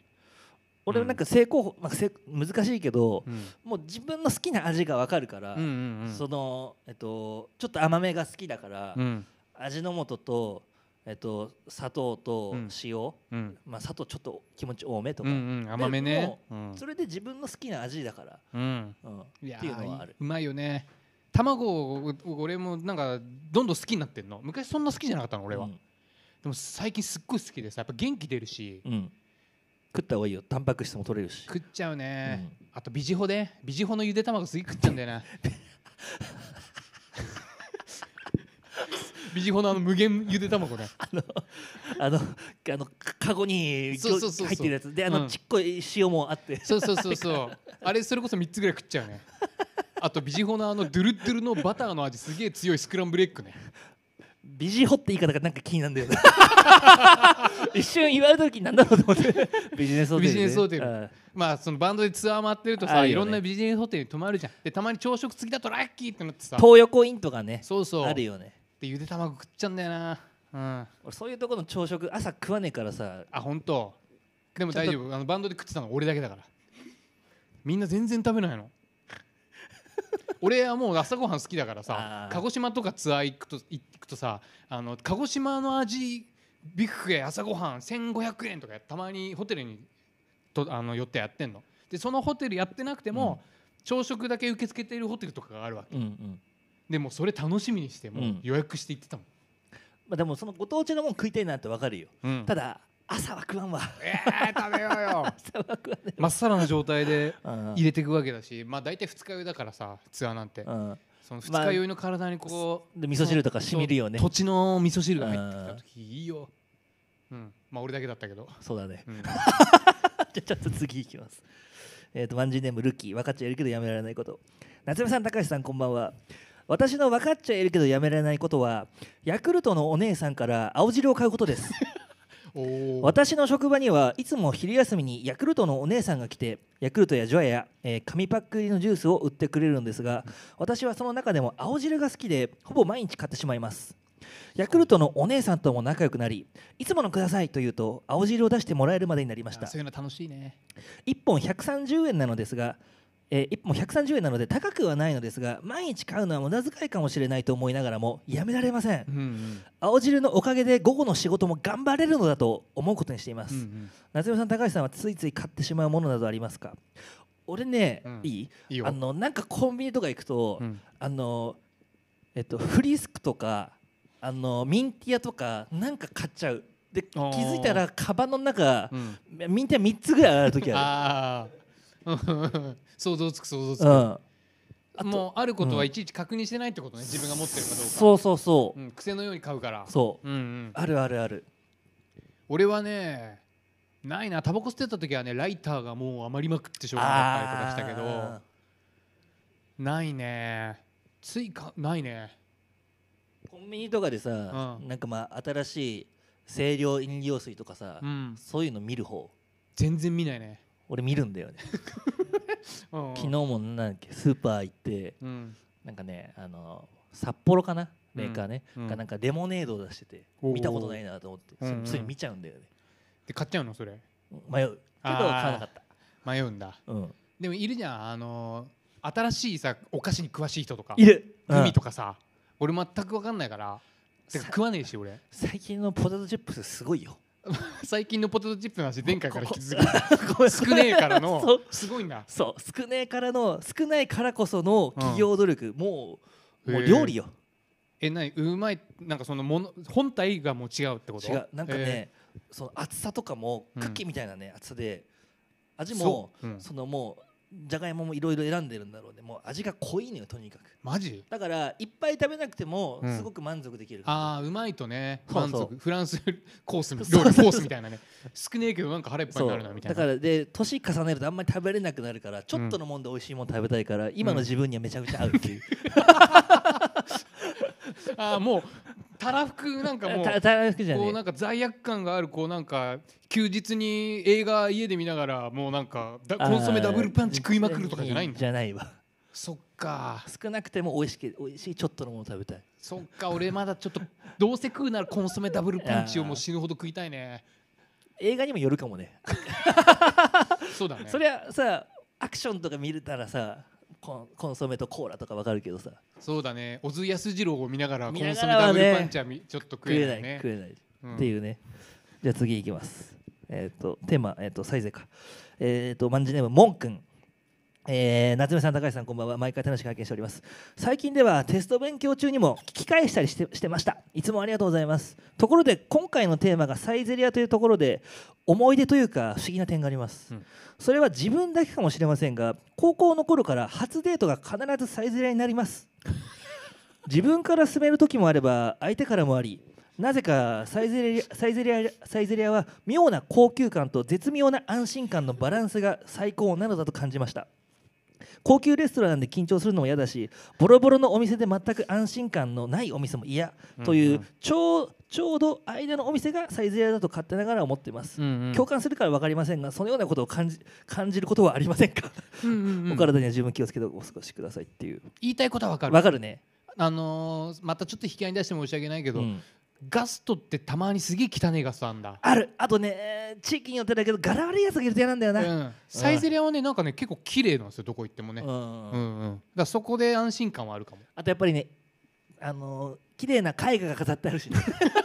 Speaker 2: 俺はなんか成功法、まあ、せ難しいけど、
Speaker 1: うん
Speaker 2: もう自分の好きな味がわかるから、
Speaker 1: うんうんうん
Speaker 2: そのえっとちょっと甘めが好きだから、
Speaker 1: うん
Speaker 2: 味の素とえっと砂糖と
Speaker 1: うん
Speaker 2: 塩、
Speaker 1: うん
Speaker 2: まあ砂糖ちょっと気持ち多めと
Speaker 1: う
Speaker 2: か、
Speaker 1: んうん甘めねうん
Speaker 2: それで自分の好きな味だから、
Speaker 1: うん
Speaker 2: うん、っ
Speaker 1: いや
Speaker 2: ていうのはある
Speaker 1: ーうまいよね卵を俺もなんかどんどん好きになってんの昔そんな好きじゃなかったの俺は、
Speaker 2: うん
Speaker 1: でも最近すっごい好きでさやっぱ元気出るし
Speaker 2: うん、食った方がいいよタンパク質も取れるし
Speaker 1: 食っちゃうね、あとビジホでビジホのゆで卵すぎ食っちゃうんだよ なビジホのあの無限ゆで卵ね
Speaker 2: あのあのかカゴに
Speaker 1: そうそうそうそう
Speaker 2: 入ってるやつであ
Speaker 1: う
Speaker 2: の
Speaker 1: ん
Speaker 2: ちっこい塩もあって、
Speaker 1: そうそうそうそうあれそれこそ3つぐらい食っちゃうねあとビジホのあのドゥルドゥルのバターの味すげえ強いスクランブルエッグね
Speaker 2: ビジホって言い方がなんか気になるんだよね一瞬言われた時なんだろうと思って ビジネスホテル、ね、
Speaker 1: ビジネスホテル
Speaker 2: うん
Speaker 1: まあそのバンドでツアー回ってると
Speaker 2: あ
Speaker 1: さ、
Speaker 2: るよね
Speaker 1: いろんなビジネスホテルに泊まるじゃんでたまに朝食付きだとラッキーってなってさ
Speaker 2: 東横インとかね
Speaker 1: そうそう
Speaker 2: あるよね
Speaker 1: でゆで卵食っちゃうんだよなうん
Speaker 2: 俺そういうところの朝食朝食わねえからさ
Speaker 1: あ本当でも大丈夫あのバンドで食ってたの俺だけだからみんな全然食べないの俺はもう朝ごはん好きだからさ
Speaker 2: あー
Speaker 1: 鹿児島とかツアー行くと行くとさあの鹿児島の味ビュッフェ朝ごはん1500円とかたまにホテルにとあの寄ってやってんのでそのホテルやってなくても、朝食だけ受け付けているホテルとかがあるわけ
Speaker 2: うんうん
Speaker 1: でもうそれ楽しみにしても
Speaker 2: う
Speaker 1: うん予約して行ってたもん、
Speaker 2: まあ、でもそのご当地のもん食いたいなってわかるよ
Speaker 1: うん
Speaker 2: ただ朝は食わんわ
Speaker 1: えー、食べようよ
Speaker 2: 朝は食わね
Speaker 1: 真っさらな状態で
Speaker 2: えうん
Speaker 1: 入れていくわけだしまあ大体二日酔いだからさツアーなんて
Speaker 2: うん
Speaker 1: その二日酔いの体にこう、
Speaker 2: で味噌汁とか染みるよね
Speaker 1: そう土地の味噌汁が入ってきた時いいようんまあ俺だけだったけど、
Speaker 2: そうだね
Speaker 1: うん
Speaker 2: じゃあちょっと次いきますえっ、とマンジーネームルッキー分かっちゃいるけどやめられないこと夏目さん高橋さんこんばんは私の分かっちゃいるけどやめられないことはヤクルトのお姉さんから青汁を買うことです
Speaker 1: おお
Speaker 2: 私の職場にはいつも昼休みにヤクルトのお姉さんが来てヤクルトやジョアや、えー紙パック入りのジュースを売ってくれるんですが私はその中でも青汁が好きでほぼ毎日買ってしまいますヤクルトのお姉さんとも仲良くなりいつものくださいと言うと青汁を出してもらえるまでになりました
Speaker 1: そういうの楽しいね
Speaker 2: 1本130円なのですが、え1本130円なので高くはないのですが毎日買うのは無駄遣いかもしれないと思いながらもやめられません
Speaker 1: うんうん
Speaker 2: 青汁のおかげで午後の仕事も頑張れるのだと思うことにしています、
Speaker 1: うんうん
Speaker 2: 夏目さん高橋さんはついつい買ってしまうものなどありますか俺ね、
Speaker 1: うん
Speaker 2: いい
Speaker 1: いいよ
Speaker 2: あのなんかコンビニとか行くと、
Speaker 1: うん
Speaker 2: あのえっとフリスクとかあのミンティアとかなんか買っちゃうで気
Speaker 1: あー
Speaker 2: づいたらカバンの中、
Speaker 1: うん
Speaker 2: ミンティア3つぐらいある時ある
Speaker 1: ああ 想像つく想像つ
Speaker 2: うん、
Speaker 1: くもうあることはいちいち確認してないってことね自分が持ってるかどうか
Speaker 2: そうそうそう、
Speaker 1: うん、癖のように買うから
Speaker 2: そう
Speaker 1: うんうん
Speaker 2: あるあるある
Speaker 1: 俺はねないなタバコ吸ってた時はねライターがもう余りまくってしょうがなかったりとかした
Speaker 2: あ
Speaker 1: けどないねついかないね
Speaker 2: ーコンビニとかでさ、
Speaker 1: うん
Speaker 2: なんかまあ新しい清涼飲料水とかさ、
Speaker 1: うん
Speaker 2: そういうの見る方
Speaker 1: 全然見ないね、
Speaker 2: 俺見るんだよね
Speaker 1: うん、
Speaker 2: 昨日もなんだっけスーパー行って
Speaker 1: うん
Speaker 2: なんかねあの札幌かなメーカーね、
Speaker 1: うん
Speaker 2: がなんかレモネードを出してて
Speaker 1: おー
Speaker 2: 見たことないなと思って
Speaker 1: うんうん
Speaker 2: それ見ちゃうんだよね
Speaker 1: で買っちゃうのそれ
Speaker 2: 迷うけど買わなかった
Speaker 1: 迷うんだ
Speaker 2: うん
Speaker 1: でもいるじゃんあのー新しいさお菓子に詳しい人とか
Speaker 2: いる
Speaker 1: グミと
Speaker 2: か
Speaker 1: かさ、俺全く分かんないからてか
Speaker 2: さ
Speaker 1: 食わねえし俺
Speaker 2: 最近のポテトチップスすごいよ
Speaker 1: 最近のポテトチップの話前回から引き続
Speaker 2: ごめん
Speaker 1: き 少ねえから
Speaker 2: そう
Speaker 1: のすごいんだ
Speaker 2: そう少ないからの少ないからこその企業努力、もうもう
Speaker 1: へー
Speaker 2: 料理よ
Speaker 1: え何うまいなんかそのもの本体がもう違うってこと
Speaker 2: 違うなんか
Speaker 1: え
Speaker 2: ね、その厚さとかも
Speaker 1: うん
Speaker 2: クッキーみたいなね厚さで味
Speaker 1: ー
Speaker 2: も
Speaker 1: そう、うん
Speaker 2: そのもうじゃがいももいろいろ選んでるんだろうねもう味が濃いのよとにかく
Speaker 1: マジ
Speaker 2: だからいっぱい食べなくても
Speaker 1: うん
Speaker 2: すごく満足できる感
Speaker 1: ああうまいとね
Speaker 2: そう
Speaker 1: 満
Speaker 2: そう
Speaker 1: 足フランスコースみ
Speaker 2: そう
Speaker 1: 料理コースみたいなね少ねえけどなんか腹いっ
Speaker 2: じ、
Speaker 1: ぱいに
Speaker 2: そ
Speaker 1: なるな
Speaker 2: う
Speaker 1: みたい
Speaker 2: だ
Speaker 1: な
Speaker 2: からで年重ねるとあんまり食べれなくなるからちょっとのもんで美味しいもん食べたいから、今の自分にはめちゃくちゃ合うって いう、
Speaker 1: ああもうたらふくなんかもう
Speaker 2: たたらふくじゃ
Speaker 1: こ
Speaker 2: ね
Speaker 1: うなんか罪悪感があるこうなんか休日に映画家で見ながらもうなんかだ
Speaker 2: え
Speaker 1: コンソメダブルパンチ食いまくるとかじゃないんだ
Speaker 2: じゃないわ
Speaker 1: そっか
Speaker 2: 少なくても美味しい美味しいちょっとのもの食べたい
Speaker 1: そっか俺まだちょっとどうせ食うならコンソメダブルパンチをもう死ぬほど食いたいね
Speaker 2: 映画にもよるかもね
Speaker 1: そうだね
Speaker 2: そりゃさアクションとか見れたらさコンコンソメとコーラとかわかるけどさ
Speaker 1: そうだね小津安二郎を見ながらコン
Speaker 2: 見
Speaker 1: ソ
Speaker 2: な
Speaker 1: メ
Speaker 2: がらはね
Speaker 1: ダブルパンチはみちょっと食
Speaker 2: 食え
Speaker 1: え
Speaker 2: な
Speaker 1: ないいね
Speaker 2: 食えない、
Speaker 1: うん
Speaker 2: っていうねじゃあ次いきますえっ、とテーマえっ、とサイゼかえっ、とマンジネームモンくんえー夏目さん高橋さんこんばんは毎回楽しく拝見しております最近ではテスト勉強中にも聞き返したりしてしてましたいつもありがとうございますところで今回のテーマがサイゼリアというところで思い出というか不思議な点があります、
Speaker 1: うん
Speaker 2: それは自分だけかもしれませんが高校の頃から初デートが必ずサイゼリアになります自分から進める時もあれば相手からもありなぜかサイゼリアサイゼリアサイゼリアは妙な高級感と絶妙な安心感のバランスが最高なのだと感じました高級レストランで緊張するのも嫌だしボロボロのお店で全く安心感のないお店も嫌という、
Speaker 1: うんうん
Speaker 2: ちょうちょうど間のお店がサイゼリアだと勝手ながら思っています、
Speaker 1: うんうん
Speaker 2: 共感するから分かりませんがそのようなことを感じ感じることはありませんか、
Speaker 1: うんうんうん
Speaker 2: お体には十分気をつけてお過ごしくださいっていう
Speaker 1: 言いたいことはわかる
Speaker 2: 分かるね、
Speaker 1: あのーまたちょっと引き合いに出して申し訳ないけど、
Speaker 2: うん
Speaker 1: ガストってたまにすげえ汚いガストあんだ
Speaker 2: あるあとね地域によってだけど柄悪いやつがいると嫌なんだよな、
Speaker 1: うん、サイゼリアはねなんかね結構綺麗なんですよどこ行ってもね、うん
Speaker 2: うん
Speaker 1: うんだからそこで安心感はあるかも
Speaker 2: あとやっぱりねあのー綺麗な絵画が飾ってあるし、ね、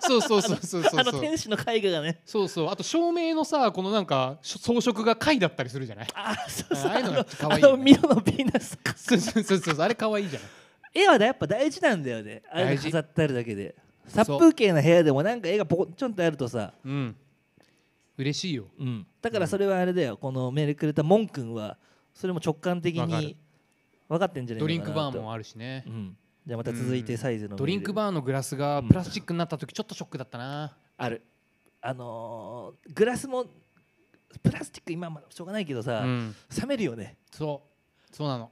Speaker 1: そうそうそうそうそう
Speaker 2: あ
Speaker 1: そ
Speaker 2: の
Speaker 1: う
Speaker 2: 天使の絵画がね
Speaker 1: そうそうあと照明のさこのなんかしょ装飾が貝だったりするじゃ ない
Speaker 2: あそうそう
Speaker 1: ああいうのが可愛い
Speaker 2: あ
Speaker 1: よ
Speaker 2: の
Speaker 1: ね
Speaker 2: あのミロのヴィーナスとか
Speaker 1: そうそうそうそうあれ可愛いじゃない
Speaker 2: 絵はやっぱ大事なんだよねあれ
Speaker 1: 大
Speaker 2: が
Speaker 1: 事
Speaker 2: 飾ってあるだけで
Speaker 1: そう
Speaker 2: 殺風景な部屋でもなんか絵がポコンちょんとあるとさ、
Speaker 1: うん嬉しいよ
Speaker 2: うん、だからそれはあれだよこのメールくれたモン君はそれも直感的
Speaker 1: わかる
Speaker 2: に分かってんじゃない
Speaker 1: ド
Speaker 2: のか
Speaker 1: リ
Speaker 2: な
Speaker 1: ン
Speaker 2: と
Speaker 1: クバーもあるしね、
Speaker 2: うん、じゃあまた続いてサイズのメール
Speaker 1: ドリンクバーのグラスがプラスチックになった時ちょっとショックだったな、
Speaker 2: あるあのーグラスもプラスチック今まあしょうがないけど
Speaker 1: う
Speaker 2: さ、
Speaker 1: ん、
Speaker 2: 冷めるよね
Speaker 1: そうそうなの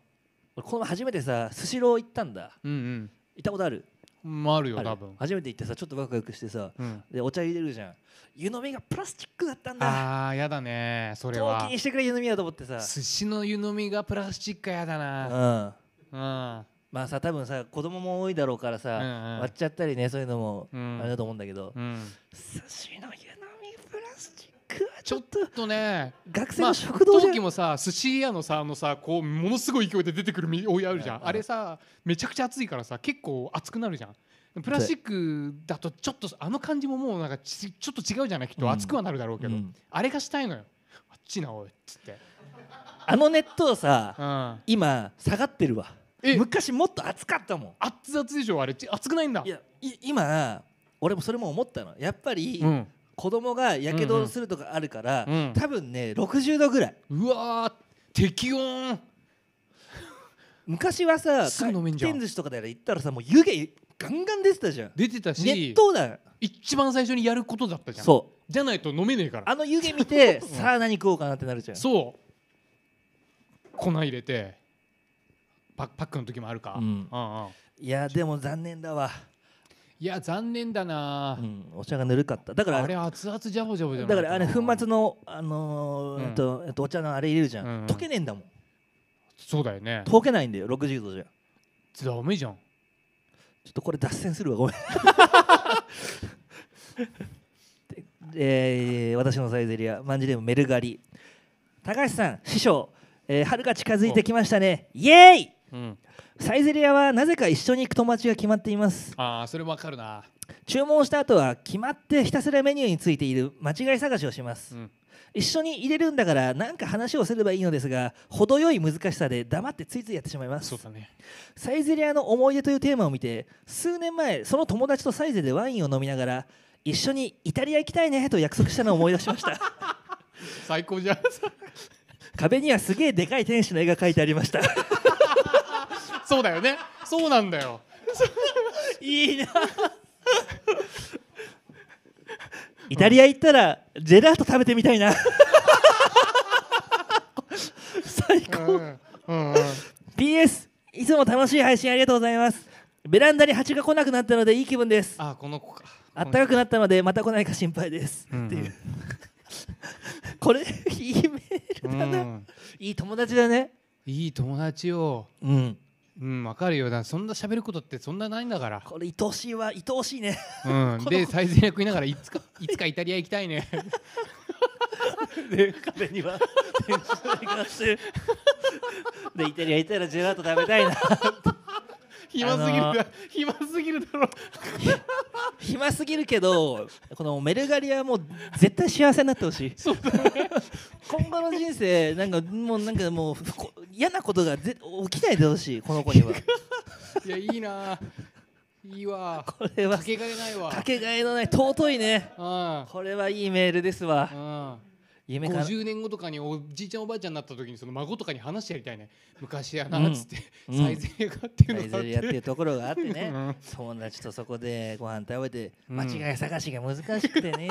Speaker 2: 俺この初めてさスシロー行ったんだ
Speaker 1: うん
Speaker 2: 行ったことある
Speaker 1: うんまああるよ
Speaker 2: ある
Speaker 1: 多分
Speaker 2: 初めて行ってさちょっとワクワクしてさ
Speaker 1: うん
Speaker 2: でお茶入れるじゃん湯飲みがプラスチックだったんだ
Speaker 1: あーやだねそれ
Speaker 2: 陶器
Speaker 1: は
Speaker 2: にしてくれ湯飲みやと思ってさ
Speaker 1: 寿司の湯飲みがプラスチックやだ
Speaker 2: うん
Speaker 1: なうん
Speaker 2: まあさ多分さ子供も多いだろうからさ、
Speaker 1: うんうん
Speaker 2: 割っちゃったりねそういうのも
Speaker 1: うん
Speaker 2: あれだと思うんだけど、
Speaker 1: うん
Speaker 2: 寿司の湯飲みプラスチックはち
Speaker 1: ち
Speaker 2: ょ
Speaker 1: ょ
Speaker 2: っ
Speaker 1: っ
Speaker 2: と
Speaker 1: とね
Speaker 2: 学生
Speaker 1: ま
Speaker 2: の
Speaker 1: あ、
Speaker 2: 食堂じゃ
Speaker 1: 陶器
Speaker 2: ん、
Speaker 1: もさ寿司屋のさあのさこうものすごい勢いで出てくるみ お湯あるじゃ
Speaker 2: うんうん
Speaker 1: んあれさめちゃくちゃ熱いからさ結構熱くなるじゃんプラスチックだとちょっとあの感じももうなんかちちょっと違うじゃないきっ
Speaker 2: う
Speaker 1: と
Speaker 2: ん
Speaker 1: 熱くはなるだろうけど、
Speaker 2: うん
Speaker 1: あれがしたいのよあっちなおいっつって、
Speaker 2: あの熱湯さ、
Speaker 1: うん、
Speaker 2: 今下がってるわ
Speaker 1: え
Speaker 2: 昔もっと暑かったも
Speaker 1: 熱々でしょあれち熱くないんだ
Speaker 2: んいやい今俺もそれも思ったのやっぱり、
Speaker 1: うん、
Speaker 2: 子供がやけどするとかあるから、
Speaker 1: うん
Speaker 2: 多分ね60度ぐらいう
Speaker 1: わー適温
Speaker 2: 昔はさ
Speaker 1: すぐ飲めんじゃん
Speaker 2: 回転寿司とかで行ったらさもう湯気ガンガン出てたじゃん
Speaker 1: 出てたし
Speaker 2: 熱湯だよ
Speaker 1: 一番最初にやることだったじゃん
Speaker 2: そう
Speaker 1: じゃないと飲めねえから
Speaker 2: あの湯気見 てさあ何食おうかなってなるじゃん
Speaker 1: そう粉入れてパパックの時もあるか、
Speaker 2: うん
Speaker 1: うんうん
Speaker 2: いやでも残念だわ、
Speaker 1: いや残念だな
Speaker 2: う、ん、お茶がぬるかっただから
Speaker 1: あれ熱々ジャボジャボじゃな
Speaker 2: だ
Speaker 1: い
Speaker 2: か
Speaker 1: から
Speaker 2: あれ粉末の、あの
Speaker 1: う
Speaker 2: ー
Speaker 1: ん
Speaker 2: えっとえっとお茶のあれ入れるじゃん、
Speaker 1: うんうん
Speaker 2: 溶けねえんだもん
Speaker 1: そうだよね
Speaker 2: 溶けないんだよ60度じゃん
Speaker 1: ダメじゃん
Speaker 2: ちょっとこれ脱線するわごめ んでえー私のサイゼリアマンジネームメルガリ高橋さん師匠、えー春が近づいてきましたねイエーイ
Speaker 1: うん
Speaker 2: サイゼリアはなぜか一緒に行く友達が決まっています
Speaker 1: ああそれわかるな
Speaker 2: 注文した後は決まってひたすらメニューについている間違い探しをします、
Speaker 1: うん
Speaker 2: 一緒に入れるんだから何か話をすればいいのですが程よい難しさで黙ってついついやってしまいます
Speaker 1: そうだね
Speaker 2: サイゼリアの思い出というテーマを見て数年前その友達とサイゼでワインを飲みながら一緒にイタリア行きたいねと約束したのを思い出しました
Speaker 1: 最高じゃん
Speaker 2: 壁にはすげえでかい天使の絵が描いてありました
Speaker 1: そうだよねそうなんだよ
Speaker 2: いいな イタリア行ったらジェラート食べてみたいな 最高
Speaker 1: うんうんうん
Speaker 2: PS いつも楽しい配信ありがとうございますベランダに蜂が来なくなったのでいい気分です
Speaker 1: あーこの子か
Speaker 2: あったかくなったのでまた来ないか心配です、
Speaker 1: うんうん
Speaker 2: っていう これいいメールだな、
Speaker 1: うん
Speaker 2: いい友達だね
Speaker 1: いい友達よ
Speaker 2: うん
Speaker 1: うんわかるよなそんな喋る ことってそんなないんだから
Speaker 2: これ愛おしいわ愛おしいね
Speaker 1: うん、で最善役いながらいつかいつかイタリア行きたいね
Speaker 2: で壁には天使の絵があって でイタリア行ったらジェラート食べたいな
Speaker 1: 暇すぎるだ、 暇すぎるだろ
Speaker 2: 暇すぎるけどこのメルガリはもう絶対幸せになってほしい今後の人生なんかもうなんかもう不幸嫌なことがぜ起きないでほしいこの子には
Speaker 1: いやいいないいわ
Speaker 2: これは
Speaker 1: かけがえないわ
Speaker 2: かけがえのない尊いね
Speaker 1: う
Speaker 2: これはいいメールですわ。
Speaker 1: ん、うん
Speaker 2: 夢かな
Speaker 1: 50年後とかにおじいちゃんおばあちゃんになった時にその孫とかに話してやりたいね昔や
Speaker 2: う
Speaker 1: なんっつって、
Speaker 2: うん
Speaker 1: 最善役っていう
Speaker 2: サ
Speaker 1: の
Speaker 2: イ
Speaker 1: があっ
Speaker 2: ゼリアって
Speaker 1: て
Speaker 2: いうところがあってね
Speaker 1: うん
Speaker 2: 友達とそこでご飯食べて
Speaker 1: うん
Speaker 2: 間違い探しが難しくてね、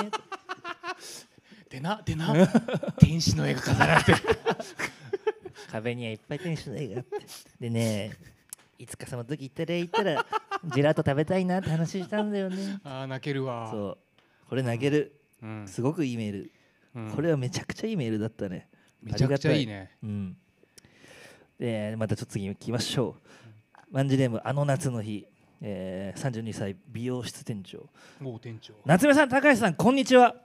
Speaker 1: でなでな天使の絵が飾られてる
Speaker 2: 壁にはいっぱい天使の絵があってでねいつかその時イタリア行ったらジェラート食べたいなって話したんだよね
Speaker 1: あー泣けるわ
Speaker 2: そうこれ投げる
Speaker 1: うん
Speaker 2: すごくいいメール、
Speaker 1: うん
Speaker 2: これはめちゃくちゃいいメールだったね
Speaker 1: めちゃくちゃいいね
Speaker 2: ありがたいうんでまたちょっと次行きましょうマンジネームあの夏の日、えー、32歳美容室店長
Speaker 1: もう店長
Speaker 2: 夏目さん高橋さんこんにちは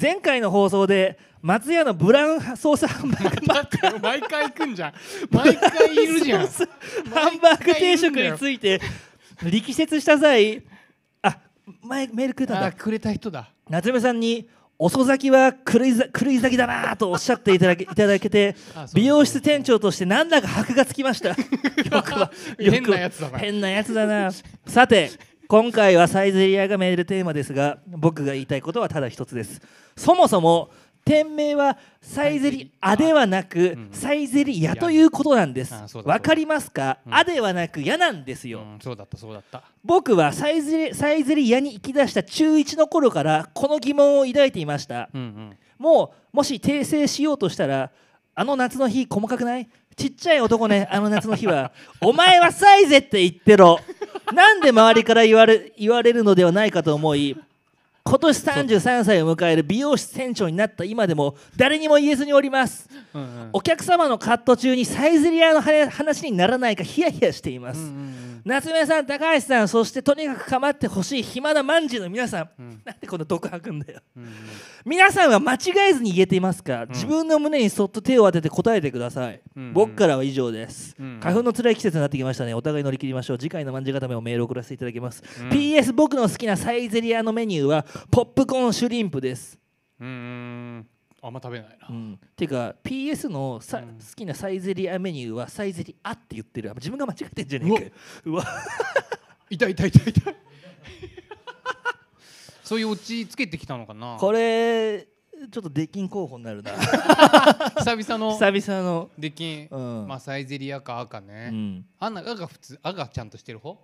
Speaker 2: 前回の放送で松屋のブラウンソースハンバーグ
Speaker 1: だって毎回行くんじゃん毎回 いるじゃん
Speaker 2: ソースハンバーグ定食について力説した際あ前メールくれたん
Speaker 1: あ
Speaker 2: だ
Speaker 1: ーくれた人だ
Speaker 2: 夏目さんに遅咲きは狂いざ狂い咲きだなぁとおっしゃっていただけ いただけて
Speaker 1: あそう
Speaker 2: 美容室店長としてなんだか箔がつきま したよくはよく
Speaker 1: 変
Speaker 2: は
Speaker 1: なやつだな
Speaker 2: 変なやつだなさて今回はサイゼリアがメールテーマですが僕が言いたいことはただ一つですそもそも店名はサイゼリアではなく
Speaker 1: うん
Speaker 2: サイゼリヤということなんです
Speaker 1: あそうだ
Speaker 2: わかりますか、
Speaker 1: うん
Speaker 2: あではなくやなんですよ、
Speaker 1: うん、そうだったそうだった
Speaker 2: 僕はサイゼリサイゼリヤに行き出した中1の頃からこの疑問を抱いていました
Speaker 1: うん
Speaker 2: もうもし訂正しようとしたらあの夏の日細かくないちっちゃい男ねあの夏の日は お前はサイゼって言ってろなんで周りから言われ言われるのではないかと思い今年33歳を迎える美容室店長になった今でも誰にも言えずにおります
Speaker 1: うんうん
Speaker 2: お客様のカット中にサイゼリアの話話にならないかヒヤヒヤしています、
Speaker 1: うんうん
Speaker 2: 夏目さん高橋さんそしてとにかく構ってほしい暇なまんじゅうの皆さん、
Speaker 1: うん
Speaker 2: なんでこんな毒吐くんだよ
Speaker 1: うんうん
Speaker 2: 皆さんは間違えずに言えていますか、自分の胸にそっと手を当てて答えてください、
Speaker 1: うんうん
Speaker 2: 僕からは以上です、
Speaker 1: うんうん
Speaker 2: 花粉の辛い季節になってきましたねお互い乗り切りましょう次回のまんじゅう固めをメールを送らせていただきます、
Speaker 1: うん
Speaker 2: PS 僕の好きなサイゼリアのメニューはポップコーンシュリンプです、
Speaker 1: うーんあんま食べないな
Speaker 2: うん、てか PS のさ、
Speaker 1: うん
Speaker 2: 好きなサイゼリアメニューはサイゼリアって言ってる自分が間違ってんじゃねえかようわ
Speaker 1: 痛い痛い痛い 痛いそういうオチつけてきたのかな
Speaker 2: これちょっとデッキン候補に なるな
Speaker 1: 久々の
Speaker 2: 久々の
Speaker 1: 出禁、
Speaker 2: うん、
Speaker 1: まあサイゼリアか赤ね、
Speaker 2: うん
Speaker 1: あんな赤が普通赤がちゃんとしてる方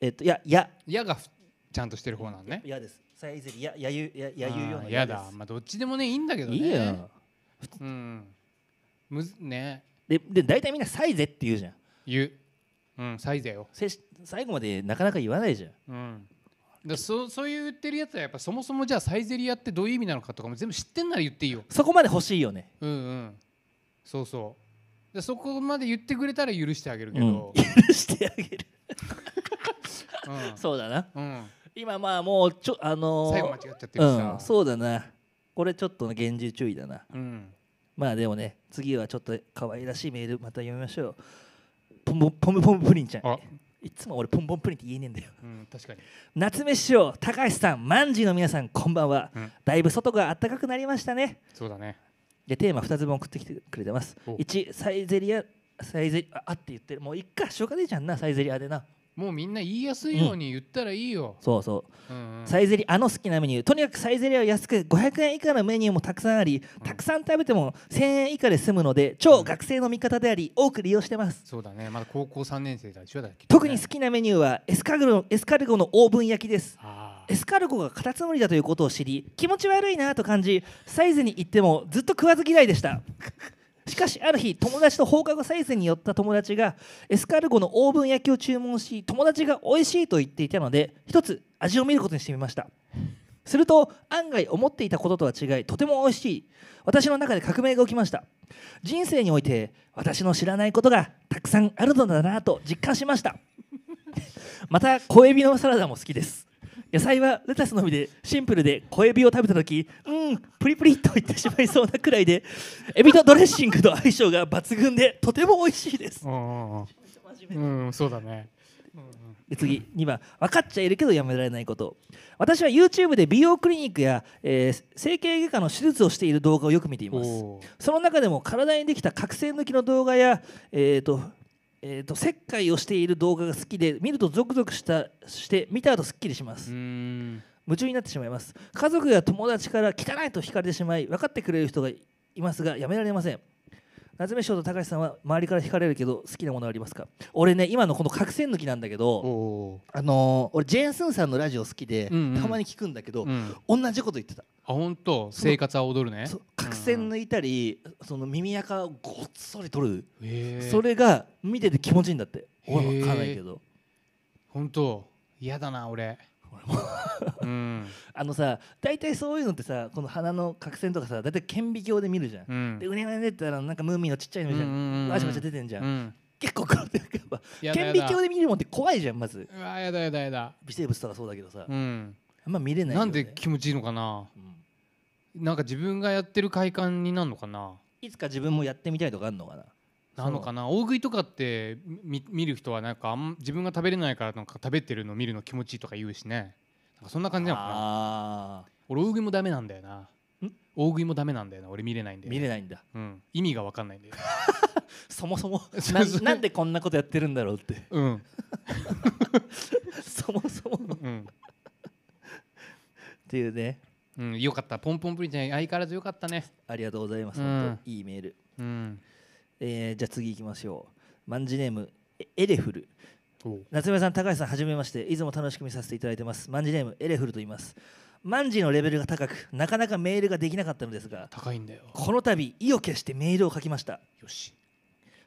Speaker 2: えっといやいや
Speaker 1: 矢がふちゃんとしてる方なんね
Speaker 2: いやですサイゼリややゆややゆうよう
Speaker 1: あ
Speaker 2: な
Speaker 1: ー
Speaker 2: や
Speaker 1: や
Speaker 2: で
Speaker 1: だ
Speaker 2: す
Speaker 1: まあどっちでもねいいんだけどね
Speaker 2: いいや
Speaker 1: うんむずね
Speaker 2: でで大体みんなサイゼって言うじゃん
Speaker 1: 言ううんサイゼよ
Speaker 2: せし最後までなかなか言わないじゃん
Speaker 1: うんだそそういう言ってるやつはやっぱそもそもじゃあサイゼリアってどういう意味なのかとかも全部知ってんなら言っていいよ
Speaker 2: そこまで欲しいよね
Speaker 1: うんうんそうそうでそこまで言ってくれたら許してあげるけ
Speaker 2: うん
Speaker 1: ど、
Speaker 2: 許してあげる
Speaker 1: うん
Speaker 2: そうだな
Speaker 1: うん
Speaker 2: 今まあもうちょあのー
Speaker 1: 最後間違っちゃってるし
Speaker 2: う
Speaker 1: さ
Speaker 2: ん、そうだなこれちょっとね厳重注意だな
Speaker 1: うん
Speaker 2: まあでもね次はちょっと可愛らしいメールまた読みましょうポンポンポンポンプリンちゃん
Speaker 1: あ、
Speaker 2: いつも俺ポンポンプリンって言えねえんだよ
Speaker 1: うん、確かに
Speaker 2: 夏目師匠高橋さん万事の皆さんこんばんは、
Speaker 1: うん
Speaker 2: だいぶ外が暖かくなりましたね
Speaker 1: そうだね
Speaker 2: でテーマ2つ分送ってきてくれてます
Speaker 1: お
Speaker 2: 1サイゼリアサイゼリアあって言ってるもういっかしょうがねえじゃんなサイゼリアでな
Speaker 1: もうみんな言いやすいように言ったらいいよ、
Speaker 2: そうそう、
Speaker 1: うんうん、
Speaker 2: サイゼリアの好きなメニューとにかくサイゼリアは安く500円以下のメニューもたくさんありたくさん食べても1000円以下で済むので超学生の味方であり多く利用してます
Speaker 1: そうだねまだ高校3年生だ一緒だっけ
Speaker 2: 特に好きなメニューはエスカルゴエスカルゴのオーブン焼きです
Speaker 1: あ
Speaker 2: エスカルゴがカタツムリだということを知り気持ち悪いなと感じサイズに行ってもずっと食わず嫌いでしたしかしある日友達と放課後サイズに寄った友達がエスカルゴのオーブン焼きを注文し友達が美味しいと言っていたので一つ味を見ることにしてみましたすると案外思っていたこととは違いとても美味しい私の中で革命が起きました人生において私の知らないことがたくさんあるのだなと実感しました また小エビのサラダも好きです野菜はレタスのみでシンプルで小エビを食べた時うんプリプリっといってしまいそうなくらいでエビとドレッシングと相性が抜群でとても美味しいです
Speaker 1: うんうんうんそうだね
Speaker 2: で次2番分かっちゃいるけどやめられないこと私は YouTube で美容クリニックや、えー整形外科の手術をしている動画をよく見ています
Speaker 1: おー
Speaker 2: その中でも体にできた覚醒抜きの動画や、えーとえー、と切開をしている動画が好きで見るとゾクゾクしたして見た後すっきりしま
Speaker 1: う
Speaker 2: す
Speaker 1: ーん
Speaker 2: 夢中になってしまいます家族や友達から汚いと惹かれてしまい分かってくれる人がいますがやめられません夏目翔と高橋さんは周りから惹かれるけど好きなものはありますか俺ね今のこの覚醒抜きなんだけ
Speaker 1: お
Speaker 2: ど
Speaker 1: お
Speaker 2: あのー俺ジェーン・スンさんのラジオ好きで、
Speaker 1: うんうん
Speaker 2: たまに聞くんだけど、
Speaker 1: ーうん
Speaker 2: 同じこと言ってた
Speaker 1: あ本当
Speaker 2: その
Speaker 1: 生活は踊るね
Speaker 2: そう角栓抜いたり、その耳垢をごっそり取る、
Speaker 1: へえ
Speaker 2: それが見てて気持ちいいんだって
Speaker 1: へー
Speaker 2: 俺は分かんないけど
Speaker 1: 本当嫌だな俺うん
Speaker 2: あのさ大体そういうのってさこの鼻の角栓とかさ大体顕微鏡で見るじゃん、
Speaker 1: うん
Speaker 2: でうねうねってたらなんかムーミンのちっちゃいのじゃん,、バシバシ出てんじゃん、
Speaker 1: うん
Speaker 2: 結構こうなんかやっぱ
Speaker 1: やだ
Speaker 2: 顕
Speaker 1: や
Speaker 2: 微
Speaker 1: だ
Speaker 2: 鏡で見るもんって怖いじゃんまず
Speaker 1: うわやだやだやだ
Speaker 2: 微生物とかそうだけどさ、
Speaker 1: うん
Speaker 2: あんま見れないよ
Speaker 1: な
Speaker 2: ね、
Speaker 1: んで気持ちいいのかな
Speaker 2: うん
Speaker 1: なんか自分がやってる快感になるのかない
Speaker 2: つか自分もやってみたいとかあるのかな
Speaker 1: なのかな大食いとかってみ見る人はなんかあん自分が食べれないからなんか食べてるの見るの気持ちいいとか言うしねなんかそんな感じなのかな
Speaker 2: あ
Speaker 1: 俺大食いもダメなんだよなん大食いもダメなんだよな俺見れないん
Speaker 2: ー
Speaker 1: で
Speaker 2: 見れないんだ
Speaker 1: うん、意味が分かんないんだよ
Speaker 2: そもそも
Speaker 1: そう
Speaker 2: な
Speaker 1: そう
Speaker 2: なんでこんなことやってるんだろうって
Speaker 1: うん、
Speaker 2: そもそもっ
Speaker 1: うん
Speaker 2: ていうね
Speaker 1: うん、よかったポンポンプリンちゃん相変わらずよかったね
Speaker 2: ありがとうございます、
Speaker 1: うん
Speaker 2: 本当いいメール
Speaker 1: うん
Speaker 2: えーじゃあ次行きましょうマンジネームえエレフル夏目さん高橋さんはじめましていつも楽しく見させていただいてますマンジネームエレフルと言います万事のレベルが高くなかなかメールができなかったのですが
Speaker 1: 高いんだよ
Speaker 2: この度意を決してメールを書きました
Speaker 1: よし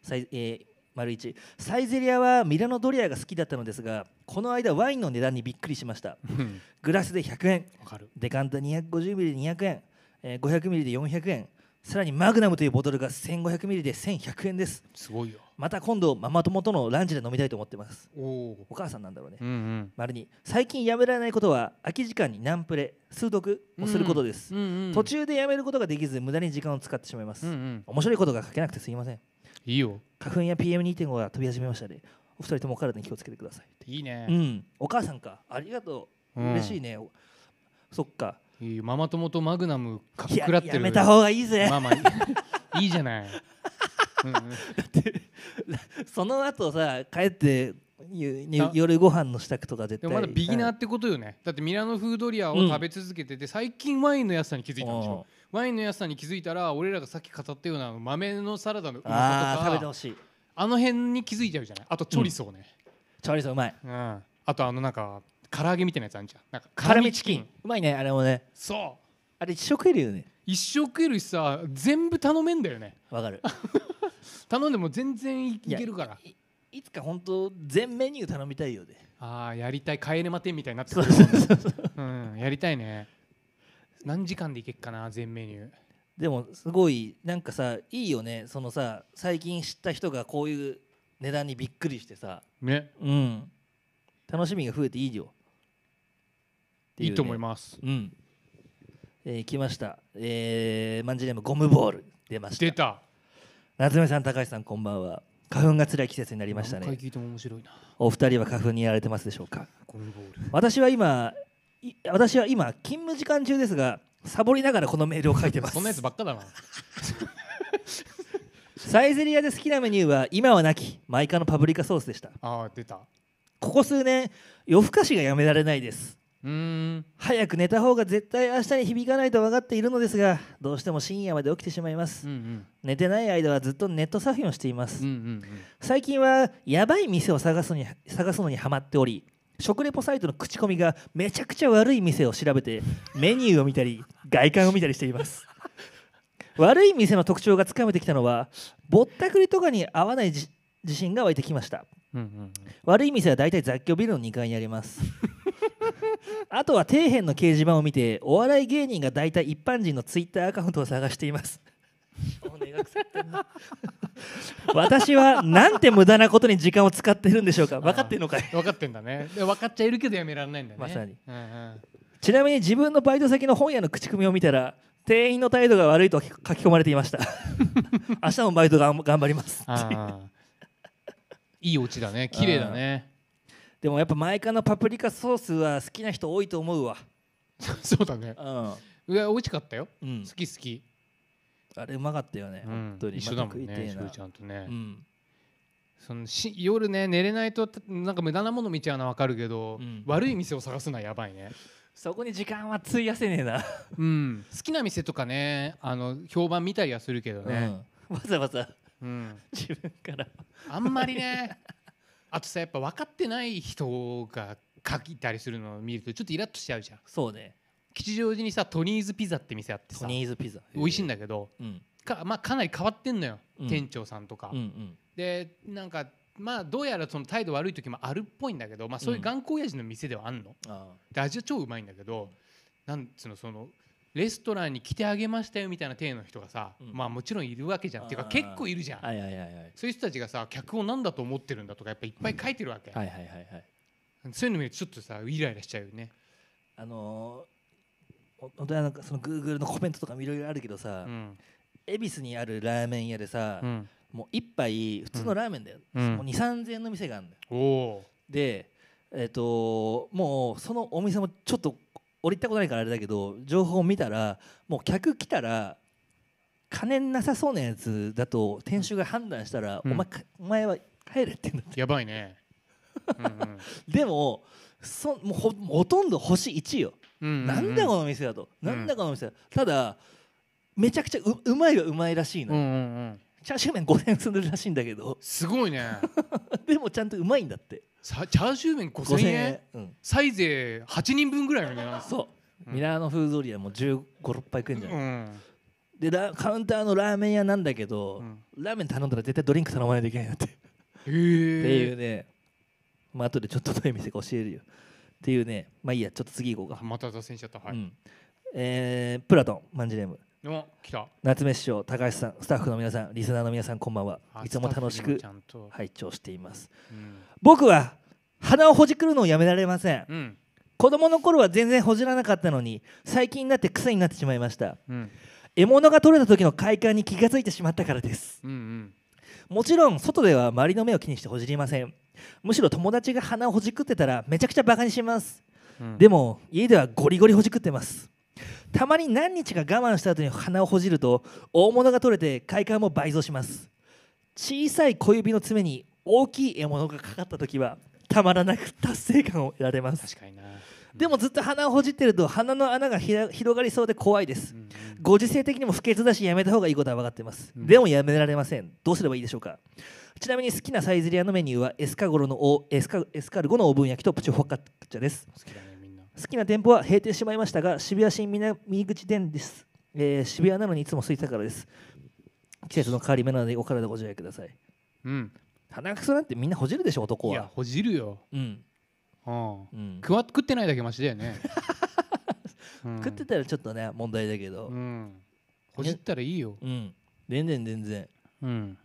Speaker 2: サイえー丸一サイゼリアはミラノドリアが好きだったのですがこの間ワインの値段にびっくりしました
Speaker 1: うん
Speaker 2: グラスで100円
Speaker 1: わかる
Speaker 2: デカンタ 250ml で200円、えー 500ml で400円さらにマグナムというボトルが 1500ml で1100円です
Speaker 1: すごいよ
Speaker 2: また今度ママ友とのランチで飲みたいと思ってます
Speaker 1: おお
Speaker 2: お母さんなんだろうね
Speaker 1: うんうん
Speaker 2: 丸に最近やめられないことは空き時間にナンプレ数読をすることです、
Speaker 1: うんうん、
Speaker 2: 途中でやめることができず無駄に時間を使ってしまいます、
Speaker 1: うんうん、
Speaker 2: 面白いことが書けなくてすいません
Speaker 1: いいよ
Speaker 2: 花粉や PM2.5 が飛び始めましたねお二人ともお体に気をつけてください、
Speaker 1: いいね、
Speaker 2: うんお母さんかありがとう、
Speaker 1: うん
Speaker 2: 嬉しいねそっか
Speaker 1: いいよママ友とマグナムかっ
Speaker 2: いや
Speaker 1: くらってる
Speaker 2: やめた方がいいぜ、
Speaker 1: まあまあいい いいじゃない、うんうん
Speaker 2: その後さ帰ってゆゆ
Speaker 1: あ
Speaker 2: 夜ご飯の支度とか絶
Speaker 1: で
Speaker 2: 対
Speaker 1: もまだビギナー
Speaker 2: ー
Speaker 1: ってことよね、だってミラノフードリアを食べ続けてて、最近ワインの安さに気づいたんでしょワインの安さに気づいたら俺らがさっき語ったような豆のサラダのうま
Speaker 2: あ
Speaker 1: さ
Speaker 2: ー食べて
Speaker 1: と
Speaker 2: ほ
Speaker 1: か
Speaker 2: しい
Speaker 1: あの辺に気づいちゃうじゃないあとチョリソーね、
Speaker 2: チャーリーさんうまい
Speaker 1: うんあとあのなんか唐揚げみたいなやつあるじゃんなんか
Speaker 2: 辛味うまいねあれもね
Speaker 1: そう
Speaker 2: あれ一食いるよね
Speaker 1: 一生食えるしさ全部頼めんだよね
Speaker 2: わかる
Speaker 1: 頼んでも全然いけるから
Speaker 2: い いつか本当全メニュー頼みたいよね
Speaker 1: あーやりたい帰れまてんみたいになってくるうんやりたいね何時間でいけっかな全メニュー
Speaker 2: でもすごいなんかさいいよねそのさ最近知った人がこういう値段にびっくりしてさ
Speaker 1: ね
Speaker 2: うん楽しみが増えていいよって
Speaker 1: いいと思い
Speaker 2: す
Speaker 1: ます
Speaker 2: うんえー、来ましたえー、マンジネームゴムボール出ました
Speaker 1: 出た
Speaker 2: 夏目さん高橋さんこんばんは花粉が辛い季節になりました
Speaker 1: 何
Speaker 2: ね
Speaker 1: 回聞いても面白いな
Speaker 2: お二人は花粉にやられてますでしょうか
Speaker 1: ゴムボール
Speaker 2: 私は今い私は今勤務時間中ですがサボりながらこのメールを書いてます
Speaker 1: そんなやつばっかだな
Speaker 2: サイゼリアで好きなメニューは今はなきマイカのパプリカソースでした
Speaker 1: あー出た
Speaker 2: ここ数年夜更かしがやめられないです
Speaker 1: うーん
Speaker 2: 早く寝た方が絶対明日に響かないと分かっているのですがどうしても深夜まで起きてしまいます
Speaker 1: うんうん
Speaker 2: 寝てない間はずっとネットサーフィンをしていま
Speaker 1: うんう
Speaker 2: す
Speaker 1: ん
Speaker 2: 最近はやばい店を探すに探すのにハマっており食レポサイトの口コミがめちゃくちゃ悪い店を調べてメニューを見たり外観を見たりしています悪い店の特徴がつかめてきたのはぼったくりとかに合わないじ自信が湧いてきました
Speaker 1: うんうんうん
Speaker 2: 悪い店は大体雑居ビルの2階にありますあとは底辺の掲示板を見てお笑い芸人が大体一般人のツイッターアカウントを探しています 私はなんて無駄なことに時間を使ってるんでしょうか分かってんのかい
Speaker 1: 分かってんだねで分かっちゃいるけどやめられないんだね
Speaker 2: まさに
Speaker 1: うんうん
Speaker 2: ちなみに自分のバイト先の本屋の口コミを見たら店員の態度が悪いと書き込まれていました 明日もバイトがん頑張ります
Speaker 1: あーいいお家だね綺麗だね
Speaker 2: でもやっぱマイカのパプリカソースは好きな人多いと思うわ
Speaker 1: そうだね
Speaker 2: うん、
Speaker 1: いや美味しかったよ
Speaker 2: うん
Speaker 1: 好、き好き
Speaker 2: あれうまかったよね、
Speaker 1: うん
Speaker 2: 本当に
Speaker 1: 一緒だもん
Speaker 2: また食い
Speaker 1: ね
Speaker 2: てえ
Speaker 1: し
Speaker 2: な
Speaker 1: ゅうちゃんとね
Speaker 2: うん
Speaker 1: そのし夜ね寝れないとなんか無駄なもの見ちゃうのは分かるけど
Speaker 2: うん
Speaker 1: 悪い店を探すのはやばいね
Speaker 2: そこに時間は費やせねえな、
Speaker 1: うん好きな店とかねあの評判見たりはするけどね
Speaker 2: うんわざわざ
Speaker 1: うん
Speaker 2: 自分から
Speaker 1: あんまりね あとさやっぱ分かってない人が書いたりするのを見るとちょっとイラッとしちゃうじゃん
Speaker 2: そうね
Speaker 1: 吉祥寺にさトニーズピザって店あって
Speaker 2: ト
Speaker 1: さ
Speaker 2: ニーズピザ
Speaker 1: 美味しいん
Speaker 2: だ、
Speaker 1: だけど
Speaker 2: うん、
Speaker 1: か,、まあ、かなり変わってんのよ、
Speaker 2: うん
Speaker 1: 店長さんとか、
Speaker 2: うんうん
Speaker 1: でなんかまあどうやらその態度悪い時もあるっぽいんだけど、まあ、そういう頑固親父の店ではあんの、
Speaker 2: あ
Speaker 1: で味は超うまいんだけどなんつうのそのレストランに来てあげましたよみたいな体の人がさ、
Speaker 2: うん
Speaker 1: まあもちろんいるわけじゃんっていうか
Speaker 2: あー
Speaker 1: 結構いるじゃん
Speaker 2: あはいはいはいはい
Speaker 1: そういう人たちがさ客を何だと思ってるんだとかやっぱいっぱい書いてるわけ、
Speaker 2: はいはいはいはい
Speaker 1: そういうの見るとちょっとさイライラしちゃうよね
Speaker 2: あのー、本当はなんかそのグーグルのコメントとかもいろいろあるけど
Speaker 1: う
Speaker 2: さ
Speaker 1: ん
Speaker 2: 恵比寿にあるラーメン屋でさ、
Speaker 1: うん
Speaker 2: もう一杯普通のラーメンだよ、
Speaker 1: うん
Speaker 2: もう2 3 0 0円の店があるんだよ
Speaker 1: おお
Speaker 2: でえっ、ともうそのお店もちょっと俺行ったことないからあれだけど情報を見たらもう客来たら金なさそうなやつだと店主が判断したら、
Speaker 1: うん
Speaker 2: お前かお前は帰れって言うんだ
Speaker 1: やばいねうん
Speaker 2: でもそもうほほとんど星1よ、
Speaker 1: うん
Speaker 2: なんだこの店だと、
Speaker 1: うん
Speaker 2: なんだこの店だただめちゃくちゃううまいはうまいらしいの
Speaker 1: うんう
Speaker 2: よ、
Speaker 1: んうん
Speaker 2: チャーシュー麺5点するらしいんだけど
Speaker 1: すごいね
Speaker 2: でもちゃんとうまいんだって
Speaker 1: さチャーシュー麺5000円
Speaker 2: うん、
Speaker 1: サイゼ8人分ぐらいの値段
Speaker 2: そう
Speaker 1: うん
Speaker 2: ミラーノフードリアも1 5 6杯食えんじゃ、
Speaker 1: うんん
Speaker 2: でラカウンターのラーメン屋なんだけど、
Speaker 1: うん
Speaker 2: ラーメン頼んだら絶対ドリンク頼まないといけないなって
Speaker 1: へ
Speaker 2: っていう
Speaker 1: え
Speaker 2: ね、まあ後でちょっとどういう店か教えるよっていうねまあいいやちょっと次行こうか、
Speaker 1: また脱線しちゃったは
Speaker 2: う
Speaker 1: い
Speaker 2: んえープラトンマンジネーム
Speaker 1: お来た
Speaker 2: 夏目師匠高橋さんスタッフの皆さんリスナーの皆さんこんばんは
Speaker 1: あ
Speaker 2: いつも楽
Speaker 1: スタ
Speaker 2: しく
Speaker 1: ッフにもちゃんと
Speaker 2: 拝聴しています
Speaker 1: うん
Speaker 2: 僕は鼻をほじくるのをやめられません
Speaker 1: うん
Speaker 2: 子供の頃は全然ほじらなかったのに最近になって癖になってしまいました
Speaker 1: うん
Speaker 2: 獲物が取れた時の快感に気がついてしまったからです
Speaker 1: うんうん
Speaker 2: もちろん外では周りの目を気にしてほじりませんむしろ友達が鼻をほじくってたらめちゃくちゃバカにします
Speaker 1: うん
Speaker 2: でも家ではゴリゴリほじくってますたまに何日か我慢した後に鼻をほじると大物が取れて快感も倍増します小さい小指の爪に大きい獲物がかかった時はたまらなく達成感を得られます
Speaker 1: 確かにな
Speaker 2: でもずっと鼻をほじってると鼻の穴がひら広がりそうで怖いです
Speaker 1: うんうん
Speaker 2: ご時世的にも不潔だしやめた方がいいことは分かってます、
Speaker 1: うん
Speaker 2: でもやめられませんどうすればいいでしょうかちなみに好きなサイゼリアのメニューはエスカゴロのオエスカエスカルゴのオーブン焼きとプチフォカッチャです
Speaker 1: 好きだねみんな
Speaker 2: 好きな店舗は閉店してしまいましたが渋谷新南口店です、えー渋谷なのにいつも空いてたからです季節の変わり目なのでお体ご自愛ください
Speaker 1: うん
Speaker 2: 鼻くそなんてみんなほじるでしょ男
Speaker 1: い
Speaker 2: は
Speaker 1: やほじるよ
Speaker 2: うん、
Speaker 1: うん
Speaker 2: うん、
Speaker 1: 食わ食ってないだけマシだよ ねうん
Speaker 2: 食ってたらちょっとね問題だけど
Speaker 1: うんほじったらいいよ
Speaker 2: うん、全然全然
Speaker 1: うん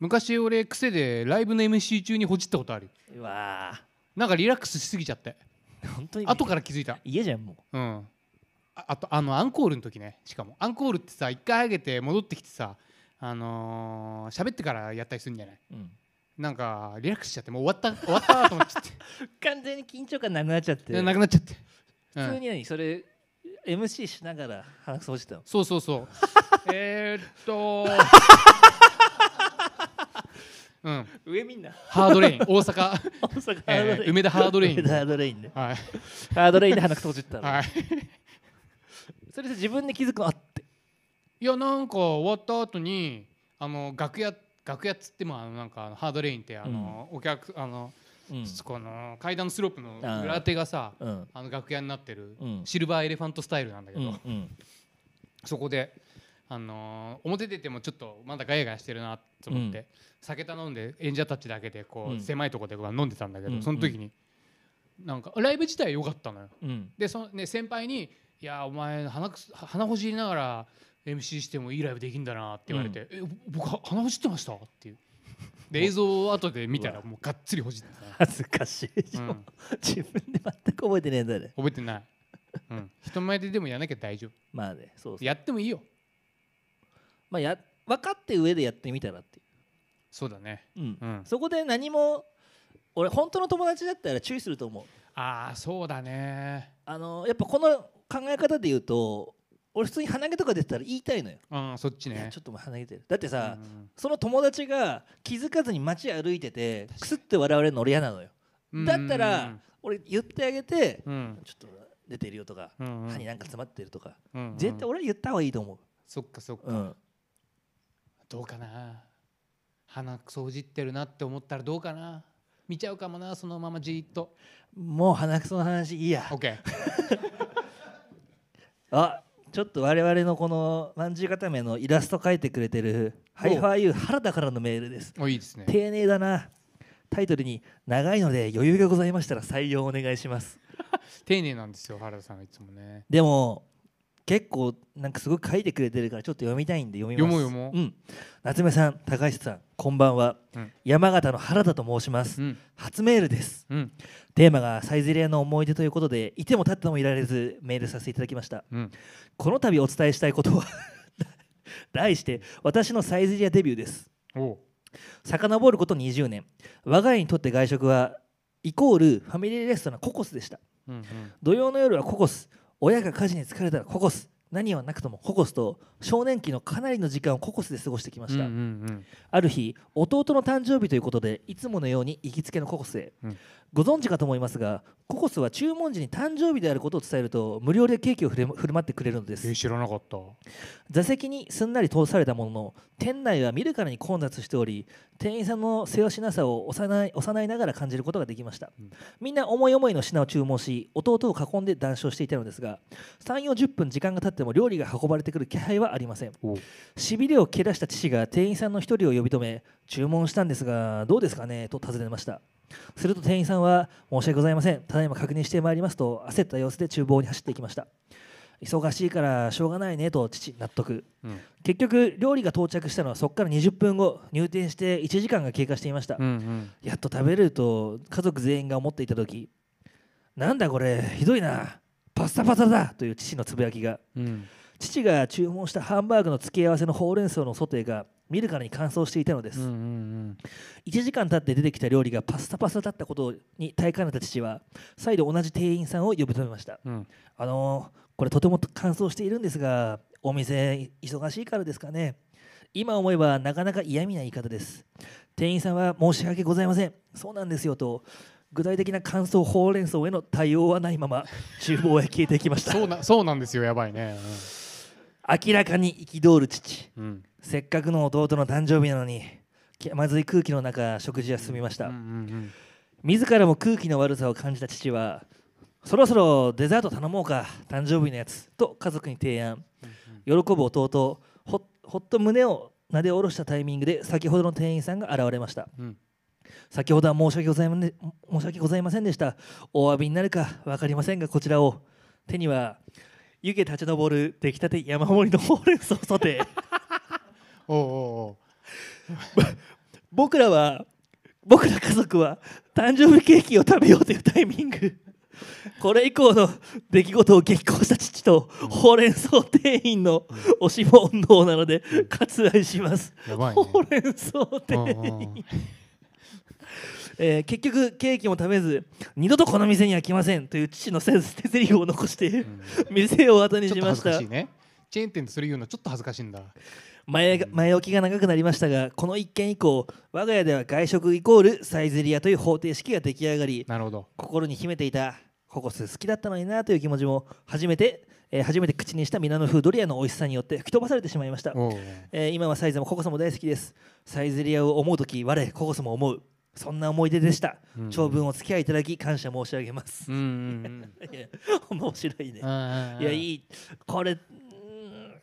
Speaker 1: 昔俺癖でライブの MC 中にほじったことある
Speaker 2: うわ
Speaker 1: なんかリラックスしすぎちゃって
Speaker 2: ー本当に、ね、
Speaker 1: 後から気づいた
Speaker 2: 家じゃんも、
Speaker 1: うんああとあのアンコールの時ねしかもアンコールってさ一回上げて戻ってきてさあのー喋ってからやったりするんじゃないう
Speaker 2: うん、
Speaker 1: なんかリラックスしちゃってもう終わった終わったと思っちゃって
Speaker 2: 完全に緊張感なくなっちゃって
Speaker 1: でなくなっちゃって、う
Speaker 2: 普通
Speaker 1: ん、
Speaker 2: に何それ MC しながら鼻くそ落ちたの
Speaker 1: そうそうそう えーっとうん
Speaker 2: 上みんな
Speaker 1: ハードレイン大阪
Speaker 2: 大阪
Speaker 1: えー梅田ハードレイン
Speaker 2: 梅田ハードレインね
Speaker 1: はい
Speaker 2: ハードレインで鼻くそ落ちたの、
Speaker 1: はい
Speaker 2: それで自分で気づくのあって
Speaker 1: いやなんか終わった後にあの楽屋楽屋っつってもあのなんかあのハードレインってあの、お客あの、
Speaker 2: うん
Speaker 1: この階段のスロープの
Speaker 2: あー
Speaker 1: 裏手がさあ
Speaker 2: うん
Speaker 1: の楽屋になってる、
Speaker 2: うん
Speaker 1: シルバーエレファントスタイルなんだけ
Speaker 2: う
Speaker 1: ど、
Speaker 2: んうん
Speaker 1: そこで、あのー表出てもちょっとまだガヤガヤしてるなと思って、
Speaker 2: うん
Speaker 1: 酒頼んで演者たちだけでこう、
Speaker 2: うん
Speaker 1: 狭いとこでこう飲んでたんだけど、
Speaker 2: うん
Speaker 1: その時になんかライブ自体良かったのよ。
Speaker 2: うん
Speaker 1: でそのね先輩に「いやお前鼻くす鼻ほじりながら MC してもいいライブできんだな」って言われて「えぼ僕は鼻ほじってました?」っていうで映像を後で見たらもうがっつりほじって た、
Speaker 2: 恥ずかしいでしょ、
Speaker 1: うん
Speaker 2: 自分で全く覚えてねえんだね
Speaker 1: 覚えてない、うん、人前ででもやらなきゃ大丈夫
Speaker 2: まあねそうそう
Speaker 1: やってもいいよ
Speaker 2: まあや分かって上でやってみたらっていう
Speaker 1: そうだね
Speaker 2: うん
Speaker 1: うん
Speaker 2: そこで何も俺本当の友達だったら注意すると思う
Speaker 1: ああそうだね
Speaker 2: あのやっぱこの考え方で言うと俺普通に鼻毛とか出てたら言いたいのよ、
Speaker 1: うんそっち
Speaker 2: いや
Speaker 1: ね
Speaker 2: ちょっともう鼻毛出てるだってさ、
Speaker 1: うん
Speaker 2: その友達が気づかずに街歩いててクスって笑われるの俺嫌なのよ
Speaker 1: うん
Speaker 2: だったら俺言ってあげて、
Speaker 1: うん
Speaker 2: ちょっと出てるよとか、
Speaker 1: うんうん
Speaker 2: 歯になんか詰まってるとか、
Speaker 1: うんうん
Speaker 2: 絶対俺は言った方がいいと思
Speaker 1: そっかそっか
Speaker 2: う、うん、
Speaker 1: どうかな鼻くそほじってるなって思ったらどうかな見ちゃうかもなそのままじーっと
Speaker 2: もう鼻くその話いいや
Speaker 1: OK
Speaker 2: あちょっと我々のこのまんじゅう固めのイラスト描いてくれてるハイファーユー原田からのメールです
Speaker 1: おいいですね
Speaker 2: 丁寧だなタイトルに「長いので余裕がございましたら採用お願いします
Speaker 1: 丁寧なんですよ原田さんはいつもね」
Speaker 2: でも結構なんかすごく書いてくれてるからちょっと読みたいんで読みます
Speaker 1: 読もう読も
Speaker 2: う、ん、夏目さん高橋さんこんばんは、
Speaker 1: うん
Speaker 2: 山形の原田と申します、
Speaker 1: うん
Speaker 2: 初メールです
Speaker 1: うん
Speaker 2: テーマがサイゼリアの思い出ということでいても立ってもいられずメールさせていただきました
Speaker 1: うん
Speaker 2: この度お伝えしたいことは 題して私のサイゼリアデビューです
Speaker 1: おう
Speaker 2: 遡ること20年我が家にとって外食はイコールファミリーレストランココスでした
Speaker 1: うんうん
Speaker 2: 土曜の夜はココス親が家事に疲れたらココス何はなくともココスと少年期のかなりの時間をココスで過ごしてきま
Speaker 1: う
Speaker 2: し
Speaker 1: ん
Speaker 2: た、
Speaker 1: うん
Speaker 2: ある日弟の誕生日ということでいつものように行きつけのココスへ、
Speaker 1: うん
Speaker 2: ご存知かと思いますがココスは注文時に誕生日であることを伝えると無料でケーキを振れ振る舞ってくれるので
Speaker 1: えー
Speaker 2: す
Speaker 1: 知らなかった
Speaker 2: 座席にすんなり通されたものの店内は見るからに混雑しており店員さんのせわしなさを幼い幼いながら感じることができました、
Speaker 1: うん
Speaker 2: みんな思い思いの品を注文し弟を囲んで談笑していたのですが3 4 0分時間が経っても料理が運ばれてくる気配はありません
Speaker 1: お
Speaker 2: しびれを切らした父が店員さんの一人を呼び止め注文したんですがどうですかねと尋ねましたすると店員さんは申し訳ございませんただいま確認してまいりますと焦った様子で厨房に走っていきました忙しいからしょうがないねと父納得
Speaker 1: うん
Speaker 2: 結局料理が到着したのはそこから20分後入店して1時間が経過していました、
Speaker 1: うんうん
Speaker 2: やっと食べれると家族全員が思っていた時なんだこれひどいなパスタパスタだという父のつぶやきが
Speaker 1: うん
Speaker 2: 父が注文したハンバーグの付け合わせのほうれん草のソテーが見るからに乾燥していたのです、
Speaker 1: うんうん
Speaker 2: 1時間経って出てきた料理がパスタパスタだったことに耐えかねた父は再度同じ店員さんを呼び止めました
Speaker 1: うんうん
Speaker 2: あのーこれとても乾燥しているんですがお店忙しいからですかね今思えばなかなか嫌味な言い方です店員さんは申し訳ございませんそうなんですよと具体的な乾燥ほうれん草への対応はない まま厨房へ消えていきました
Speaker 1: そうなそうなんですよやばいね
Speaker 2: 明らかに憤る父
Speaker 1: うんうん
Speaker 2: せっかくの弟の誕生日なのに気まずい空気の中食事は進みまし
Speaker 1: う
Speaker 2: た、
Speaker 1: んうん
Speaker 2: 自らも空気の悪さを感じた父はそろそろデザート頼もうか誕生日のやつと家族に提案喜ぶ弟ほほっと胸を撫で下ろしたタイミングで先ほどの店員さんが現れました
Speaker 1: うんうん
Speaker 2: 先ほどは申し訳ございません申し訳ございませんでしたお詫びになるか分かりませんがこちらを手には湯気立ち上る出来たて山盛りのほうれん草ソテー
Speaker 1: おうおうおう
Speaker 2: 僕らは僕ら家族は誕生日ケーキを食べようというタイミングこれ以降の出来事を激高した父とほうれん草店員の押し問答なので割愛します、
Speaker 1: やばいね
Speaker 2: ほうれん草店員、
Speaker 1: うん うん
Speaker 2: えー結局ケーキも食べず二度とこの店には来ませんという父のせ捨て台詞を残して店を後に
Speaker 1: ちょっ
Speaker 2: し
Speaker 1: と
Speaker 2: ま
Speaker 1: 恥
Speaker 2: し
Speaker 1: ずか
Speaker 2: た
Speaker 1: しいねチェーン店でそれ言うのちょっと恥ずかしいんだ
Speaker 2: 前が前置きが長くなりましたがこの一件以降我が家では外食イコールサイゼリアという方程式が出来上がり
Speaker 1: なるほど
Speaker 2: 心に秘めていたココス好きだったのになという気持ちも初めて、えー初めて口にしたミラノ風ドリアの美味しさによって吹き飛ばされてしまいました、
Speaker 1: おう
Speaker 2: えー今はサイズもココスも大好きですサイゼリアを思う時我ココスも思うそんな思い出でした、
Speaker 1: うん
Speaker 2: 長文お付き合いいただき感謝申し上げます、
Speaker 1: うんうん
Speaker 2: いや面白い ね
Speaker 1: うんうんうん
Speaker 2: いやいいこれうーん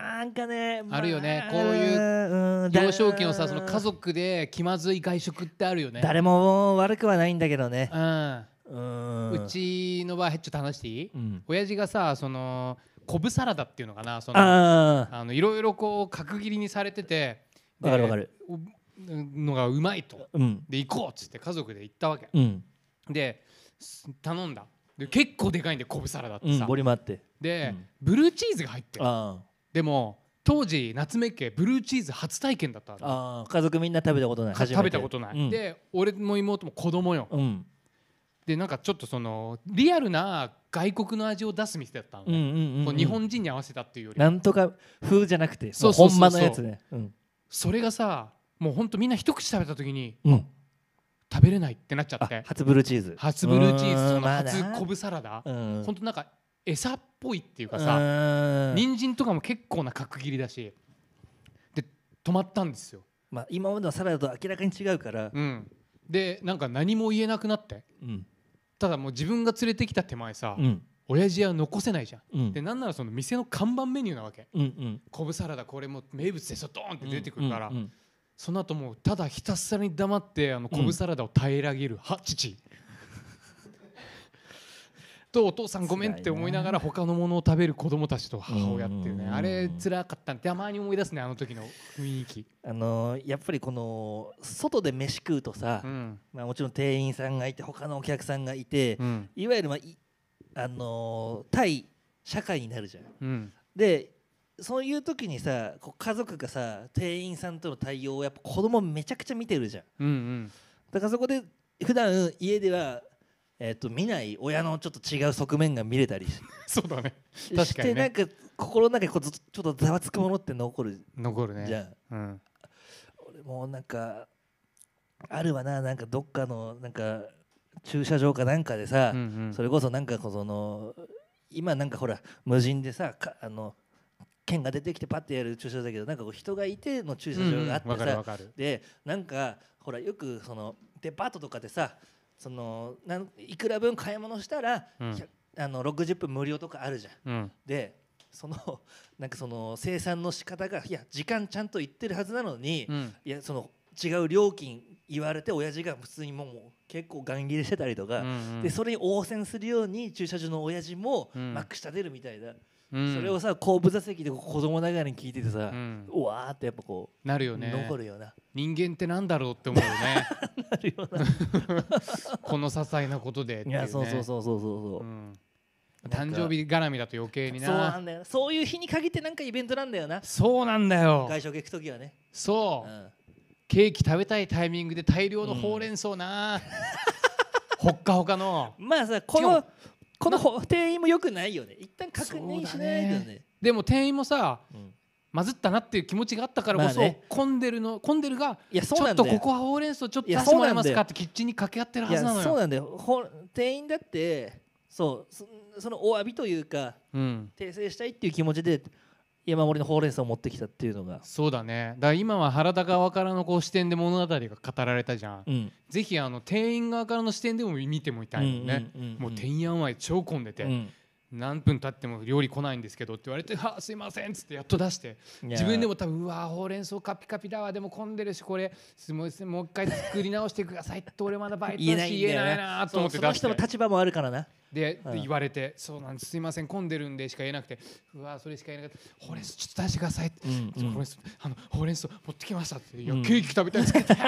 Speaker 2: なんかね
Speaker 1: あるよね
Speaker 2: まあ
Speaker 1: こういう
Speaker 2: うんだ
Speaker 1: 幼少期のさその家族で気まずい外食ってあるよね
Speaker 2: 誰も悪くはないんだけどね
Speaker 1: うん
Speaker 2: うん
Speaker 1: うちの場合ちょっと話していい、
Speaker 2: うん
Speaker 1: 親父がさその昆布サラダっていうのかなそのあ
Speaker 2: ああ
Speaker 1: のいろいろこう角切りにされててで
Speaker 2: わかるわかる
Speaker 1: おのがうまいと
Speaker 2: うん
Speaker 1: で行こうっつって家族で行ったわけ
Speaker 2: うん
Speaker 1: です頼んだで結構でかいんで昆布サラダっ
Speaker 2: う
Speaker 1: て
Speaker 2: ん
Speaker 1: さ、
Speaker 2: ボリュームあって
Speaker 1: で、
Speaker 2: うん
Speaker 1: ブルーチーズが入ってる
Speaker 2: あ
Speaker 1: でも当時夏目家ブルーチーズ初体験だった
Speaker 2: ー
Speaker 1: の
Speaker 2: あー家族みんな食べたことない
Speaker 1: か
Speaker 2: 初め
Speaker 1: 食べ
Speaker 2: て
Speaker 1: たことない、
Speaker 2: うん
Speaker 1: で俺も妹も子供よ、
Speaker 2: うん
Speaker 1: でなんかちょっとそのリアルな外国の味を出す店だったの、
Speaker 2: うんうんうん
Speaker 1: こ
Speaker 2: う
Speaker 1: うん日本人に合わせたっていうより
Speaker 2: なんとか風じゃなくて
Speaker 1: そう
Speaker 2: もう
Speaker 1: そうそう
Speaker 2: 本場のやつねうん
Speaker 1: それがさもうほんとみんな一口食べた時に
Speaker 2: うん
Speaker 1: 食べれないってなっちゃっ
Speaker 2: あ
Speaker 1: て
Speaker 2: 初ブルーチーズ
Speaker 1: 初ブルーチーズ
Speaker 2: う
Speaker 1: そ
Speaker 2: ん
Speaker 1: の
Speaker 2: まあな
Speaker 1: 初昆布サラダ
Speaker 2: うん
Speaker 1: ほんとなんか餌っぽいっていうかさ
Speaker 2: さ
Speaker 1: 人参とかも結構な角切りだしで止まったんですよ、
Speaker 2: まあ今までのサラダと明らかに違うから
Speaker 1: うん、でなんか何も言えなくなって
Speaker 2: うん
Speaker 1: ただもう自分が連れてきた手前さ、
Speaker 2: うん
Speaker 1: 親父は残せないじゃん
Speaker 2: うん
Speaker 1: でなんならその店の看板メニューなわけ
Speaker 2: うんうん
Speaker 1: 昆布サラダこれもう名物でさドーンって出てくるから、
Speaker 2: うんうん
Speaker 1: その後もうただひたすらに黙ってあの昆布サラダを平らげる、は父 とお父さんごめんって思いながら他のものを食べる子供たちと母親っていうね
Speaker 2: うん
Speaker 1: あれ辛かったんでたまに思い出すねあの時の雰囲気、
Speaker 2: あのーやっぱりこの外で飯食うとさ
Speaker 1: うん
Speaker 2: まあもちろん店員さんがいて他のお客さんがいて
Speaker 1: うん
Speaker 2: いわゆるまあいあのー対社会になるじゃん
Speaker 1: うん、
Speaker 2: でそういう時にさこう家族がさ店員さんとの対応をやっぱ子供めちゃくちゃ見てるじゃん
Speaker 1: うんうん
Speaker 2: だからそこで普段家では、えっと見ない親のちょっと違う側面が見れたりし
Speaker 1: そうだね 確かにね
Speaker 2: してなんか心の中にこうずっとちょっとざわつくものって残る
Speaker 1: 残る
Speaker 2: じゃ
Speaker 1: ね、
Speaker 2: ん、
Speaker 1: うん、
Speaker 2: 俺もなんかあるわななんかどっかのなんか駐車場かなんかでさ、
Speaker 1: うんうん
Speaker 2: それこそなんかこうその今なんかほら無人でさかあの券が出てきてパッてやる駐車場だけどなんかこう人がいての駐車場があって
Speaker 1: うんうんわかる
Speaker 2: さ
Speaker 1: わかる
Speaker 2: でなんかほらよくそのデパートとかでさそのなんいくら分買い物したら、
Speaker 1: うん
Speaker 2: ひゃあの60分無料とかあるじゃん。
Speaker 1: うん
Speaker 2: でそのなんかその生産の仕方がいや時間ちゃんと言ってるはずなのに、
Speaker 1: うん
Speaker 2: いやその違う料金言われて親父が普通にもう結構ガン切れしてたりとか、
Speaker 1: うん
Speaker 2: でそれに応戦するように駐車場の親父も
Speaker 1: うん
Speaker 2: マックス立てるみたいな、
Speaker 1: うん
Speaker 2: それをさ後部座席で子供ながらに聞いててさ、
Speaker 1: う
Speaker 2: うんわーってやっぱこう
Speaker 1: なるよね
Speaker 2: 残るような
Speaker 1: 人間ってなんだろうって思うよね
Speaker 2: なるような、
Speaker 1: この些細なことでって
Speaker 2: い
Speaker 1: いね
Speaker 2: やそうそうそうそうそうそうう、
Speaker 1: ん
Speaker 2: なん
Speaker 1: 誕
Speaker 2: か
Speaker 1: 生日絡みだと余計に
Speaker 2: そうな
Speaker 1: なん
Speaker 2: だよそういう日に限ってなんかイベントなんだよな
Speaker 1: そうなんだよ
Speaker 2: 外食行く時はね、う
Speaker 1: そう、
Speaker 2: ん、
Speaker 1: ケーキ食べたいタイミングで大量のほうれん草な、ほっかほかの
Speaker 2: まあさこ
Speaker 1: しか
Speaker 2: の
Speaker 1: も
Speaker 2: この店員もよくないよね一旦確認しないと
Speaker 1: そうだ
Speaker 2: ね
Speaker 1: ねでも店員もさ
Speaker 2: うん
Speaker 1: まずったなっていう気持ちがあったからこそ、
Speaker 2: まあね
Speaker 1: 混んでるの混んでるが
Speaker 2: いや
Speaker 1: ち
Speaker 2: そう
Speaker 1: ょ
Speaker 2: な
Speaker 1: っ
Speaker 2: んだ
Speaker 1: と
Speaker 2: よ
Speaker 1: ここはほうれん草ちょっと
Speaker 2: い
Speaker 1: 出
Speaker 2: や
Speaker 1: してもらえます
Speaker 2: そうなんだよ
Speaker 1: かってキッチンに掛け合ってる
Speaker 2: い
Speaker 1: はずなの
Speaker 2: や
Speaker 1: よ
Speaker 2: そうなんだよほ店員だってそうそそのお詫びというか
Speaker 1: うん、
Speaker 2: 訂正したいっていう気持ちで山盛りのほうれん草を持ってきたっていうのが、
Speaker 1: そうだねだから今は原田側からのこう視点で物語が語られたじゃん、
Speaker 2: うん、
Speaker 1: ぜひあの店員側からの視点でも見てもいたいもんね、
Speaker 2: うんうんうんうん
Speaker 1: もうてんやんわい超混んでて、何分経っても料理来ないんですけどって言われて「あすいません」っつってやっと出して
Speaker 2: いや
Speaker 1: 自分でも多分「うわーほうれん草カピカピだわでも混んでるしこれすごいですねもう一回作り直してください」って俺まだバイト
Speaker 2: 言え
Speaker 1: だ
Speaker 2: ない
Speaker 1: し
Speaker 2: ん
Speaker 1: 言え
Speaker 2: だ
Speaker 1: ない
Speaker 2: よ
Speaker 1: な
Speaker 2: な
Speaker 1: ーと思って
Speaker 2: そうその
Speaker 1: 出し
Speaker 2: 人の
Speaker 1: て
Speaker 2: 立場もあるからな
Speaker 1: でで
Speaker 2: うん
Speaker 1: 言われて「そうなんですすいません混んでるんで」しか言えなくて「うわーそれしか言えなかったほうれん草ちょっと出してください」って
Speaker 2: うんうん
Speaker 1: ほうれん草あのほうれん草持ってきました」って「いや
Speaker 2: うん
Speaker 1: ケーキ食 べたいんですけど」え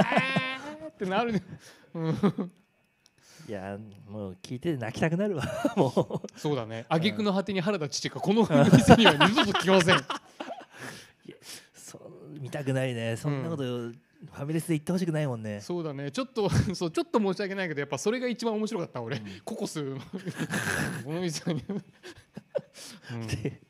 Speaker 1: ーってなるね
Speaker 2: いやもう聞いて泣きたくなるわ も
Speaker 1: そうだね挙句の果てに原田父がこの店には二度と来ません
Speaker 2: うそう見たくないねそんなこと、ファミレスで言ってほしくないもんね
Speaker 1: そうだねちょっと そうちょっと申し訳ないけどやっぱそれが一番面白かった俺、ココスこの店に、
Speaker 2: って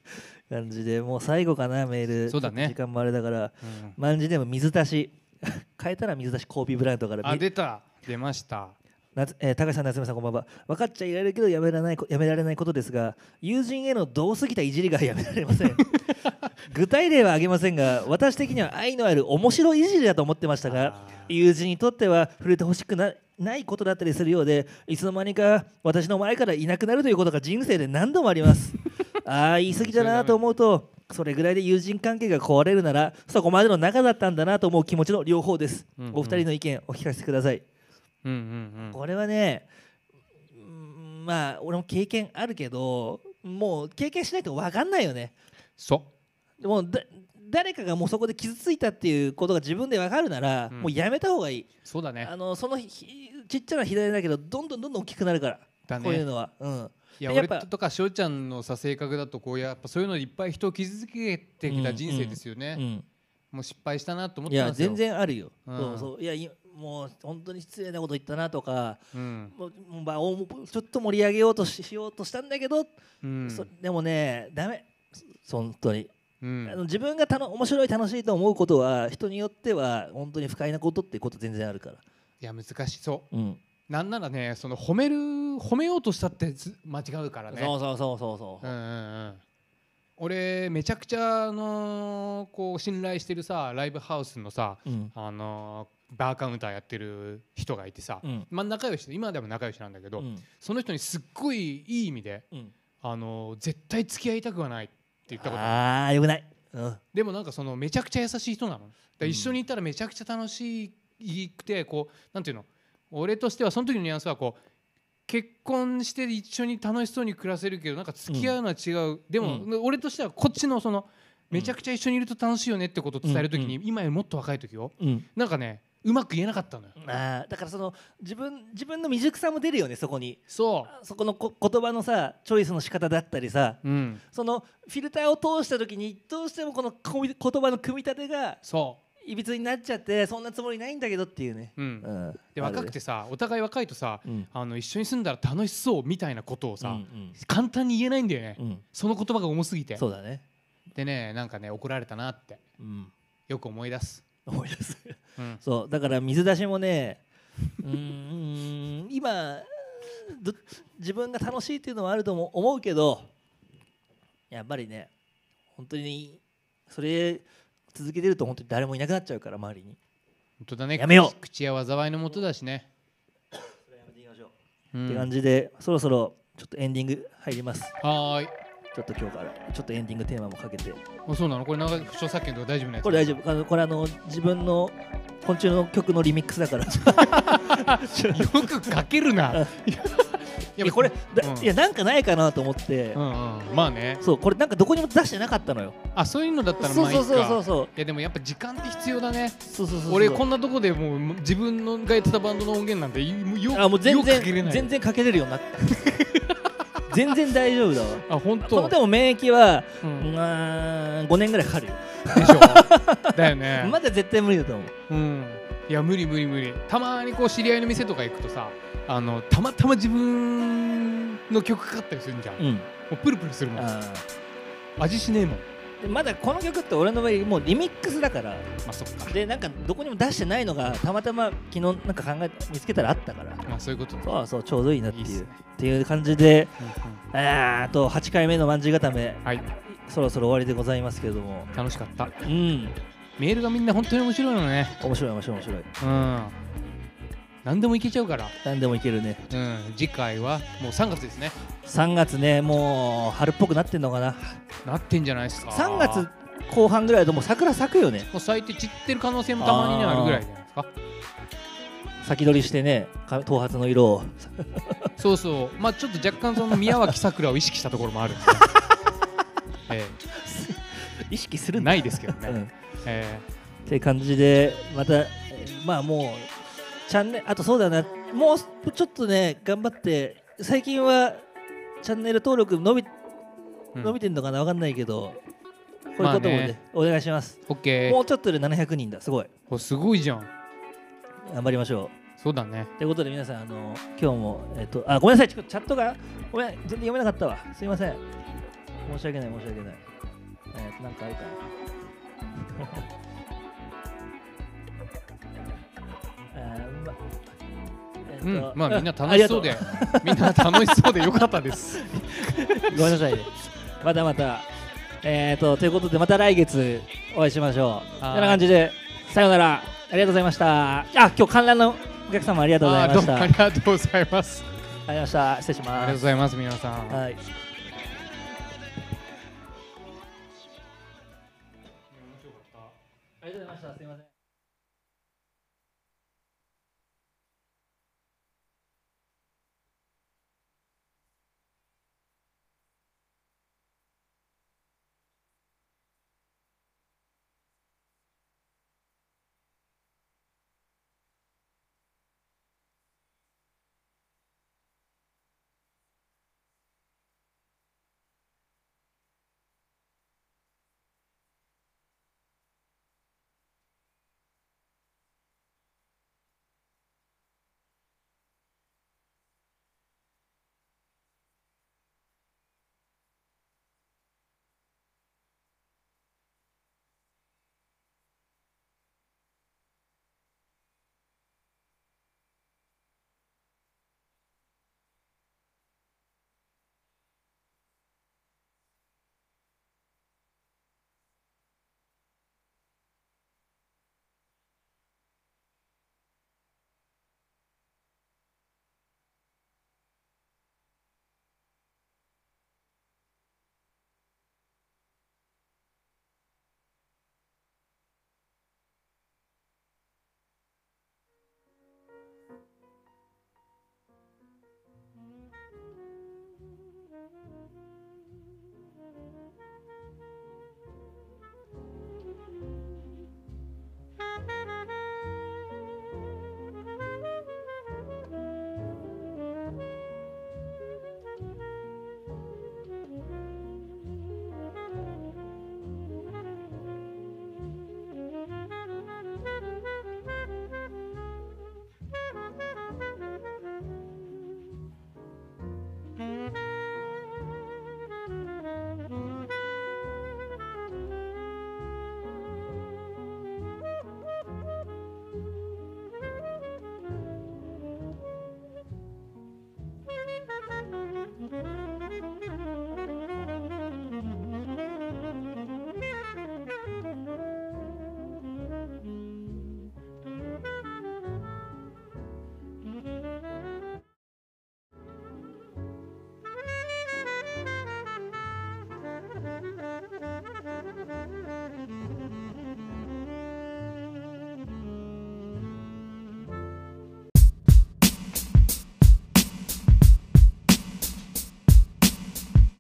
Speaker 2: 感じでもう最後かなメール
Speaker 1: そうだね
Speaker 2: 時間もあれだから
Speaker 1: うん
Speaker 2: マンジでも水足し 変えたら水足しコービーブライアントから
Speaker 1: あ
Speaker 2: み
Speaker 1: 出た出ました
Speaker 2: 夏えー高橋さん、夏目さん、こんばんは。分かっちゃいられるけどやめられないこ、やめられないことですが、友人へのどうすぎたいじりがやめられ ません。具体例は挙げませんが、私的には愛のある面白いじりだと思ってましたが
Speaker 1: あ、ー
Speaker 2: 友人にとっては触れてほしくなないことだったりするようで、いつの間にか私の前からいなくなるということが人生で何度もあり ます。ああ、言い過ぎだなと思うと、それぐらいで友人関係が壊れるなら、そこまでの仲だったんだなと思う気持ちの両方です。
Speaker 1: うんうん
Speaker 2: お二人の意見、お聞かせください。
Speaker 1: うんうんうん
Speaker 2: これはねうんまあ俺も経験あるけどもう経験しないと分かんないよね
Speaker 1: そ
Speaker 2: でもだ誰かがもうそこで傷ついたっていうことが自分で分かるなら、
Speaker 1: うん
Speaker 2: もうやめた方がいい、
Speaker 1: そうだね
Speaker 2: あのそのひちっちゃな左だけどどんどんどんどん大きくなるから
Speaker 1: だね
Speaker 2: こういうのは、うん、
Speaker 1: いや
Speaker 2: やっ
Speaker 1: 俺
Speaker 2: ぱ
Speaker 1: とかしおちゃんのさ性格だとこうやっぱそういうのでいっぱい人を傷つけてきた人生ですよね、
Speaker 2: うん
Speaker 1: もう失敗したなと思っ
Speaker 2: い
Speaker 1: て
Speaker 2: や
Speaker 1: ますよ
Speaker 2: 全、然あるよ、
Speaker 1: うん
Speaker 2: そうそういやいもう本当に失礼なこと言ったなとか
Speaker 1: うん
Speaker 2: もうもう場をちょっと盛り上げようとししようとしたんだけど、
Speaker 1: うん
Speaker 2: そでもねダメそ本当に
Speaker 1: うん
Speaker 2: あの自分がたの面白い楽しいと思うことは人によっては本当に不快なことってこと全然あるから、
Speaker 1: いや難しそう
Speaker 2: うん
Speaker 1: なんならねその褒める褒めようとしたってず間違うからね
Speaker 2: そうそうそうそうそうう、
Speaker 1: んうんうん俺めちゃくちゃあのーこう信頼してるさライブハウスのさ
Speaker 2: うん
Speaker 1: あのーバーカウンターやってる人がいてさ、
Speaker 2: うん
Speaker 1: まあ仲良しで今でも仲良しなんだけ
Speaker 2: う
Speaker 1: ど、
Speaker 2: ん
Speaker 1: その人にすっごいいい意味で
Speaker 2: うん
Speaker 1: あのー絶対付き合いたくはないって言ったことある
Speaker 2: ああよくない、うん
Speaker 1: でもなんかそのめちゃくちゃ優しい人なのだから一緒にいたらめちゃくちゃ楽しくてこうなんていうの俺としてはその時のニュアンスはこう結婚して一緒に楽しそうに暮らせるけどなんか付き合うのは違う、でも、
Speaker 2: う
Speaker 1: 俺としてはこっちのそのめちゃくちゃ一緒にいると楽しいよねってことを伝える時に、
Speaker 2: う
Speaker 1: 今よりもっと若い時を
Speaker 2: うん、
Speaker 1: なんかねうまく言えなかったのよ。
Speaker 2: あーだからその自分自分の未熟さも出るよねそこに
Speaker 1: そ
Speaker 2: そこのこ言葉のさチョイスの仕方だったりさ
Speaker 1: う、うん、
Speaker 2: そのフィルターを通した時にどうしてもこのこみ言葉の組み立てが
Speaker 1: そ
Speaker 2: いびつになっちゃってそんなつもりないんだけどっていうね、
Speaker 1: う、うん
Speaker 2: うん、
Speaker 1: で若くてさお互い若いとさ、
Speaker 2: うん
Speaker 1: あの一緒に住んだら楽しそうみたいなことをさ、
Speaker 2: さ、うん
Speaker 1: 簡単に言えないんだよね、
Speaker 2: うんうん
Speaker 1: その言葉が重すぎて。
Speaker 2: そうだね、
Speaker 1: でねなんかね怒られたなって
Speaker 2: うん、
Speaker 1: よく思い出す、
Speaker 2: 思い出す
Speaker 1: うん、
Speaker 2: そうだから水出しもねうーん今ど自分が楽しいっていうのはあるとも思うけどやっぱりね本当にそれ続けてると本当に誰もいなくなっちゃうから周りに
Speaker 1: 本当だね
Speaker 2: やめよう
Speaker 1: 口口や災いのもとだしね、う
Speaker 2: って
Speaker 1: ん、
Speaker 2: 感じでそろそろちょっとエンディング入ります
Speaker 1: はーい
Speaker 2: ちょっと今日からちょっとエンディングテーマもかけて
Speaker 1: あそうなのこれ長い不著作権とか大丈夫なやつ
Speaker 2: これ大丈夫あのこれあの自分の昆虫の曲のリミックスだから
Speaker 1: よく書ける な
Speaker 2: いやこれ、だ
Speaker 1: うん
Speaker 2: いやなんかないかなと思って、
Speaker 1: うんうんまあね
Speaker 2: そうこれなんかどこにも出してなかったのよ
Speaker 1: あそういうのだったらま
Speaker 2: そ
Speaker 1: あ
Speaker 2: う
Speaker 1: いいか
Speaker 2: そうそうそうそう
Speaker 1: いやでもやっぱ時間って必要だね
Speaker 2: そうそうそうそう
Speaker 1: 俺こんなとこでもう自分のがやってたバンドの音源なんていもうよ
Speaker 2: あもう全
Speaker 1: よくかけれな
Speaker 2: 然
Speaker 1: い
Speaker 2: 全然かけれるようになった 全然大丈夫だわ
Speaker 1: あ本
Speaker 2: その
Speaker 1: 当
Speaker 2: でも免疫は、
Speaker 1: うん
Speaker 2: うーん、5年ぐらいかかるよ
Speaker 1: でしょだよ ね、
Speaker 2: まだ絶対無理だと思
Speaker 1: う
Speaker 2: う
Speaker 1: んいや無理無理無理たまにこう知り合いの店とか行くとさあのたまたま自分の曲かかったりするんじゃん、
Speaker 2: う
Speaker 1: も
Speaker 2: ん
Speaker 1: うプルプルするもん
Speaker 2: あ
Speaker 1: 味しねえもん
Speaker 2: ーでまだこの曲って俺の場合もうリミックスだから
Speaker 1: まあそっか
Speaker 2: でなんかどこにも出してないのがたまたま昨日なんか考え見つけたらあったから
Speaker 1: まあそういうことね
Speaker 2: そうそうちょうどいいなっていう
Speaker 1: いいっすね
Speaker 2: っていう感じで
Speaker 1: うんうん
Speaker 2: あーあと8回目のまんじゅう固め
Speaker 1: はい
Speaker 2: そろそろ終わりでございますけれども
Speaker 1: 楽しかった
Speaker 2: うん
Speaker 1: メールがみんな本当に面白いのね
Speaker 2: 面白い面白い面白い
Speaker 1: うん何でもいけちゃうから
Speaker 2: 何でもいけるね
Speaker 1: うん次回はもう3月ですね
Speaker 2: 3月ねもう春っぽくなってんのかな
Speaker 1: なってんじゃないですか
Speaker 2: 3月後半ぐらいだともう桜咲くよね
Speaker 1: もう咲いて散ってる可能性もたまにね
Speaker 2: あー
Speaker 1: あるぐらいじゃないですか
Speaker 2: 先取りしてねか頭髪の色を
Speaker 1: そうそうまあちょっと若干その宮脇さくらを意識したところもあるん で、ねえ
Speaker 2: 意識す
Speaker 1: え
Speaker 2: るんだ、
Speaker 1: ないですけどね、
Speaker 2: うん、っ
Speaker 1: え
Speaker 2: て感じでまたえーまあもうチャンネルあとそうだなもうちょっとね頑張って最近はチャンネル登録伸び
Speaker 1: えうん
Speaker 2: 伸びてんのかなわかんないけどこうい
Speaker 1: まあ
Speaker 2: うことも
Speaker 1: ね
Speaker 2: ねお願いします
Speaker 1: オッケ
Speaker 2: も
Speaker 1: ー
Speaker 2: うちょっとで700人だすごい
Speaker 1: おすごいじゃん
Speaker 2: 頑張りましょう
Speaker 1: そうだね
Speaker 2: ということで皆さんあの今日もえっとあごめんなさいちょっとチャットがごめん全然読めなかったわすいません申し訳ない申し訳ないえっとなん かあるかなあーうまえっ
Speaker 1: う
Speaker 2: と
Speaker 1: ん まあみんな楽しそうでみんな楽しそうでよかったです
Speaker 2: ごめんなさいね。またまた。えー、とということでまた来月お会いしましょう。こん
Speaker 1: はい
Speaker 2: な感じでさようならありがとうございました。あ今日観覧のお客 様ありがとうございました。あ
Speaker 1: あー
Speaker 2: り
Speaker 1: どう
Speaker 2: がと
Speaker 1: もあ
Speaker 2: う
Speaker 1: りがとうございます
Speaker 2: ございました。失礼し
Speaker 1: ありがとう
Speaker 2: ま
Speaker 1: ご
Speaker 2: す。
Speaker 1: ざいます皆さん
Speaker 2: はい。